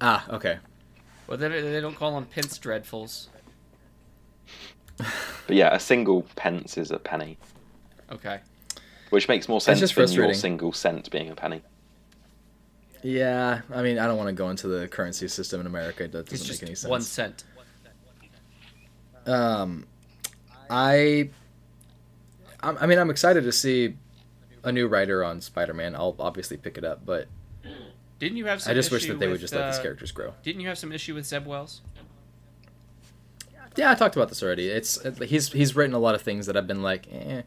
Speaker 1: Ah, okay.
Speaker 2: Well, they, they don't call them pence dreadfuls.
Speaker 3: But yeah, a single pence is a penny.
Speaker 2: Okay.
Speaker 3: Which makes more sense
Speaker 1: just
Speaker 3: than your
Speaker 1: frustrating.
Speaker 3: single cent being a penny.
Speaker 1: Yeah, I mean, I don't want to go into the currency system in America. That
Speaker 2: It's
Speaker 1: doesn't make any
Speaker 2: just
Speaker 1: sense.
Speaker 2: one cent.
Speaker 1: Um, I I'm- I mean, I'm excited to see a new writer on Spider-Man. I'll obviously pick it up, but
Speaker 2: Didn't you have? Some
Speaker 1: I just wish
Speaker 2: issue
Speaker 1: that they would
Speaker 2: with,
Speaker 1: just let these
Speaker 2: uh,
Speaker 1: characters grow.
Speaker 2: Didn't you have some issue with Zeb Wells?
Speaker 1: Yeah, I talked about this already. It's he's he's written a lot of things that I've been like, eh.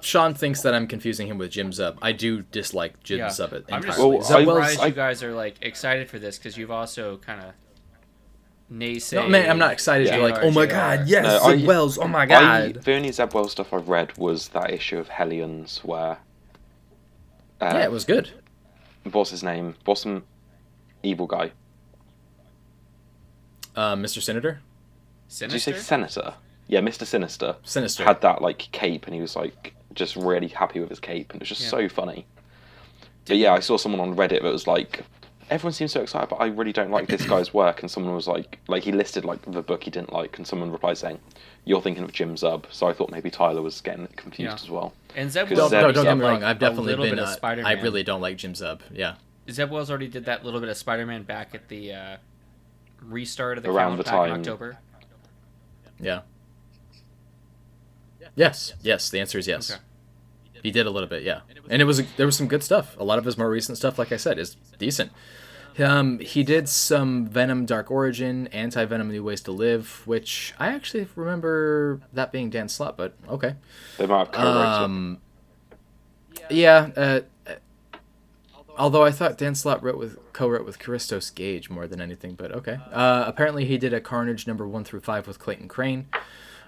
Speaker 1: Sean thinks that I'm confusing him with Jim Zub. I do dislike Jim Zub it
Speaker 2: I'm just
Speaker 1: entirely.
Speaker 3: Well,
Speaker 1: Zub
Speaker 3: I-
Speaker 1: Wells-
Speaker 2: surprised
Speaker 3: I-
Speaker 2: you guys are like excited for this because you've also kind of naysayed.
Speaker 1: No, man, I'm not excited.
Speaker 2: Yeah.
Speaker 1: You're like, oh my
Speaker 2: JR.
Speaker 1: god, yes,
Speaker 3: No,
Speaker 1: Zeb
Speaker 3: I-
Speaker 1: Wells. Oh my
Speaker 3: I,
Speaker 1: god.
Speaker 3: the only Zeb Wells stuff I've read was that issue of Hellions where. Uh,
Speaker 1: yeah, it was good.
Speaker 3: What's his name? What's some evil guy?
Speaker 1: Uh, Mr. Senator,
Speaker 3: Did you
Speaker 2: Sinister?
Speaker 3: say Senator? Yeah, Mr. Sinister.
Speaker 1: Sinister.
Speaker 3: Had that like cape, and he was like just really happy with his cape, and it was just
Speaker 2: Yeah.
Speaker 3: so funny. But yeah, I saw someone on Reddit that was like, everyone seems so excited, but I really don't like this guy's work. And someone was like, like he listed like the book he didn't like, and someone replied saying, "You're thinking of Jim Zub." So I thought maybe Tyler was getting confused
Speaker 2: Yeah.
Speaker 3: as well.
Speaker 2: And Zeb
Speaker 3: Because
Speaker 1: No,
Speaker 2: Wells.
Speaker 3: Zeb-
Speaker 1: no,
Speaker 2: already
Speaker 1: don't get
Speaker 2: did,
Speaker 1: me
Speaker 2: like,
Speaker 1: wrong. I've
Speaker 2: a
Speaker 1: definitely
Speaker 2: little
Speaker 1: been.
Speaker 2: bit of
Speaker 1: uh, I
Speaker 2: Spider-Man.
Speaker 1: really don't like Jim Zub. Yeah.
Speaker 2: Zeb Wells already did that little bit of Spider-Man back at the uh, restart of the calendar
Speaker 3: Around the
Speaker 2: back in
Speaker 3: time.
Speaker 2: October.
Speaker 1: Yeah. Yes. Yes. The answer is yes.
Speaker 2: Okay.
Speaker 1: He did a little bit, yeah. And it was there was some good stuff. A lot of his more recent stuff, like I said, is decent. Um, he did some Venom Dark Origin, Anti Venom New Ways to Live, which I actually remember that being Dan Slott, but okay.
Speaker 3: They might have co-wrote it.
Speaker 1: Um, yeah. Uh, uh, although I thought Dan Slott wrote with co-wrote with Christos Gage more than anything, but okay. Uh, apparently, he did a Carnage number one through five with Clayton Crane,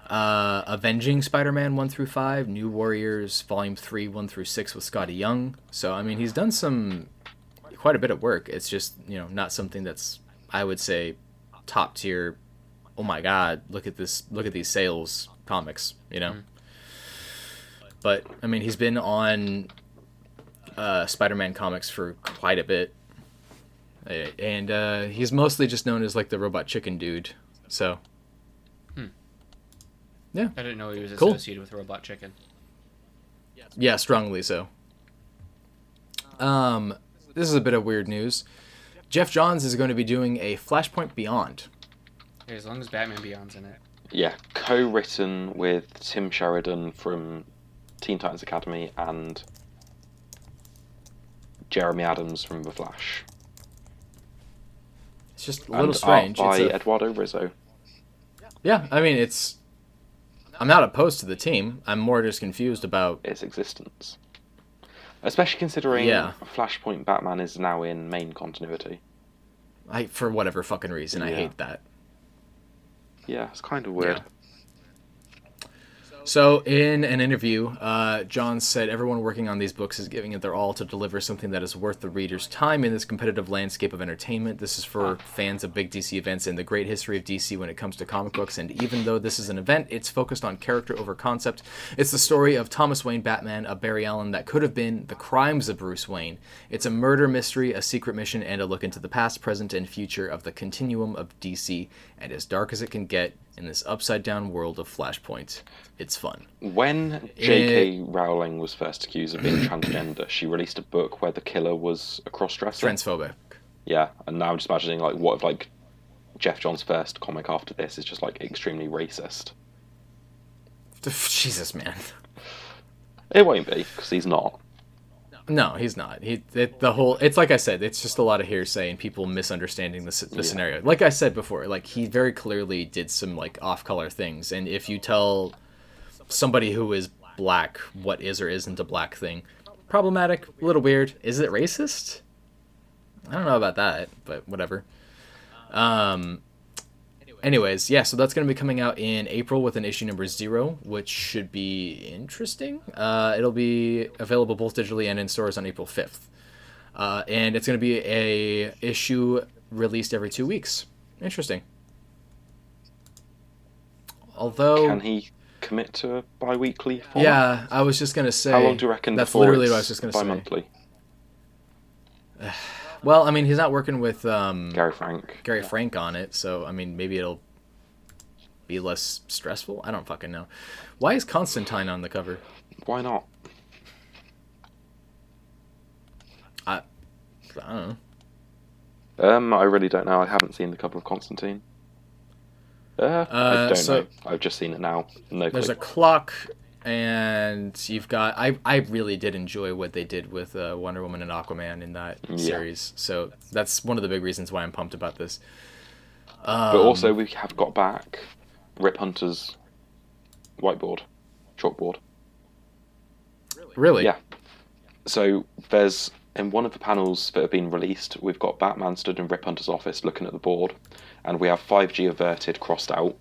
Speaker 1: uh, Avenging Spider-Man one through five, New Warriors volume three one through six with Scotty Young. So I mean, he's done some quite a bit of work. It's just you know not something that's I would say top tier. Oh my God! Look at this! Look at these sales comics. You know but I mean, he's been on uh, Spider-Man comics for quite a bit, Uh, and uh, he's mostly just known as like the Robot Chicken dude. So
Speaker 2: I didn't know he was
Speaker 1: Cool.
Speaker 2: associated with Robot Chicken.
Speaker 1: yeah, strongly so. Um, this is a bit of weird news. Jeff Johns is going to be doing a Flashpoint Beyond.
Speaker 2: As long as Batman Beyond's in it.
Speaker 3: Yeah, co-written with Tim Sheridan from Teen Titans Academy and Jeremy Adams from The Flash.
Speaker 1: It's just a little
Speaker 3: and art
Speaker 1: strange.
Speaker 3: by
Speaker 1: It's a-
Speaker 3: Eduardo Rizzo.
Speaker 1: yeah, I mean, it's. I'm not opposed to the team. I'm more just confused about
Speaker 3: its existence. Especially considering
Speaker 1: Yeah.
Speaker 3: Flashpoint Batman is now in main continuity.
Speaker 1: I for whatever fucking reason I
Speaker 3: Yeah.
Speaker 1: hate that.
Speaker 3: Yeah, it's kind of weird.
Speaker 1: So, in an interview, uh, John said, Everyone working on these books is giving it their all to deliver something that is worth the reader's time in this competitive landscape of entertainment. This is for fans of big DC events and the great history of DC when it comes to comic books. And even though this is an event, it's focused on character over concept. It's the story of Thomas Wayne Batman, a Barry Allen that could have been, the crimes of Bruce Wayne. It's a murder mystery, a secret mission, and a look into the past, present, and future of the continuum of DC and as dark as it can get in this upside down world of Flashpoint. It's fun.
Speaker 3: When J.K. Rowling was first accused of being transgender, she released a book where the killer was a crossdresser.
Speaker 1: Transphobic.
Speaker 3: Yeah, and now I'm just imagining like what if like Jeff John's first comic after this is just like extremely racist.
Speaker 1: Jesus, man.
Speaker 3: It won't be because he's not.
Speaker 1: No, he's not. He it, the whole. It's like I said. It's just a lot of hearsay and people misunderstanding the s- the
Speaker 3: Yeah.
Speaker 1: scenario. Like I said before, like he very clearly did some like off color things, and if you tell somebody who is black what is or isn't a black thing, problematic, a little weird. Is it racist? I don't know about that, but whatever. Um. Anyways, yeah, so that's going to be coming out in April with an issue number zero, which should be interesting. Uh, it'll be available both digitally and in stores on April 5th. Uh, and it's going to be a issue released every two weeks. Interesting. Although,
Speaker 3: Can he commit to a bi-weekly format?
Speaker 1: Oh. yeah, I was just going to say.
Speaker 3: How long do you reckon
Speaker 1: That's
Speaker 3: before
Speaker 1: literally what I was
Speaker 3: it's
Speaker 1: just going to say.
Speaker 3: bi-monthly?
Speaker 1: Well, I mean, he's not working with um,
Speaker 3: Gary Frank.
Speaker 1: Gary Frank on it, so I mean, maybe it'll be less stressful. I don't fucking know. Why is Constantine on the cover?
Speaker 3: Why not?
Speaker 1: I don't know.
Speaker 3: Um, I really don't know. I haven't seen the cover of Constantine. Uh, I
Speaker 1: Uh,
Speaker 3: don't
Speaker 1: so-
Speaker 3: know. I've just seen it now. No
Speaker 1: There's
Speaker 3: clue.
Speaker 1: a clock and you've got I, I really did enjoy what they did with uh, Wonder Woman and Aquaman in that
Speaker 3: Yeah.
Speaker 1: series. So that's one of the big reasons why I'm pumped about this.
Speaker 3: But also, we have got back Rip Hunter's whiteboard, chalkboard.
Speaker 1: Really?
Speaker 3: Yeah. So there's in one of the panels that have been released, we've got Batman stood in Rip Hunter's office looking at the board, and we have 5G averted crossed out,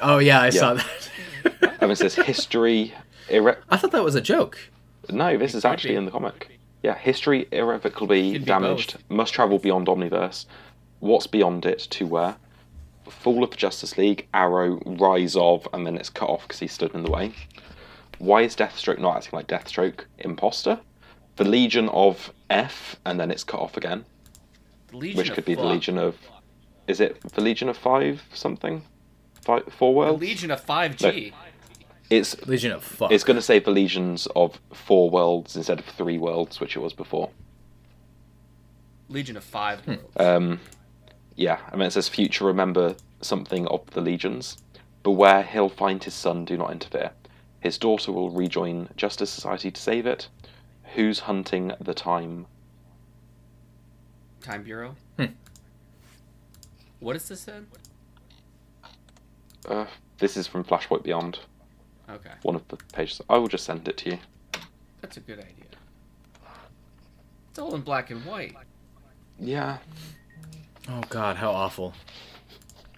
Speaker 1: Oh yeah, I saw
Speaker 3: Yeah.
Speaker 1: that.
Speaker 3: and it says history. Irre-
Speaker 1: I thought that was a joke.
Speaker 3: no, this is
Speaker 2: could
Speaker 3: actually
Speaker 2: be.
Speaker 3: in the comic. Yeah, history irrevocably
Speaker 2: Could be
Speaker 3: damaged. Must travel beyond Omniverse. What's beyond it? To where? Fall of the Justice League. Arrow. Rise of, and then it's cut off because he stood in the way. Why is Deathstroke not acting like Deathstroke? Imposter. The Legion of F, and then it's cut off again.
Speaker 2: The Legion
Speaker 3: which
Speaker 2: of
Speaker 3: could be the
Speaker 2: Fuck.
Speaker 3: Legion of. Is it the Legion of Five something? Five, four
Speaker 2: The
Speaker 3: worlds.
Speaker 2: Legion of 5G.
Speaker 3: It's
Speaker 1: Legion of Fuck.
Speaker 3: it's going to say the legions of four worlds instead of three worlds, which it was before.
Speaker 2: Legion of 5 worlds.
Speaker 3: Um, yeah, and then it says future. Remember something of the legions. Beware, he'll find his son. Do not interfere. His daughter will rejoin Justice Society to save it. Who's hunting the time?
Speaker 2: Time Bureau.
Speaker 1: Hmm.
Speaker 2: What is this then?
Speaker 3: Uh, this is from Flashpoint Beyond,
Speaker 2: Okay.
Speaker 3: one of the pages. I will just send it to you.
Speaker 2: That's a good idea. It's all in black and white.
Speaker 3: Yeah.
Speaker 1: oh god, how awful.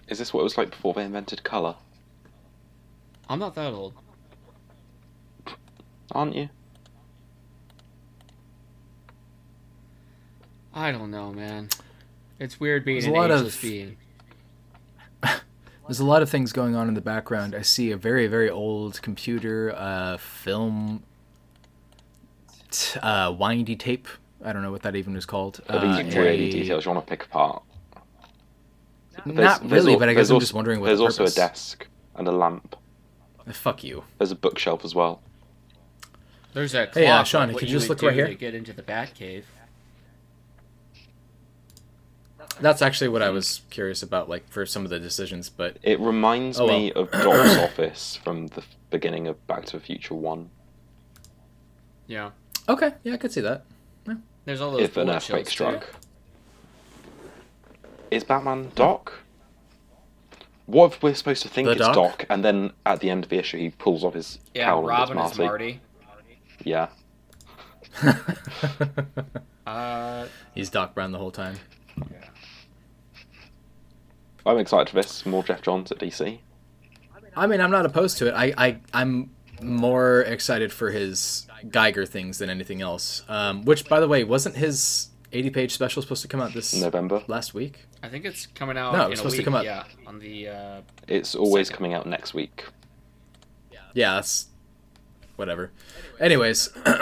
Speaker 3: Is this what it was like before they invented colour?
Speaker 2: I'm not that old.
Speaker 3: Aren't you?
Speaker 2: I don't know, man. It's weird being
Speaker 1: There's
Speaker 2: an
Speaker 1: a lot of-
Speaker 2: ageless being.
Speaker 1: There's a lot of things going on in the background. I see a very, very old computer, uh, film, t- uh, windy tape. I don't know what that even is called. Uh,
Speaker 3: These really
Speaker 1: a-
Speaker 3: details you want to pick apart.
Speaker 1: Not really,
Speaker 3: al-
Speaker 1: but I
Speaker 3: there's
Speaker 1: guess I'm
Speaker 3: also-
Speaker 1: just wondering what
Speaker 3: There's
Speaker 1: the
Speaker 3: also a
Speaker 1: purpose-
Speaker 3: desk and a lamp.
Speaker 1: Fuck you.
Speaker 3: There's a bookshelf as well.
Speaker 2: There's a clock.
Speaker 1: Hey, uh, Sean,
Speaker 2: on
Speaker 1: could
Speaker 2: what
Speaker 1: you just
Speaker 2: would
Speaker 1: look right
Speaker 2: do
Speaker 1: here?
Speaker 2: To get into the Batcave.
Speaker 1: That's actually what I was curious about, like for some of the decisions. But
Speaker 3: It reminds
Speaker 1: Oh, well.
Speaker 3: me of Doc's office from the f- beginning of Back to the Future One.
Speaker 2: Yeah.
Speaker 1: okay, yeah, I could see that.
Speaker 2: There's all those
Speaker 3: If an
Speaker 2: bullet
Speaker 3: earthquake
Speaker 2: shells,
Speaker 3: struck,
Speaker 2: too.
Speaker 3: is Batman Doc? What if we're supposed to think
Speaker 1: The
Speaker 3: it's
Speaker 1: Doc?
Speaker 3: Doc? and then at the end of the issue he pulls off his
Speaker 2: Yeah,
Speaker 3: cowl
Speaker 2: Robin
Speaker 3: and
Speaker 2: is
Speaker 3: it's Marty?
Speaker 2: Marty.
Speaker 3: Yeah,
Speaker 2: Uh,
Speaker 1: He's Doc Brown the whole time.
Speaker 3: I'm excited for this. More Jeff Johns at DC.
Speaker 1: I mean, I'm not opposed to it. I, I I'm more excited for his Geiger things than anything else. Um, which, by the way, wasn't his 80 page special supposed to come out this
Speaker 3: November.
Speaker 1: last week?
Speaker 2: I think it's coming out.
Speaker 1: No,
Speaker 2: in
Speaker 1: it's
Speaker 2: a
Speaker 1: supposed to
Speaker 2: week,
Speaker 1: come out-
Speaker 2: Yeah, on the. Uh,
Speaker 3: It's always coming out next week.
Speaker 1: Yeah, that's whatever. Anyways,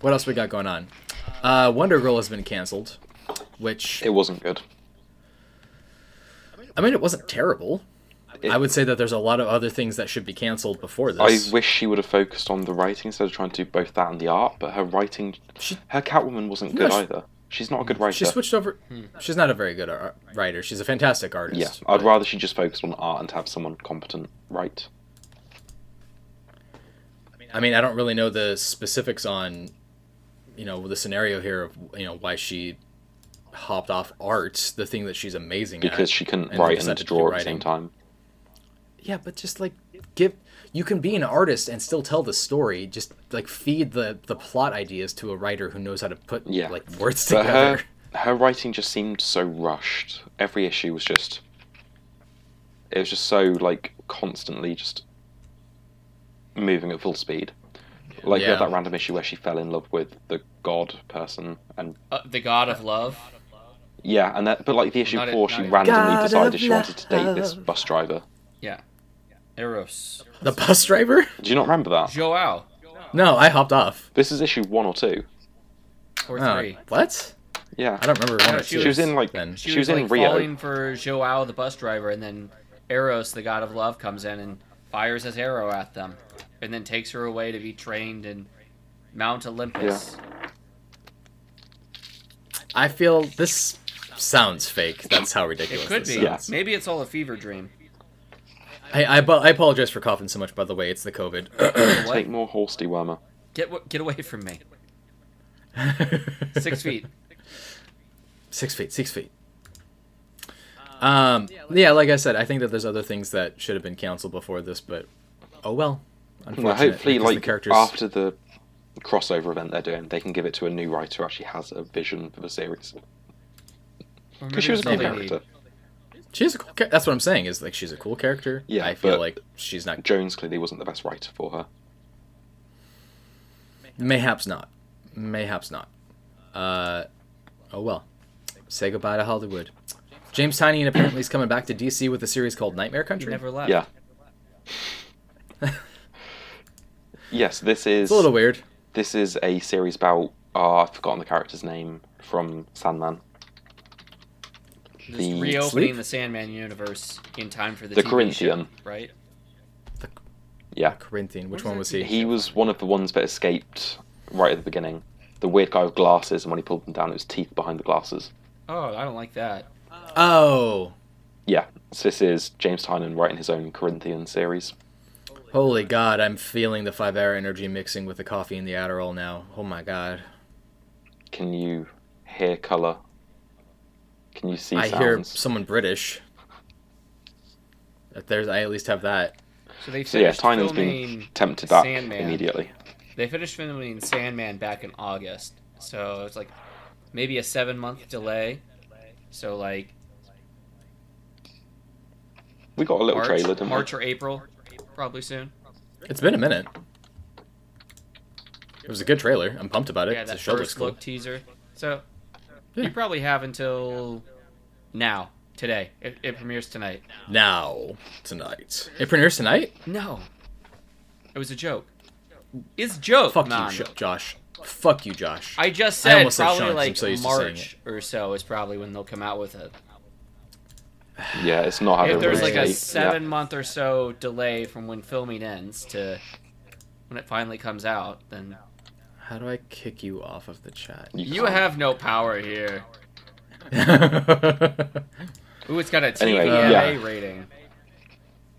Speaker 1: what else we got going on? Uh, Wonder Girl has been canceled, which
Speaker 3: It wasn't good.
Speaker 1: I mean, it wasn't terrible.
Speaker 3: It-
Speaker 1: I would say that there's a lot of other things that should be canceled before
Speaker 3: I
Speaker 1: this.
Speaker 3: wish she would have focused on the writing instead of trying to do both that and the art. But her writing,
Speaker 1: She-
Speaker 3: her Catwoman wasn't
Speaker 1: No,
Speaker 3: good
Speaker 1: she-
Speaker 3: either. She's not a good writer.
Speaker 1: she switched over. She's not a very good ar- writer. She's a fantastic artist.
Speaker 3: yeah, I'd
Speaker 1: but-
Speaker 3: rather she just focused on art and have someone competent write.
Speaker 1: I mean, I don't really know the specifics on, you know, the scenario here of you know why she hopped off art, the thing that she's amazing at.
Speaker 3: Because she couldn't
Speaker 1: And
Speaker 3: write and
Speaker 1: decided to
Speaker 3: draw
Speaker 1: keep
Speaker 3: at the same
Speaker 1: writing.
Speaker 3: time.
Speaker 1: Yeah, but just like give you can be an artist and still tell the story. Just like feed the the plot ideas to a writer who knows how to put
Speaker 3: Yeah.
Speaker 1: like words
Speaker 3: But uh,
Speaker 1: together.
Speaker 3: her her writing just seemed so rushed. Every issue was just it was just so like constantly just moving at full speed. Like you
Speaker 1: Yeah.
Speaker 3: had that random issue where she fell in love with the god person and
Speaker 2: uh, the God of Love.
Speaker 3: Yeah, and that, but like the issue
Speaker 2: Not it-
Speaker 3: before,
Speaker 2: not
Speaker 3: she
Speaker 2: it.
Speaker 3: randomly
Speaker 1: God
Speaker 3: decided
Speaker 1: of
Speaker 3: she wanted to date this bus driver.
Speaker 2: Yeah. Eros.
Speaker 1: The bus driver?
Speaker 3: Do you not remember that?
Speaker 2: Joao.
Speaker 1: No, I hopped off.
Speaker 3: This is issue one or two.
Speaker 2: Or
Speaker 1: Oh,
Speaker 2: three.
Speaker 1: what?
Speaker 3: Yeah,
Speaker 1: I don't remember.
Speaker 2: Oh,
Speaker 1: one or
Speaker 2: she
Speaker 1: two
Speaker 3: she was in like
Speaker 1: then.
Speaker 3: she, was, in
Speaker 2: like,
Speaker 3: Rio.
Speaker 2: falling for Joao, the bus driver, and then Eros, the god of love, comes in and fires his arrow at them, and then takes her away to be trained in Mount Olympus.
Speaker 1: I feel this sounds fake. That's how
Speaker 2: It
Speaker 1: ridiculous
Speaker 2: could
Speaker 1: this
Speaker 2: be.
Speaker 1: sounds.
Speaker 2: Maybe it's all a fever dream.
Speaker 1: I, I, apo- I apologize for coughing so much, by the way. It's the COVID.
Speaker 2: What?
Speaker 3: Take more horse dewormer.
Speaker 2: Get wa- get away from me. Six feet.
Speaker 1: six feet, six feet. Um, yeah, like I said, I think that there's other things that should have been canceled before this, but oh well.
Speaker 3: Well,
Speaker 1: Unfortunately,
Speaker 3: hopefully, like after the crossover event they're doing, they can give it to a new writer who actually has a vision for the series.
Speaker 2: Or maybe
Speaker 3: Because she was a
Speaker 2: that's
Speaker 3: cool
Speaker 2: all they need.
Speaker 3: character.
Speaker 1: she's a cool. Char- that's what I'm saying is like she's a cool character.
Speaker 3: Yeah,
Speaker 1: I feel
Speaker 3: but-
Speaker 1: like she's not.
Speaker 3: Jones clearly wasn't the best writer for her.
Speaker 1: Mayhaps not. Mayhaps not. Uh, oh well. Say goodbye to Hollywood. James Tynion apparently is coming back to DC with a series called Nightmare
Speaker 2: He
Speaker 1: Country.
Speaker 2: never left.
Speaker 3: Yeah. yes, this is
Speaker 1: It's a little weird.
Speaker 3: this is a series about oh, I've forgotten the character's name from Sandman.
Speaker 2: Just
Speaker 3: The-
Speaker 2: reopening
Speaker 1: Sleep?
Speaker 2: the Sandman universe in time for the,
Speaker 3: The
Speaker 2: TV
Speaker 3: Corinthian.
Speaker 2: show, right?
Speaker 3: Yeah,
Speaker 1: Corinthian. Which
Speaker 2: What
Speaker 1: one was
Speaker 2: is
Speaker 1: he?
Speaker 3: he was one of the ones that escaped right at the beginning. The weird guy with glasses, and when he pulled them down, it was teeth behind the glasses.
Speaker 2: Oh, I don't like that.
Speaker 1: Oh,
Speaker 3: Yeah, so this is James Tynan writing his own Corinthian series.
Speaker 1: holy God! I'm feeling the five-hour energy mixing with the coffee and the Adderall now. Oh my God!
Speaker 3: Can you hear color? Can you see
Speaker 1: I hear
Speaker 3: sounds?
Speaker 1: someone British. If There's, I at least have that.
Speaker 2: So they finished
Speaker 3: so yeah, Tynan's
Speaker 2: filming.
Speaker 3: been tempted back
Speaker 2: Sandman.
Speaker 3: immediately.
Speaker 2: They finished filming Sandman back in August, so it's like maybe a seven-month delay. So like
Speaker 3: We got a little
Speaker 2: March,
Speaker 3: trailer, didn't
Speaker 2: March or April, probably soon.
Speaker 1: It's been a minute. It was a good trailer. I'm pumped about it.
Speaker 2: yeah,
Speaker 1: the
Speaker 2: that
Speaker 1: show looks
Speaker 2: first
Speaker 1: cool.
Speaker 2: look teaser. So
Speaker 1: Yeah.
Speaker 2: you probably have until now, today. It, it premieres tonight.
Speaker 1: Now tonight, it premieres tonight.
Speaker 2: No, it was a joke. It's joke.
Speaker 1: Fuck
Speaker 2: man.
Speaker 1: you, Sho- Josh. Fuck you, Josh.
Speaker 2: I just
Speaker 1: I
Speaker 2: said
Speaker 1: almost said
Speaker 2: probably
Speaker 1: Sean, 'cause I'm
Speaker 2: like
Speaker 1: so used to saying
Speaker 2: March or so is probably when they'll come out with it.
Speaker 3: we? Yeah, it's not having
Speaker 2: If
Speaker 3: a
Speaker 2: there's
Speaker 3: release
Speaker 2: like a
Speaker 3: date.
Speaker 2: seven month or so delay from when filming ends to when it finally comes out, then
Speaker 1: How do I kick you off of the chat?
Speaker 3: Yeah,
Speaker 2: you
Speaker 3: can't.
Speaker 2: have no power here. Ooh, it's got a
Speaker 3: Anyway,
Speaker 2: TVMA
Speaker 1: yeah.
Speaker 2: rating.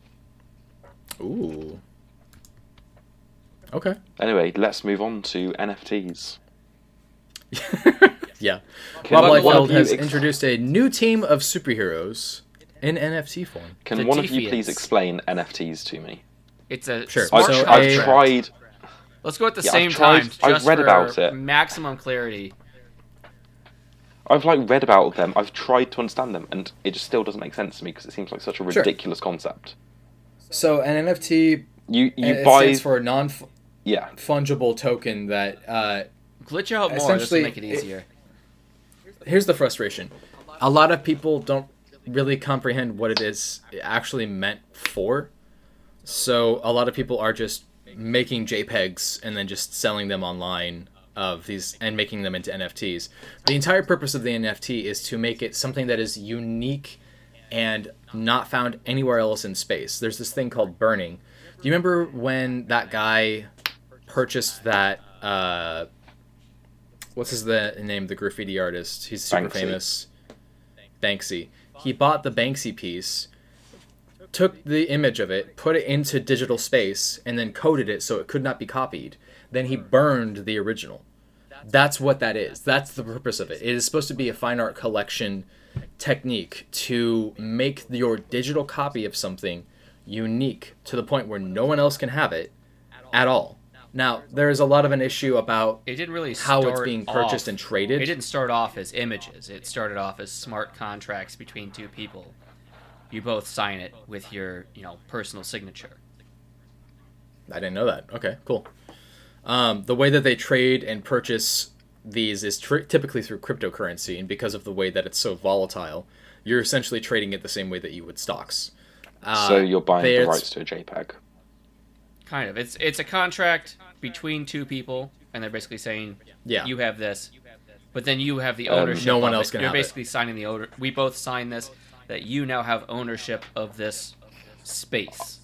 Speaker 1: Ooh. Okay.
Speaker 3: Anyway, let's move on to NFTs.
Speaker 1: yeah.
Speaker 3: Can
Speaker 1: Rob
Speaker 2: Well, one
Speaker 1: Liefeld
Speaker 2: of you
Speaker 1: has
Speaker 3: ex-
Speaker 1: introduced a new team of superheroes in NFT form.
Speaker 3: Can
Speaker 2: The
Speaker 3: one of you
Speaker 2: Tiffians.
Speaker 3: please explain NFTs to me?
Speaker 2: It's a
Speaker 1: Sure.
Speaker 2: smart
Speaker 1: So
Speaker 3: I've,
Speaker 1: a-
Speaker 3: I've
Speaker 2: contract.
Speaker 3: tried.
Speaker 2: Let's go at the
Speaker 3: Yeah, I've
Speaker 2: same
Speaker 3: tried-
Speaker 2: time.
Speaker 3: I've
Speaker 2: just
Speaker 3: read
Speaker 2: for
Speaker 3: about it.
Speaker 2: Maximum clarity.
Speaker 3: I've like read about them. I've tried to understand them, and it just still doesn't make sense to me because it seems like such a
Speaker 1: Sure.
Speaker 3: ridiculous concept.
Speaker 1: So an NFT
Speaker 3: You you
Speaker 1: it
Speaker 3: buy
Speaker 1: stands for a non-fungible
Speaker 3: yeah.
Speaker 1: token that uh,
Speaker 2: Glitch out more. This will
Speaker 1: Essentially,
Speaker 2: make it
Speaker 1: it-
Speaker 2: easier.
Speaker 1: here's the frustration a lot of people don't really comprehend what it is actually meant for so a lot of people are just making jpegs and then just selling them online of these and making them into nfts the entire purpose of the nft is to make it something that is unique and not found anywhere else in space there's this thing called burning do you remember when that guy purchased that uh what's his the name the graffiti artist he's super
Speaker 3: Banksy.
Speaker 1: famous banksy he bought the banksy piece took the image of it put it into digital space and then coded it so it could not be copied then he burned the original that's what that is that's the purpose of it it is supposed to be a fine art collection technique to make your digital copy of something unique to the point where no one else can have it at all now there is a lot of an issue about
Speaker 2: It didn't really
Speaker 1: how it's
Speaker 2: start
Speaker 1: being
Speaker 2: off-
Speaker 1: purchased and traded.
Speaker 2: It didn't start off as images. It started off as smart contracts between two people. You both sign it with your, you know, personal signature.
Speaker 1: I didn't know that. Okay, cool. Um, the way that they trade and purchase these is tr- typically through cryptocurrency, and because of the way that it's so volatile, you're essentially trading it the same way that you would stocks. Uh,
Speaker 3: so you're buying the
Speaker 1: there's-
Speaker 3: rights to a JPEG.
Speaker 2: Kind of. It's it's a contract between two people, and they're basically saying,
Speaker 1: Yeah.
Speaker 2: you have this, but then you have the
Speaker 3: Um,
Speaker 2: ownership.
Speaker 1: no one
Speaker 2: of
Speaker 1: else
Speaker 2: it.
Speaker 1: can
Speaker 2: You're
Speaker 1: have it.
Speaker 2: basically signing the owner. We both sign this that you now have ownership of this space.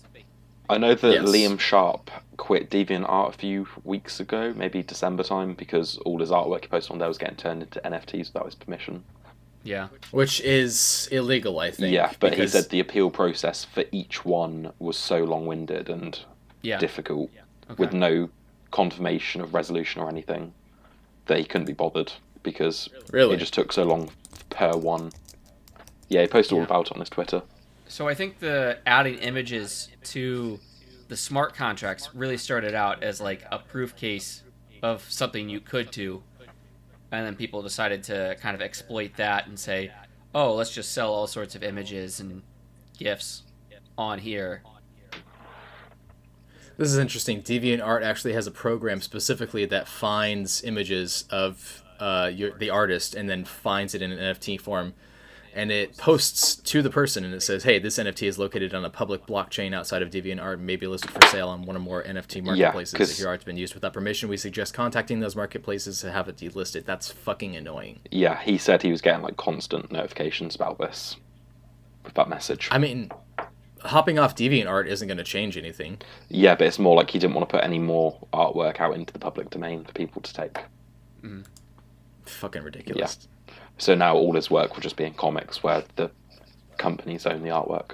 Speaker 3: I know that
Speaker 1: Yes.
Speaker 3: Liam Sharp quit DeviantArt a few weeks ago, maybe December time, because all his artwork he posted on there was getting turned into NFTs without his permission.
Speaker 2: Yeah.
Speaker 1: which is illegal, I think.
Speaker 3: yeah, but
Speaker 1: because-
Speaker 3: he said the appeal process for each one was so long-winded and
Speaker 2: Yeah.
Speaker 3: difficult,
Speaker 2: Okay.
Speaker 3: with no confirmation of resolution or anything, that he couldn't be bothered because
Speaker 1: really.
Speaker 3: it just took so long per one. Yeah, he posted all
Speaker 2: Yeah.
Speaker 3: about it on his Twitter.
Speaker 2: So I think the adding images to the smart contracts really started out as like a proof case of something you could do. And then people decided to kind of exploit that and say, oh, let's just sell all sorts of images and GIFs on here.
Speaker 1: This is interesting. DeviantArt actually has a program specifically that finds images of uh, your, the artist and then finds it in an NFT form. And it posts to the person and it says, hey, this NFT is located on a public blockchain outside of DeviantArt and may be listed for sale on one or more NFT marketplaces.
Speaker 3: 'cause-
Speaker 1: if your art's been used without permission, we suggest contacting those marketplaces to have it delisted. That's fucking annoying.
Speaker 3: Yeah, he said he was getting like constant notifications about this, about message.
Speaker 1: I mean, hopping off DeviantArt isn't going to change anything.
Speaker 3: Yeah, but it's more like he didn't want to put any more artwork out into the public domain for people to take.
Speaker 1: Fucking ridiculous.
Speaker 3: So now all his work will just be in comics where the companies own the artwork.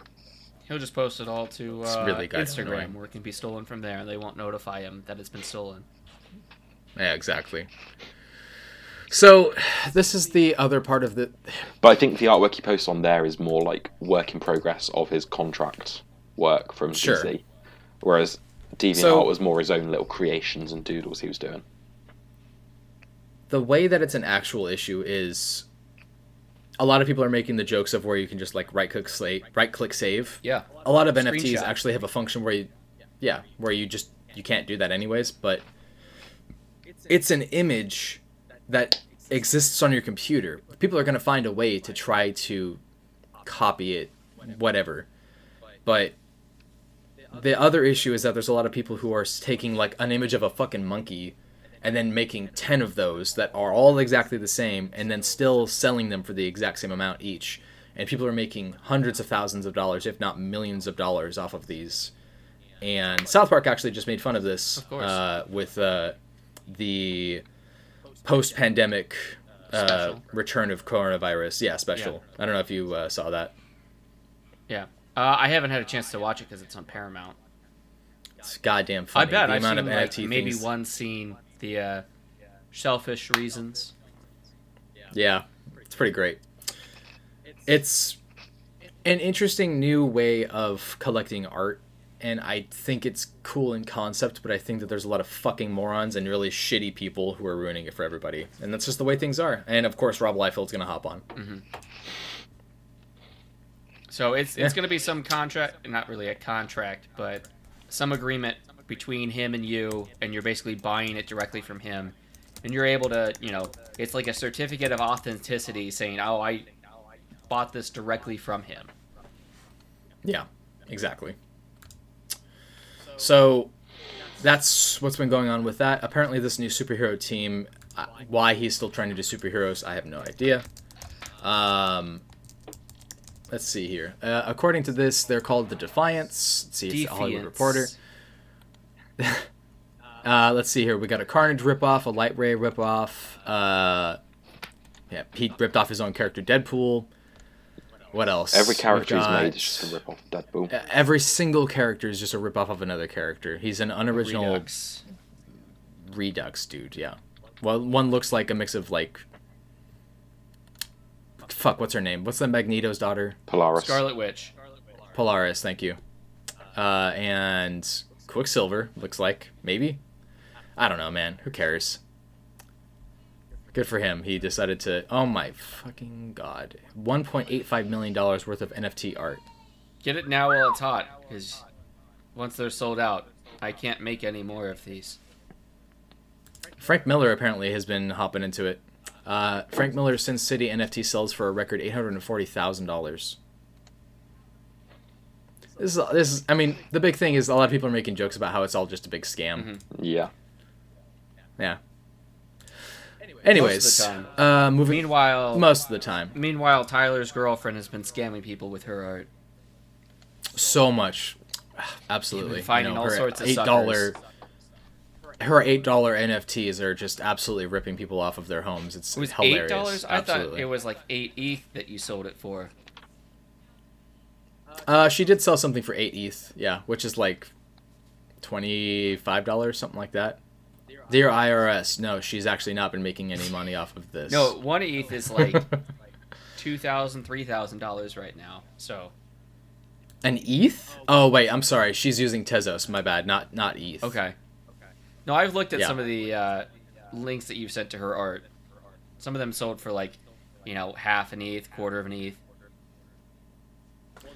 Speaker 2: He'll just post it all to
Speaker 1: It's
Speaker 2: uh,
Speaker 1: really got
Speaker 2: Instagram
Speaker 1: annoying.
Speaker 2: where it can be stolen from there and they won't notify him that it's been stolen.
Speaker 1: Yeah, exactly. So, this is the other part of the.
Speaker 3: But I think the artwork he posts on there is more like work in progress of his contract work from
Speaker 1: Sure.
Speaker 3: DC, whereas DeviantArt
Speaker 1: So-
Speaker 3: was more his own little creations and doodles he was doing.
Speaker 1: The way that it's an actual issue is a lot of people are making the jokes of where you can just like right click save, right click save.
Speaker 2: Yeah.
Speaker 1: A lot of NFTs
Speaker 2: Screenshot.
Speaker 1: actually have a function where you yeah, where you just you can't do that anyways, but it's an image that exists on your computer. People are going to find a way to try to copy it whatever. But the other issue is that there's a lot of people who are s- taking like an image of a fucking monkey and then making 10 of those that are all exactly the same and then still selling them for the exact same amount each. And people are making hundreds of thousands of dollars, if not millions of dollars, off of these. And South Park actually just made fun of this
Speaker 2: Of course.
Speaker 1: uh, with uh, the post pandemic uh,
Speaker 2: Special.
Speaker 1: return of coronavirus. Yeah, special. I don't know if you uh, saw that.
Speaker 2: Yeah. Uh, I haven't had a chance to watch it because it's on Paramount.
Speaker 1: It's goddamn funny.
Speaker 2: I bet
Speaker 1: the
Speaker 2: I've
Speaker 1: amount
Speaker 2: seen
Speaker 1: of
Speaker 2: like,
Speaker 1: NFT
Speaker 2: maybe
Speaker 1: things.
Speaker 2: one scene. The uh, selfish reasons.
Speaker 1: Yeah, it's pretty great. It's an interesting new way of collecting art, and I think it's cool in concept, but I think that there's a lot of fucking morons and really shitty people who are ruining it for everybody. And that's just the way things are. And of course, Rob Liefeld's going to hop on.
Speaker 2: So it's
Speaker 1: Yeah.
Speaker 2: it's going to be some contract, not really a contract, but some agreement between him and you, and you're basically buying it directly from him, and you're able to, you know, it's like a certificate of authenticity saying, oh, I bought this directly from him.
Speaker 1: Yeah, exactly. So that's what's been going on with that. Apparently, this new superhero team, uh, why he's still trying to do superheroes, I have no idea. Um, let's see here. Uh, according to this, they're called the Defiance. Let's see, it's the Hollywood
Speaker 2: Defiance.
Speaker 1: Reporter. Uh, let's see here. We got a Carnage ripoff, a Light Ray ripoff. Uh, yeah, Pete ripped off his own character, Deadpool. What else?
Speaker 3: Every
Speaker 1: We've
Speaker 3: character he's made
Speaker 1: got-
Speaker 3: is just a rip off Deadpool.
Speaker 1: every single character is just a ripoff of another character. He's an unoriginal redux,
Speaker 2: Redux.
Speaker 1: dude. Yeah. Well, one looks like a mix of like. Fuck, what's her name? What's the Magneto's daughter?
Speaker 3: Polaris.
Speaker 2: Scarlet Witch.
Speaker 1: Polaris. Thank you. Uh, and Quicksilver looks like maybe. I don't know, man. Who cares? Good for him. He decided to. Oh my fucking god! 1.85 million dollars worth of NFT art.
Speaker 2: Get it now while it's hot, because once they're sold out, I can't make any more of these.
Speaker 1: Frank Miller apparently has been hopping into it. Uh, Frank Miller's Sin City NFT sells for a record eight hundred and forty thousand dollars. This is this is I mean the big thing is a lot of people are making jokes about how it's all just a big scam.
Speaker 2: Mm-hmm.
Speaker 3: Yeah.
Speaker 1: Yeah.
Speaker 2: Most
Speaker 1: Anyways,
Speaker 2: of the time.
Speaker 1: uh, moving
Speaker 2: Meanwhile,
Speaker 1: most of the time,
Speaker 2: meanwhile, Tyler's girlfriend has been scamming people with her art.
Speaker 1: so much, absolutely.
Speaker 2: finding all
Speaker 1: her
Speaker 2: sorts of
Speaker 1: eight dollar, her eight dollar NFTs are just absolutely ripping people off of their homes. It's
Speaker 2: It was eight
Speaker 1: hilarious.
Speaker 2: dollars. I
Speaker 1: absolutely.
Speaker 2: thought it was like eight ETH that you sold it for.
Speaker 1: Uh, she did sell something for eight ETH, yeah, which is like twenty five dollars, something like that. Dear IRS, no, she's actually not been making any money off of this.
Speaker 2: No, one ETH is like two thousand, three thousand dollars right now. So
Speaker 1: an ETH? Oh wait, I'm sorry, she's using Tezos. My bad, not not E ETH.
Speaker 2: okay. No, I've looked at
Speaker 1: Yeah.
Speaker 2: some of the uh, links that you've sent to her art. Some of them sold for like, you know, half an ETH, quarter of an E ETH.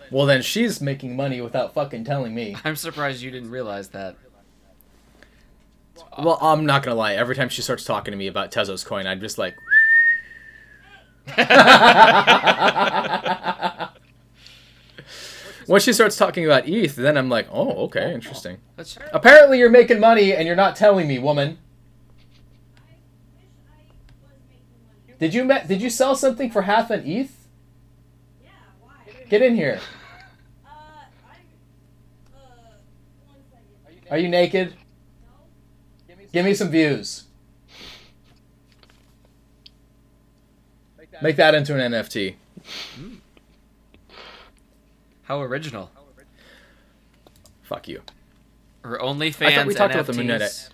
Speaker 1: Well then, she's making money without fucking telling me.
Speaker 2: I'm surprised you didn't realize that.
Speaker 1: Well, I'm not gonna lie. Every time she starts talking to me about Tezos coin, I'm just like, once she starts talking about ETH, then I'm like, oh, okay, interesting.
Speaker 2: Let's,
Speaker 1: Apparently, you're making money and you're not telling me, woman. Did you ma- did you sell something for half an ETH? Get in here. Are you naked? Give me some views. Make that into an NFT.
Speaker 2: how original.
Speaker 1: Fuck you.
Speaker 2: Her OnlyFans
Speaker 1: I thought we talked about them in
Speaker 2: NFTs.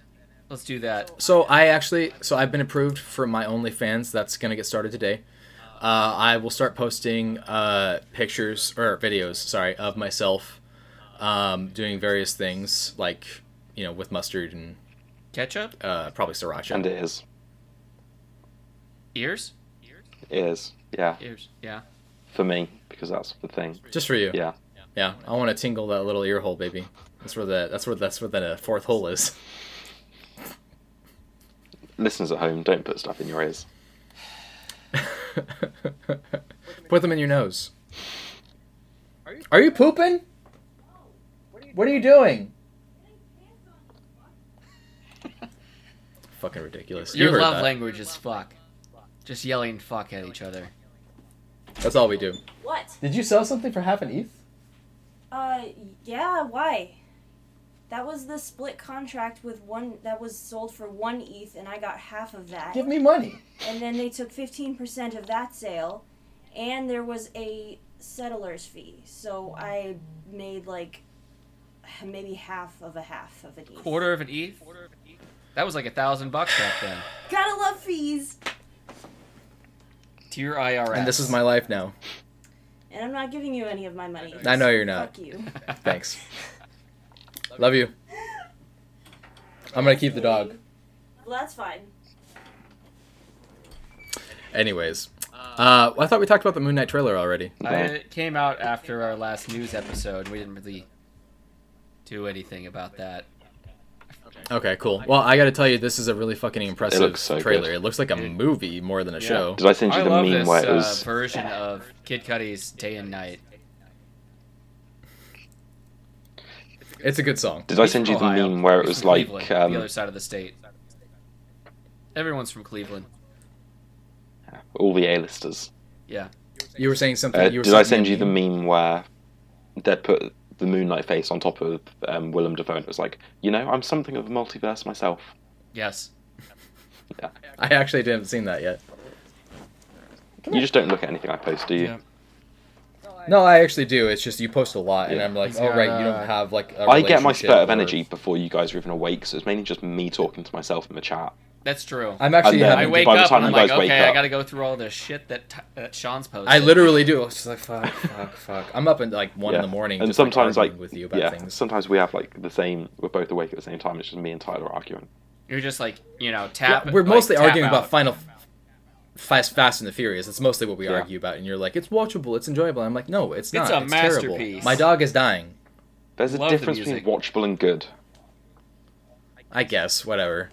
Speaker 2: Let's do that.
Speaker 1: So I actually, so I've been approved for my OnlyFans. That's gonna get started today. Uh, I will start posting uh, pictures or videos, sorry, of myself um, doing various things like you know with mustard and
Speaker 2: Ketchup?
Speaker 1: uh, probably sriracha.
Speaker 3: And it is.
Speaker 2: Ears?
Speaker 3: It is. Yeah.
Speaker 2: Ears. Yeah.
Speaker 3: For me, because that's the thing.
Speaker 1: Just for you.
Speaker 3: Yeah.
Speaker 1: Yeah, I want to tingle that little ear hole, baby. That's where the that's where that's where the fourth hole is.
Speaker 3: Listeners at home, don't put stuff in your ears.
Speaker 1: Put them in your nose. Are you pooping? What are you doing? Fucking ridiculous. You
Speaker 2: Your
Speaker 1: heard
Speaker 2: love
Speaker 1: that.
Speaker 2: language is fuck. Just yelling fuck at each other.
Speaker 1: That's all we do.
Speaker 5: What?
Speaker 1: Did you sell something for half an E ETH?
Speaker 5: Uh, yeah, why? That was the split contract with one that was sold for one ETH, and I got half of that.
Speaker 1: Give me money.
Speaker 5: And then they took 15% of that sale, and there was a settler's fee. So I made like maybe half of a half of an E ETH.
Speaker 2: Quarter of an E? ETH? That was like a thousand bucks back then.
Speaker 5: Gotta love fees!
Speaker 2: To your IRS.
Speaker 1: And this is my life now.
Speaker 5: And I'm not giving you any of my money.
Speaker 1: I know you're not.
Speaker 5: Fuck you.
Speaker 1: Thanks. Love you. I'm gonna keep the dog.
Speaker 5: Well, that's fine.
Speaker 1: Anyways, uh, I thought we talked about the Moon Knight trailer already.
Speaker 2: I- it came out after our last news episode. We didn't really do anything about that.
Speaker 1: Okay, cool. Well, I got to tell you, this is a really fucking impressive
Speaker 3: looks so
Speaker 1: trailer.
Speaker 3: good.
Speaker 1: It looks like a movie more than a
Speaker 2: Yeah.
Speaker 1: show.
Speaker 3: Did I send you
Speaker 2: I
Speaker 3: the
Speaker 2: love
Speaker 3: meme
Speaker 2: this
Speaker 3: where it
Speaker 2: uh,
Speaker 3: was?
Speaker 2: version of Kid Cudi's Day and Night.
Speaker 1: It's a good song.
Speaker 3: Did I
Speaker 2: He's
Speaker 3: send
Speaker 2: from
Speaker 3: you the
Speaker 2: Ohio.
Speaker 3: meme where it
Speaker 2: He's
Speaker 3: was
Speaker 2: from
Speaker 3: like?
Speaker 2: Cleveland, the
Speaker 3: Um,
Speaker 2: other side of the state. Everyone's from Cleveland.
Speaker 3: all the A-listers.
Speaker 2: Yeah.
Speaker 1: You were saying something.
Speaker 3: Uh,
Speaker 1: you were
Speaker 3: did I
Speaker 1: sending
Speaker 3: send
Speaker 1: me
Speaker 3: you
Speaker 1: a
Speaker 3: the
Speaker 1: meme.
Speaker 3: meme where they'd put the Moonlight face on top of um, Willem Dafoe and it was like, you know, I'm something of a multiverse myself.
Speaker 2: Yes.
Speaker 1: I actually didn't seen that yet.
Speaker 3: You just don't look at anything I post, do you?
Speaker 2: Yeah.
Speaker 1: No, I actually do. It's just you post a lot, and
Speaker 3: Yeah.
Speaker 1: I'm like,
Speaker 2: He's
Speaker 1: oh
Speaker 2: got,
Speaker 1: right, you
Speaker 2: uh,
Speaker 1: don't have like. a
Speaker 3: I get my
Speaker 1: relationship
Speaker 3: spurt of
Speaker 1: or-
Speaker 3: energy before you guys are even awake, so it's mainly just me talking to myself in the chat.
Speaker 2: That's true.
Speaker 1: I'm actually.
Speaker 3: And then-
Speaker 2: I
Speaker 1: Having, I,
Speaker 2: wake
Speaker 3: by the
Speaker 2: up
Speaker 3: time
Speaker 2: and I'm
Speaker 3: you
Speaker 2: like,
Speaker 3: guys wake
Speaker 2: okay, I
Speaker 3: up-
Speaker 2: gotta go through all the shit that, t- that Sean's posted.
Speaker 1: literally do. It's just like fuck, fuck, fuck. I'm up at like one
Speaker 3: Yeah.
Speaker 1: in the morning,
Speaker 3: and
Speaker 1: just,
Speaker 3: sometimes
Speaker 1: like,
Speaker 3: like,
Speaker 1: arguing with you about
Speaker 3: yeah,
Speaker 1: things.
Speaker 3: sometimes we have like the same. We're both awake at the same time. It's just me and Tyler arguing.
Speaker 2: You're just like, you know, tap.
Speaker 1: Yeah, we're
Speaker 2: like,
Speaker 1: mostly
Speaker 2: tap
Speaker 1: arguing
Speaker 2: out.
Speaker 1: about Final Fast, Fast and the Furious. That's mostly what we
Speaker 3: Yeah.
Speaker 1: argue about, and you're like, it's watchable, it's enjoyable. I'm like, no, it's
Speaker 2: It's
Speaker 1: not.
Speaker 2: a
Speaker 1: It's, terrible.
Speaker 2: masterpiece.
Speaker 1: My dog is dying.
Speaker 3: There's a
Speaker 2: Love the
Speaker 3: difference between
Speaker 2: music.
Speaker 3: watchable and good.
Speaker 1: I guess whatever.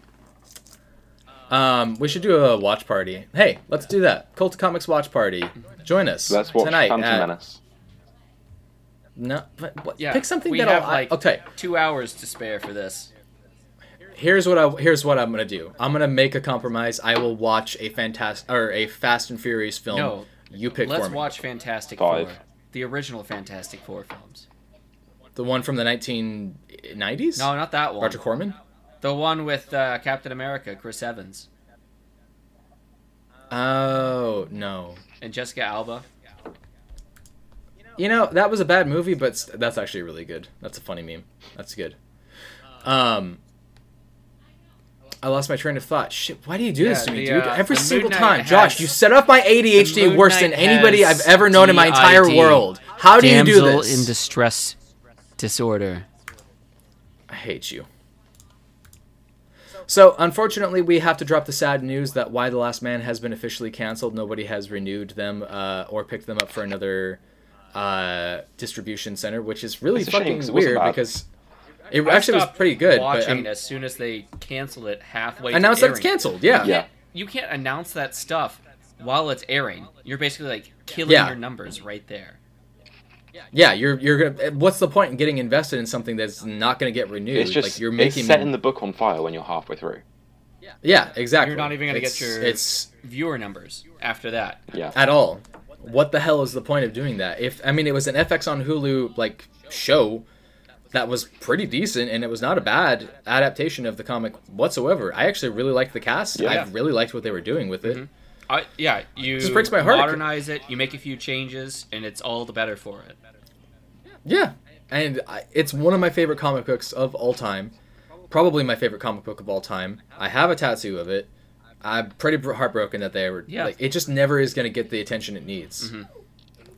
Speaker 1: Um, we should do a watch party. Hey, let's do that. Cult of Comics watch party. Join us
Speaker 3: Let's watch
Speaker 1: tonight.
Speaker 3: Phantom
Speaker 1: at-
Speaker 3: Menace.
Speaker 1: No, but, what,
Speaker 2: Yeah,
Speaker 1: pick something
Speaker 2: we
Speaker 1: that I'll,
Speaker 2: have, like-
Speaker 1: I, okay.
Speaker 2: two hours to spare for this.
Speaker 1: Here's what I here's what I'm gonna do. I'm gonna make a compromise. I will watch a fantastic or a Fast and Furious film.
Speaker 2: No,
Speaker 1: you pick
Speaker 2: Let's
Speaker 1: for me.
Speaker 2: watch Fantastic
Speaker 3: Five.
Speaker 2: Four, the original Fantastic Four films.
Speaker 1: the one from the 1990s.
Speaker 2: No, not that one.
Speaker 1: Roger Corman.
Speaker 2: The one with uh, Captain America, Chris Evans,
Speaker 1: Oh no.
Speaker 2: and Jessica Alba.
Speaker 1: You know that was a bad movie, but s- that's actually really good. That's a funny meme. That's good. Um, I lost my train of thought. Shit, why do you do this
Speaker 2: Yeah,
Speaker 1: to me,
Speaker 2: the,
Speaker 1: dude?
Speaker 2: uh,
Speaker 1: Every
Speaker 2: the Moon
Speaker 1: single
Speaker 2: Knight
Speaker 1: time,
Speaker 2: has-
Speaker 1: Josh, you set up my
Speaker 2: The
Speaker 1: ADHD
Speaker 2: Moon
Speaker 1: worse than
Speaker 2: Knight
Speaker 1: anybody I've
Speaker 2: has
Speaker 1: ever known in my entire
Speaker 2: DID.
Speaker 1: world. How do you do this?
Speaker 2: in distress disorder.
Speaker 1: I hate you. So, unfortunately, we have to drop the sad news that Why the Last Man has been officially canceled. Nobody has renewed them uh, or picked them up for another uh, distribution center, which is really
Speaker 3: It's a shame,
Speaker 1: fucking
Speaker 3: 'cause it wasn't
Speaker 1: weird
Speaker 3: bad.
Speaker 1: because it actually was pretty good. But
Speaker 2: Watching
Speaker 1: um,
Speaker 2: as soon as they canceled it halfway. through
Speaker 1: announced that it's
Speaker 2: airing.
Speaker 1: canceled. Yeah.
Speaker 3: Yeah.
Speaker 2: You can't announce that stuff while it's airing. You're basically like killing
Speaker 1: Yeah.
Speaker 2: your numbers right there.
Speaker 1: Yeah, You're you're gonna. eh, What's the point in getting invested in something that's not gonna get renewed?
Speaker 3: It's just
Speaker 1: like you're
Speaker 3: it's
Speaker 1: making.
Speaker 3: setting the book on fire when you're halfway through.
Speaker 1: yeah, exactly.
Speaker 2: You're not even gonna get
Speaker 1: It's-
Speaker 2: your-
Speaker 1: It's
Speaker 2: Viewer numbers after that.
Speaker 3: Yeah.
Speaker 1: at all. What the hell is the point of doing that? If I mean, it was an FX on Hulu like show that was pretty decent, and it was not a bad adaptation of the comic whatsoever. I actually really liked the cast.
Speaker 3: Yeah.
Speaker 1: I really liked what they were doing with it.
Speaker 2: I, yeah, you
Speaker 1: Just breaks my heart.
Speaker 2: modernize it, you make a few changes, and it's all the better for it.
Speaker 1: Yeah, and I, it's one of my favorite comic books of all time. Probably my favorite comic book of all time. I have a tattoo of it. I'm pretty bro- heartbroken that they were.
Speaker 2: Yeah. Mm-hmm.
Speaker 1: Like, it just never is going to get the attention it needs.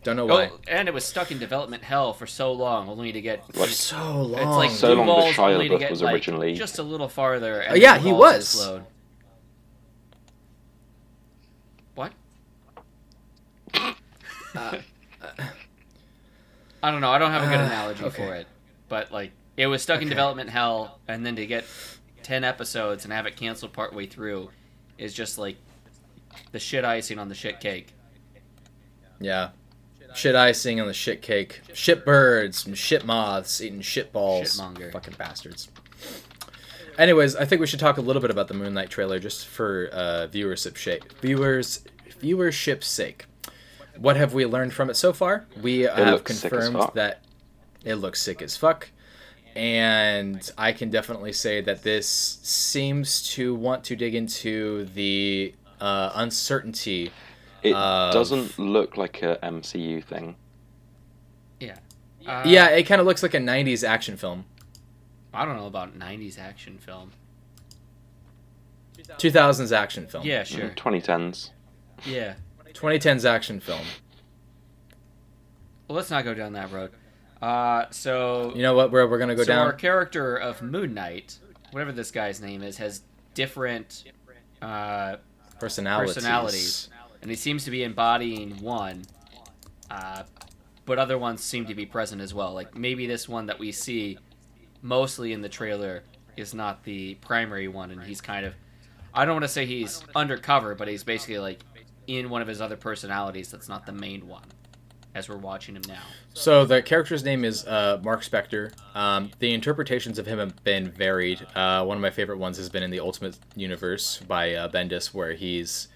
Speaker 1: Don't know why.
Speaker 2: Oh, and it was stuck in development hell for so long, only to get
Speaker 1: For so long.
Speaker 2: Oh, It's like
Speaker 3: So
Speaker 2: blue
Speaker 3: long that
Speaker 2: balls
Speaker 3: Shia
Speaker 2: only to
Speaker 3: LaBeouf
Speaker 2: get,
Speaker 3: was
Speaker 2: like,
Speaker 3: originally-
Speaker 2: just a little farther. and
Speaker 1: Uh, yeah,
Speaker 2: blue
Speaker 1: he
Speaker 2: balls
Speaker 1: was.
Speaker 2: explode. What? I don't know. I don't have a good
Speaker 1: Uh,
Speaker 2: analogy
Speaker 1: okay.
Speaker 2: for it, but like it was stuck in
Speaker 1: Okay.
Speaker 2: development hell, and then to get ten episodes and have it canceled partway through is just like the shit icing on the shit cake.
Speaker 1: Yeah. Shit icing on the shit cake. Shit birds and shit moths eating shit balls.
Speaker 2: Shitmonger.
Speaker 1: Fucking bastards. Anyways, I think we should talk a little bit about the Moon Knight trailer just for uh, viewership shape. Viewers viewership's sake. What have we learned from it so far? We have
Speaker 3: looks sick as
Speaker 1: confirmed
Speaker 3: fuck.
Speaker 1: that it looks sick as fuck. And I can definitely say that this seems to want to dig into the uh, uncertainty
Speaker 3: It
Speaker 1: Uh,
Speaker 3: doesn't look like a MCU thing.
Speaker 2: Uh,
Speaker 1: yeah, it kind of looks like a '90s action film.
Speaker 2: I don't know about '90s action film.
Speaker 1: 2000s action film. Mm.
Speaker 2: Yeah,
Speaker 3: Mm-hmm.
Speaker 2: sure.
Speaker 3: 2010s.
Speaker 2: Yeah.
Speaker 1: 2010s action film.
Speaker 2: Well, let's not go down that road. Uh, so
Speaker 1: You know what? Where we're gonna go
Speaker 2: so
Speaker 1: down?
Speaker 2: our character of Moon Knight, whatever this guy's name is, has different uh,
Speaker 1: Personalities.
Speaker 2: personalities. and he seems to be embodying one, uh, but other ones seem to be present as well. Like maybe this one that we see mostly in the trailer is not the primary one, and he's kind of, I don't want to say he's undercover, but he's basically like in one of his other personalities that's not the main one, as we're watching him now.
Speaker 1: So the character's name is uh, Mark Spector. Um, the interpretations of him have been varied. Uh, one of my favorite ones has been in the Ultimate Universe by uh, Bendis, where he's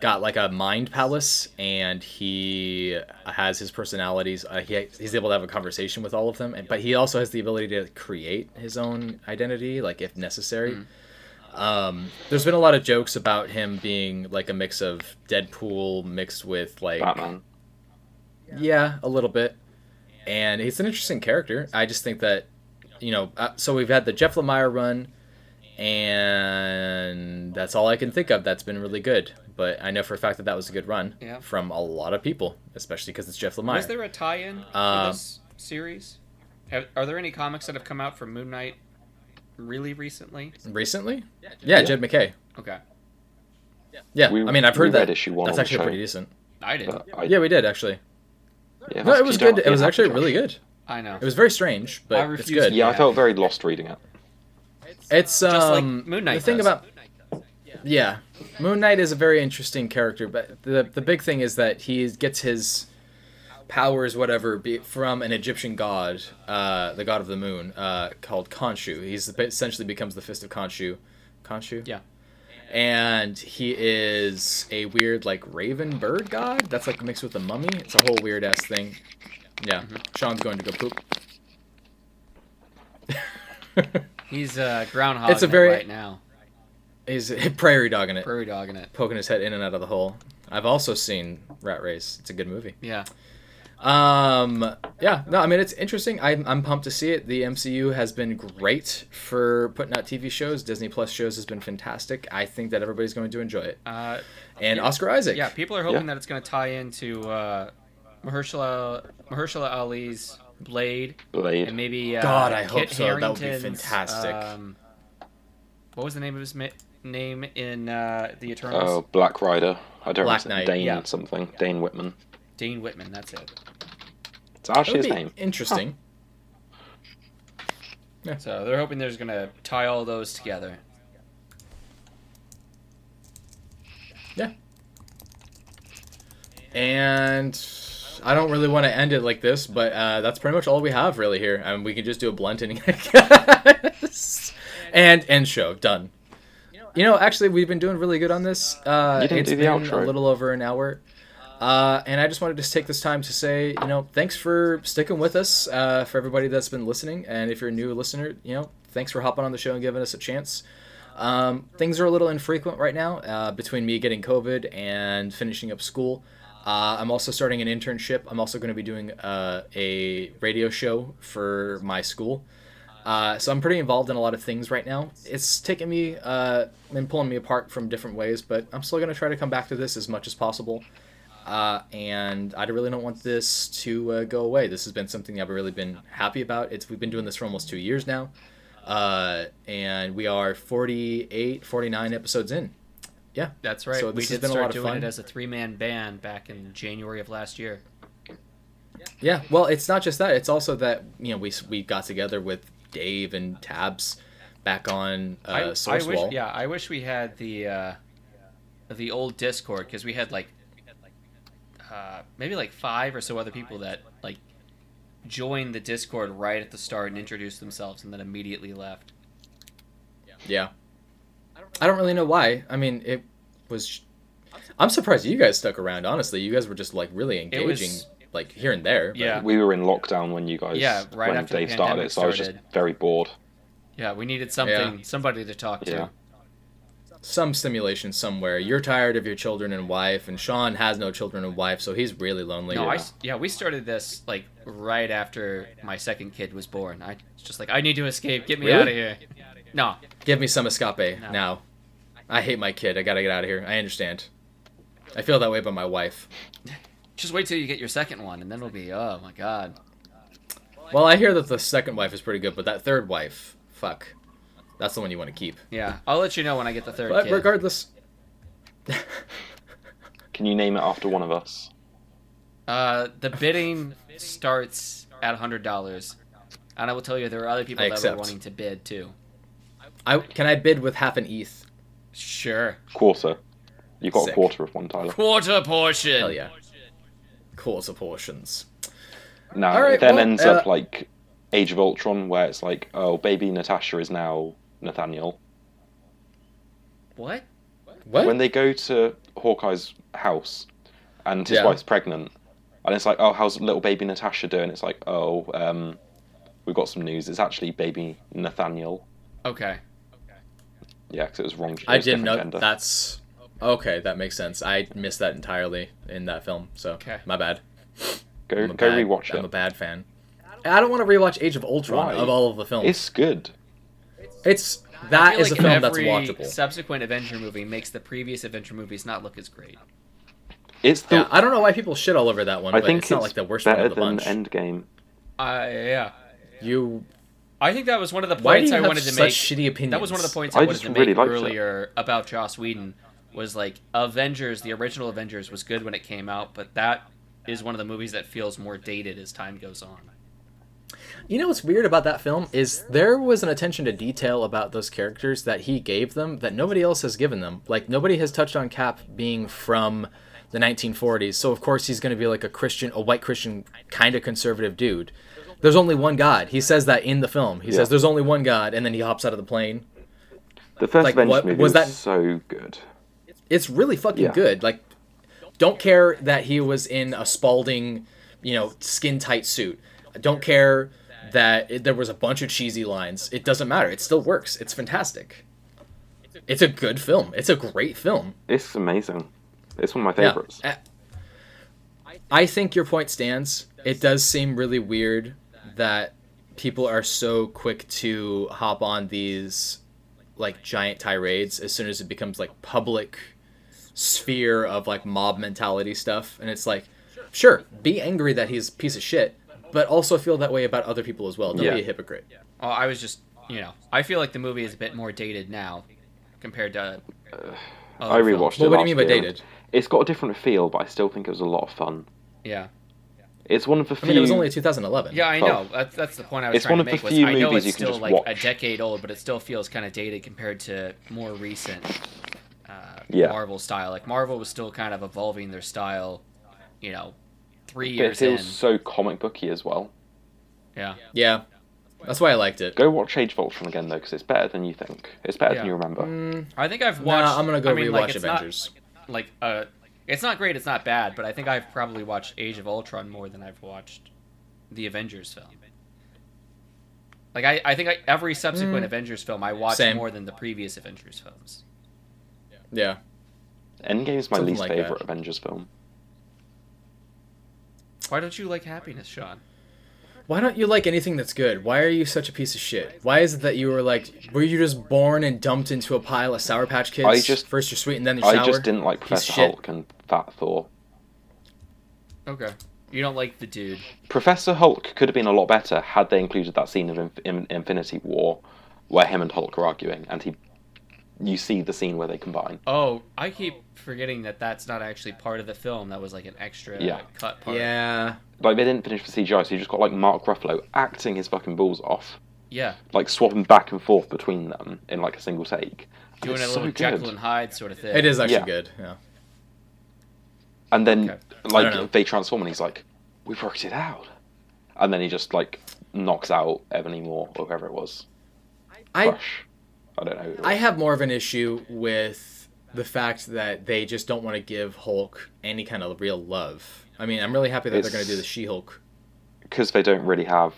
Speaker 1: got like a mind palace and he has his personalities. Uh, he, he's able to have a conversation with all of them, and, but he also has the ability to create his own identity, like if necessary. Um, there's been a lot of jokes about him being like a mix of Deadpool mixed with like
Speaker 3: Batman.
Speaker 1: yeah, a little bit. And he's an interesting character. I just think that, you know, uh, so we've had the Jeff Lemire run, and that's all I can think of that's been really good. But I know for a fact that that was a good run
Speaker 2: Yeah.
Speaker 1: from a lot of people, especially because it's Jeff
Speaker 2: Was
Speaker 1: Lemire.
Speaker 2: there a tie-in to
Speaker 1: Um,
Speaker 2: this series? Have, are there any comics that have come out from Moon Knight really recently?
Speaker 1: Recently? Yeah,
Speaker 3: Yeah.
Speaker 1: Jed McKay.
Speaker 2: Okay,
Speaker 1: Yeah,
Speaker 3: We-
Speaker 1: I mean, I've
Speaker 3: we
Speaker 1: heard
Speaker 3: read
Speaker 1: that.
Speaker 3: issue one
Speaker 1: That's
Speaker 3: on the
Speaker 1: actually
Speaker 3: show.
Speaker 1: pretty decent.
Speaker 2: I did. not
Speaker 3: But I,
Speaker 1: Yeah, we did actually.
Speaker 3: yeah,
Speaker 1: No,
Speaker 3: that's-
Speaker 1: it
Speaker 3: you
Speaker 1: was
Speaker 3: don't
Speaker 1: good. It
Speaker 3: feel
Speaker 1: was
Speaker 3: happy
Speaker 1: actually
Speaker 3: for
Speaker 1: really good.
Speaker 2: I know.
Speaker 1: It was very strange, but it's
Speaker 2: refuse
Speaker 1: good.
Speaker 2: to-
Speaker 3: Yeah, I
Speaker 2: Yeah.
Speaker 3: felt very lost reading it.
Speaker 1: It's um,
Speaker 2: Just like Moon Knight
Speaker 1: The thing
Speaker 2: does.
Speaker 1: about yeah, Moon Knight is a very interesting character, but the the big thing is that he gets his powers, whatever, be, from an Egyptian god, uh, the god of the moon, uh, called Khonshu. He's the- essentially becomes the fist of Khonshu. Khonshu.
Speaker 2: Yeah.
Speaker 1: And he is a weird like raven bird god. That's like mixed with a mummy. It's a whole weird ass thing.
Speaker 2: Mm-hmm.
Speaker 1: Yeah. Sean's going to go poop.
Speaker 2: He's uh, groundhog.
Speaker 1: It's a very-
Speaker 2: right now.
Speaker 1: He's prairie dogging it,
Speaker 2: Prairie dogging it.
Speaker 1: poking his head in and out of the hole. I've also seen Rat Race. It's a good movie.
Speaker 2: Yeah.
Speaker 1: Um, yeah, no, I mean it's interesting. I'm, I'm pumped to see it. The MCU has been great for putting out TV shows. Disney Plus shows has been fantastic. I think that everybody's going to enjoy it.
Speaker 2: Uh,
Speaker 1: And
Speaker 2: Yeah.
Speaker 1: Oscar Isaac.
Speaker 2: yeah. People are hoping
Speaker 3: Yeah.
Speaker 2: that it's going to tie into uh, Mahershala Mahershala Ali's Blade, and
Speaker 3: Blade.
Speaker 2: maybe uh,
Speaker 1: God, I hope
Speaker 2: Kit
Speaker 1: so. That would be
Speaker 2: Harington's,
Speaker 1: fantastic.
Speaker 2: Um, what was the name of his ma- name in uh, the Eternals?
Speaker 3: Oh, Black Rider. I don't
Speaker 1: Black
Speaker 3: remember.
Speaker 1: Knight,
Speaker 3: Dane
Speaker 2: yeah.
Speaker 3: something. Dane Whitman.
Speaker 2: Dane Whitman. That's it.
Speaker 3: It's
Speaker 1: that
Speaker 3: actually
Speaker 1: would
Speaker 3: his
Speaker 1: be
Speaker 3: name.
Speaker 1: interesting.
Speaker 2: So they're hoping there's going to tie all those together.
Speaker 1: And I don't really want to end it like this, but uh, that's pretty much all we have really here. I mean, we can just do a blunt ending, I guess. and end show done. You know, actually, we've been doing really good on this. Uh,
Speaker 3: You didn't
Speaker 1: it's
Speaker 3: do the
Speaker 1: been
Speaker 3: outro.
Speaker 1: a little over an hour. Uh, and I just wanted to take this time to say, you know, thanks for sticking with us, uh, for everybody that's been listening. And if you're a new listener, you know, thanks for hopping on the show and giving us a chance. Um, things are a little infrequent right now uh, between me getting COVID and finishing up school. Uh, I'm also starting an internship. I'm also going to be doing uh, a radio show for my school. Uh, so I'm pretty involved in a lot of things right now. It's taken me uh, and pulling me apart from different ways, but I'm still going to try to come back to this as much as possible. Uh, and I really don't want this to uh, go away. This has been something I've really been happy about. It's we've been doing this for almost two years now, uh, and we are 48, 49 episodes in. Yeah,
Speaker 2: That's right.
Speaker 1: So
Speaker 2: we
Speaker 1: this has
Speaker 2: did
Speaker 1: been a
Speaker 2: start
Speaker 1: lot of
Speaker 2: doing
Speaker 1: fun.
Speaker 2: it as a three-man band back in January of last year.
Speaker 1: Yeah, well, it's not just that. It's also that you know we we got together with Dave and Tabs back on uh,
Speaker 2: I, I wish,
Speaker 1: Sourcewall.
Speaker 2: yeah, I wish we had the uh, the old Discord because we had like uh, maybe like five or so other people that like joined the Discord right at the start and introduced themselves and then immediately left.
Speaker 1: Yeah. I don't really know why. I mean, it was. I'm surprised you guys stuck around. Honestly, you guys were just like really
Speaker 2: It
Speaker 1: engaging,
Speaker 2: was-
Speaker 1: like here and there. but-
Speaker 2: Yeah.
Speaker 3: We were in lockdown when you guys,
Speaker 2: Yeah, right
Speaker 3: when
Speaker 2: after the
Speaker 3: Dave started
Speaker 2: pandemic
Speaker 3: it, so I was just
Speaker 2: started.
Speaker 3: very bored.
Speaker 2: Yeah, we needed something, somebody to talk to.
Speaker 3: Yeah.
Speaker 1: Some stimulation somewhere. You're tired of your children and wife, and Sean has no children and wife, so he's really lonely.
Speaker 2: No,
Speaker 3: Yeah.
Speaker 2: I s yeah, we started this like right after my second kid was born. I it's just like I need to escape. Get me
Speaker 1: Really?
Speaker 2: out of here. No,
Speaker 1: Give me some escape
Speaker 2: No.
Speaker 1: now. I hate my kid. I gotta get out of here. I understand. I feel that way about my wife.
Speaker 2: just wait till you get your second one, and then we'll be oh my god.
Speaker 1: Well, I hear that the second wife is pretty good, but that third wife, fuck. That's the one you want to keep.
Speaker 2: Yeah, I'll let you know when I get the third
Speaker 1: But
Speaker 2: kid.
Speaker 1: regardless,
Speaker 3: Can you name it after one of us?
Speaker 2: Uh, the bidding starts at hundred dollars, and I will tell you there are other people
Speaker 1: I
Speaker 2: that were
Speaker 1: accept.
Speaker 2: wanting to bid too.
Speaker 1: I can I bid with half an E? ETH?
Speaker 2: Sure,
Speaker 3: Quarter. You got
Speaker 1: Sick.
Speaker 3: a quarter of one, Tyler.
Speaker 2: quarter portion.
Speaker 1: Hell yeah. Quarter portions.
Speaker 3: No,
Speaker 1: All right,
Speaker 3: it then
Speaker 1: well,
Speaker 3: ends
Speaker 1: uh,
Speaker 3: up like Age of Ultron, where it's like, oh, baby Natasha is now Nathaniel.
Speaker 2: What?
Speaker 1: What?
Speaker 3: When they go to Hawkeye's house and his
Speaker 1: Yeah.
Speaker 3: wife's pregnant, and it's like, oh, how's little baby Natasha doing? It's like, oh, um, we've got some news. It's actually baby Nathaniel.
Speaker 2: Okay.
Speaker 3: Yeah, because it was wrong. it
Speaker 1: I
Speaker 3: was
Speaker 1: didn't know
Speaker 3: different gender.
Speaker 1: that's okay, that makes sense. I missed that entirely in that film, so
Speaker 2: Okay.
Speaker 1: my bad.
Speaker 3: Go,
Speaker 1: I'm a
Speaker 3: go
Speaker 1: bad-
Speaker 3: rewatch
Speaker 1: I'm a
Speaker 3: it.
Speaker 1: bad fan. I don't want to rewatch Age of Ultron
Speaker 3: Why?
Speaker 1: of all of the films. It's,
Speaker 3: It's good.
Speaker 2: I
Speaker 1: that
Speaker 2: feel
Speaker 1: is
Speaker 2: like
Speaker 1: a film that's
Speaker 2: every
Speaker 1: watchable.
Speaker 2: Subsequent Avenger movie makes the previous Avenger movies not look as great.
Speaker 3: It's the.
Speaker 1: yeah, I don't know why people shit all over that one,
Speaker 3: I
Speaker 1: but
Speaker 3: think
Speaker 1: it's not like the worst one
Speaker 3: better
Speaker 1: of the
Speaker 3: than
Speaker 1: bunch.
Speaker 3: Endgame.
Speaker 2: Uh, yeah.
Speaker 1: You
Speaker 2: I think that was one of the
Speaker 1: why do
Speaker 2: points
Speaker 1: you
Speaker 2: I
Speaker 1: have
Speaker 2: wanted to
Speaker 1: such
Speaker 2: make.
Speaker 1: shitty opinions?
Speaker 2: That was one of the points I,
Speaker 3: I
Speaker 2: wanted
Speaker 3: just
Speaker 2: to
Speaker 3: really
Speaker 2: make
Speaker 3: liked it.
Speaker 2: earlier about Joss Whedon was like Avengers, the original Avengers was good when it came out, but that is one of the movies that feels more dated as time goes on.
Speaker 1: You know what's weird about that film is there was an attention to detail about those characters that he gave them that nobody else has given them. Like nobody has touched on Cap being from the 1940s, so of course he's going to be like a Christian, a white Christian, kind of conservative dude. There's only one God. He says that in the film. He
Speaker 3: Yeah.
Speaker 1: says there's only one God, and then he hops out of the plane.
Speaker 3: The first
Speaker 1: Like,
Speaker 3: Avengers
Speaker 1: what-
Speaker 3: movie
Speaker 1: was
Speaker 3: was,
Speaker 1: that-
Speaker 3: so good.
Speaker 1: It's really fucking
Speaker 3: Yeah.
Speaker 1: good. Like, don't care that he was in a Spalding, you know, skin tight suit. Don't care that it, there was a bunch of cheesy lines. It doesn't matter. It still works. It's fantastic. It's a good film. It's a great film.
Speaker 3: It's amazing. It's one of my
Speaker 1: Yeah.
Speaker 3: favorites.
Speaker 1: Uh, I think your point stands. It does seem really weird that people are so quick to hop on these like giant tirades as soon as it becomes like public sphere of like mob mentality stuff and it's like sure be angry that he's a piece of shit but also feel that way about other people as well don't
Speaker 3: Yeah.
Speaker 1: be a hypocrite
Speaker 2: Oh, I was just, you know, I feel like the movie is a bit more dated now compared to.
Speaker 3: I
Speaker 2: other
Speaker 3: rewatched
Speaker 2: films.
Speaker 3: it.
Speaker 1: well what do you
Speaker 3: last
Speaker 1: mean by
Speaker 3: year.
Speaker 1: dated
Speaker 3: It's got a different feel, but I still think it was a lot of fun.
Speaker 2: Yeah,
Speaker 3: It's one of the few.
Speaker 1: i mean it was only 2011
Speaker 2: yeah, I
Speaker 3: Well,
Speaker 2: know. That's, that's the point I was
Speaker 3: Oh. it's
Speaker 2: trying
Speaker 3: one
Speaker 2: to
Speaker 3: of
Speaker 2: make.
Speaker 3: the
Speaker 2: Was,
Speaker 3: few
Speaker 2: I know it's
Speaker 3: movies you can
Speaker 2: still
Speaker 3: just
Speaker 2: like a
Speaker 3: watch.
Speaker 2: decade old, but it still feels kind of dated compared to more recent uh,
Speaker 3: Yeah.
Speaker 2: Marvel style. Like Marvel was still kind of evolving their style, you know, three
Speaker 3: but it
Speaker 2: years in.
Speaker 3: feels so comic booky as well.
Speaker 2: Yeah,
Speaker 1: yeah that's why i liked it
Speaker 3: Go watch Age of Ultron again though, because it's better than you think. It's better than
Speaker 2: Yeah.
Speaker 3: you remember.
Speaker 1: Mm,
Speaker 2: I think I've watched.
Speaker 1: nah, i'm gonna go
Speaker 2: I mean,
Speaker 1: rewatch
Speaker 2: like, it's not-
Speaker 1: avengers
Speaker 2: like uh it's not great it's not bad but i think i've probably watched age of ultron more than i've watched the avengers film like i, I think I, every subsequent
Speaker 1: Mm.
Speaker 2: avengers film i watched
Speaker 1: Same.
Speaker 2: more than the previous avengers films
Speaker 1: yeah
Speaker 3: Endgame's my
Speaker 1: Something
Speaker 3: least
Speaker 1: like that.
Speaker 3: favorite Avengers film.
Speaker 2: why don't you like happiness sean
Speaker 1: Why don't you like anything that's good? Why are you such a piece of shit? Why is it that you were like, were you just born and dumped into a pile of Sour Patch Kids?
Speaker 3: I just-
Speaker 1: first you're sweet and then you're sour.
Speaker 3: I just didn't like
Speaker 1: Piece
Speaker 3: Professor
Speaker 1: of shit.
Speaker 3: Hulk and Fat Thor.
Speaker 2: okay you don't like the dude
Speaker 3: Professor Hulk could have been a lot better had they included that scene of Inf- in- Infinity War, where him and Hulk are arguing, and he, you see the scene where they combine.
Speaker 2: oh i keep forgetting that that's not actually part of the film that was like an extra
Speaker 3: Yeah.
Speaker 2: cut part
Speaker 1: Yeah,
Speaker 3: Like they didn't finish the CGI, so you just got like Mark Ruffalo acting his fucking balls off,
Speaker 2: yeah
Speaker 3: like swapping back and forth between them in like a single take. And
Speaker 2: doing
Speaker 3: it's
Speaker 2: a
Speaker 3: so
Speaker 2: little
Speaker 3: good.
Speaker 2: jekyll and hyde sort of thing
Speaker 1: it is actually
Speaker 3: Yeah.
Speaker 1: good. Yeah,
Speaker 3: And then
Speaker 2: Okay.
Speaker 1: I don't know.
Speaker 3: like they transform, and he's like, "We worked it out," and then he just like knocks out Ebony Moore or whoever it was.
Speaker 1: I
Speaker 3: Crush. I don't know. who it
Speaker 1: I
Speaker 3: was.
Speaker 1: have more of an issue with the fact that they just don't want to give Hulk any kind of real love. I mean, I'm really happy that they're
Speaker 3: It's-
Speaker 1: going to do the She-Hulk.
Speaker 3: because they don't really have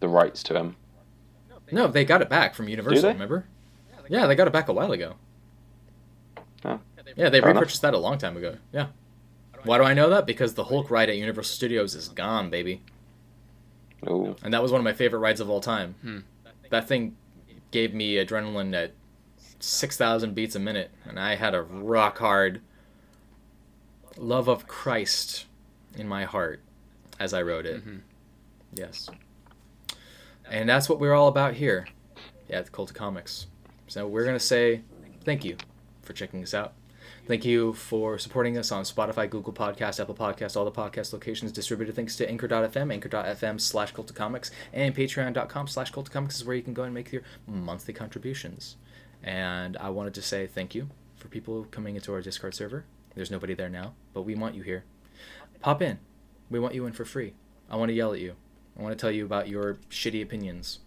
Speaker 3: the rights to him.
Speaker 1: No, they got it back from Universal.
Speaker 3: they?
Speaker 1: Remember? Yeah, they got it back a while ago.
Speaker 3: Oh.
Speaker 1: Yeah, they
Speaker 3: Fair enough.
Speaker 1: repurchased that a long time ago. Yeah. Why do I know that? Because the Hulk ride at Universal Studios is gone, baby,
Speaker 3: Oh,
Speaker 1: and that was one of my favorite rides of all time.
Speaker 2: Hmm.
Speaker 1: That thing gave me adrenaline at six thousand beats a minute, and I had a rock hard love of Christ in my heart as I rode it.
Speaker 2: Mhm.
Speaker 1: Yes. And that's what we're all about here at the Cult of Comics. So we're going to say thank you for checking us out. Thank you for supporting us on Spotify, Google Podcast, Apple Podcast, all the podcast locations distributed thanks to Anchor.fm, Anchor.fm slash Cult of Comics, and Patreon.com slash Cult of Comics is where you can go and make your monthly contributions. And I wanted to say thank you for people coming into our Discord server. There's nobody there now, but we want you here. Pop in. We want you in for free. I want to yell at you. I want to tell you about your shitty opinions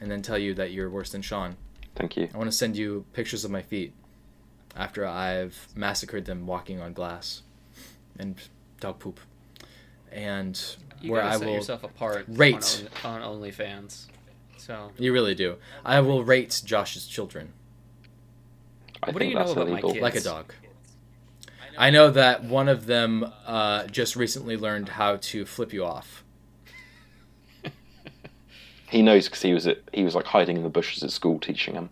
Speaker 1: and then tell you that you're worse than Sean.
Speaker 3: thank you.
Speaker 1: I want to send you pictures of my feet after I've massacred them walking on glass and dog poop. And
Speaker 2: you
Speaker 1: where
Speaker 2: gotta
Speaker 1: I
Speaker 2: set
Speaker 1: will.
Speaker 2: yourself apart on
Speaker 1: rate.
Speaker 2: Only- on, onlyfans so
Speaker 1: You really do. I will rate Josh's children
Speaker 3: I
Speaker 2: What do
Speaker 3: think
Speaker 2: you know
Speaker 3: that's
Speaker 2: about my
Speaker 3: illegal.
Speaker 2: kids?
Speaker 1: like a
Speaker 2: Yes.
Speaker 1: dog. I know that one of them uh, just recently learned how to flip you off.
Speaker 3: He knows because he was at, he was like hiding in the bushes at school teaching him.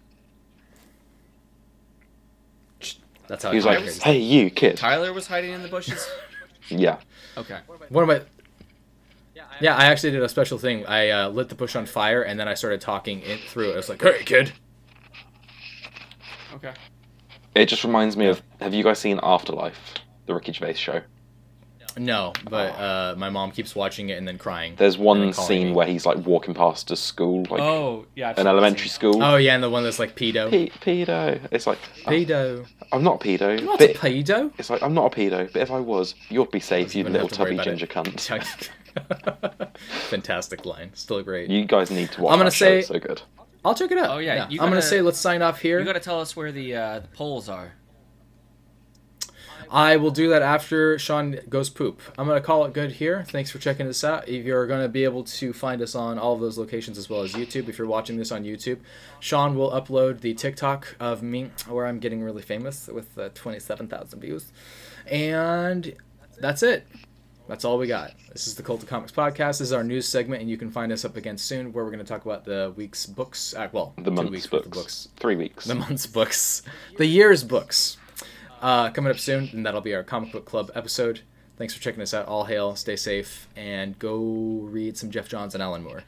Speaker 1: That's how
Speaker 3: He was
Speaker 1: I
Speaker 3: like,
Speaker 1: conquered.
Speaker 3: "Hey, you kid."
Speaker 2: tyler was hiding in the bushes
Speaker 3: Yeah,
Speaker 2: okay
Speaker 1: One of my. Yeah, I actually did a special thing. I uh, lit the bush on fire and then I started talking it through. I was like, "Hey, kid."
Speaker 2: okay
Speaker 3: it just reminds me of. Have you guys seen Afterlife, the Ricky Gervais show?
Speaker 1: No, but uh, my mom keeps watching it and then crying.
Speaker 3: There's
Speaker 1: then
Speaker 3: one
Speaker 1: calling
Speaker 3: scene
Speaker 1: me.
Speaker 3: where he's like walking past a school, like
Speaker 2: oh yeah I've seen
Speaker 3: an
Speaker 2: that
Speaker 3: elementary
Speaker 2: scene.
Speaker 3: school.
Speaker 1: Oh yeah, and the one that's like pedo.
Speaker 3: Pe- pedo. It's like oh,
Speaker 1: Pedo.
Speaker 3: I'm not a pedo.
Speaker 1: I'm not
Speaker 3: but
Speaker 1: a pedo.
Speaker 3: it's like I'm not a pedo. But if I was, you'd be safe, you
Speaker 1: Wouldn't have
Speaker 3: little
Speaker 1: to worry
Speaker 3: tubby
Speaker 1: about it.
Speaker 3: ginger cunt.
Speaker 1: Fantastic line. Still great.
Speaker 3: You guys need to watch.
Speaker 1: I'm gonna
Speaker 3: that show, it's
Speaker 1: say-
Speaker 3: so good.
Speaker 1: I'll check it out.
Speaker 2: Oh, yeah, you
Speaker 1: I'm gonna
Speaker 2: gotta-
Speaker 1: say let's sign off here.
Speaker 2: You gotta tell us where the uh, the polls are.
Speaker 1: I will do that after Sean goes poop. I'm going to call it good here. Thanks for checking us out. If You're going to be able to find us on all of those locations as well as YouTube. If you're watching this on YouTube, Sean will upload the TikTok of me where I'm getting really famous with uh, 27,000 views. And that's it. That's all we got. This is the Cult of Comics podcast. This is our news segment, and you can find us up again soon where we're going to talk about the week's books. Uh, well,
Speaker 3: The
Speaker 1: two
Speaker 3: month's
Speaker 1: weeks worth
Speaker 3: books.
Speaker 1: of books
Speaker 3: Three weeks.
Speaker 1: the month's books, the year's books, uh, coming up soon, and that'll be our comic book club episode. Thanks for checking us out. All hail, stay safe, and go read some Jeff Johns and Alan Moore.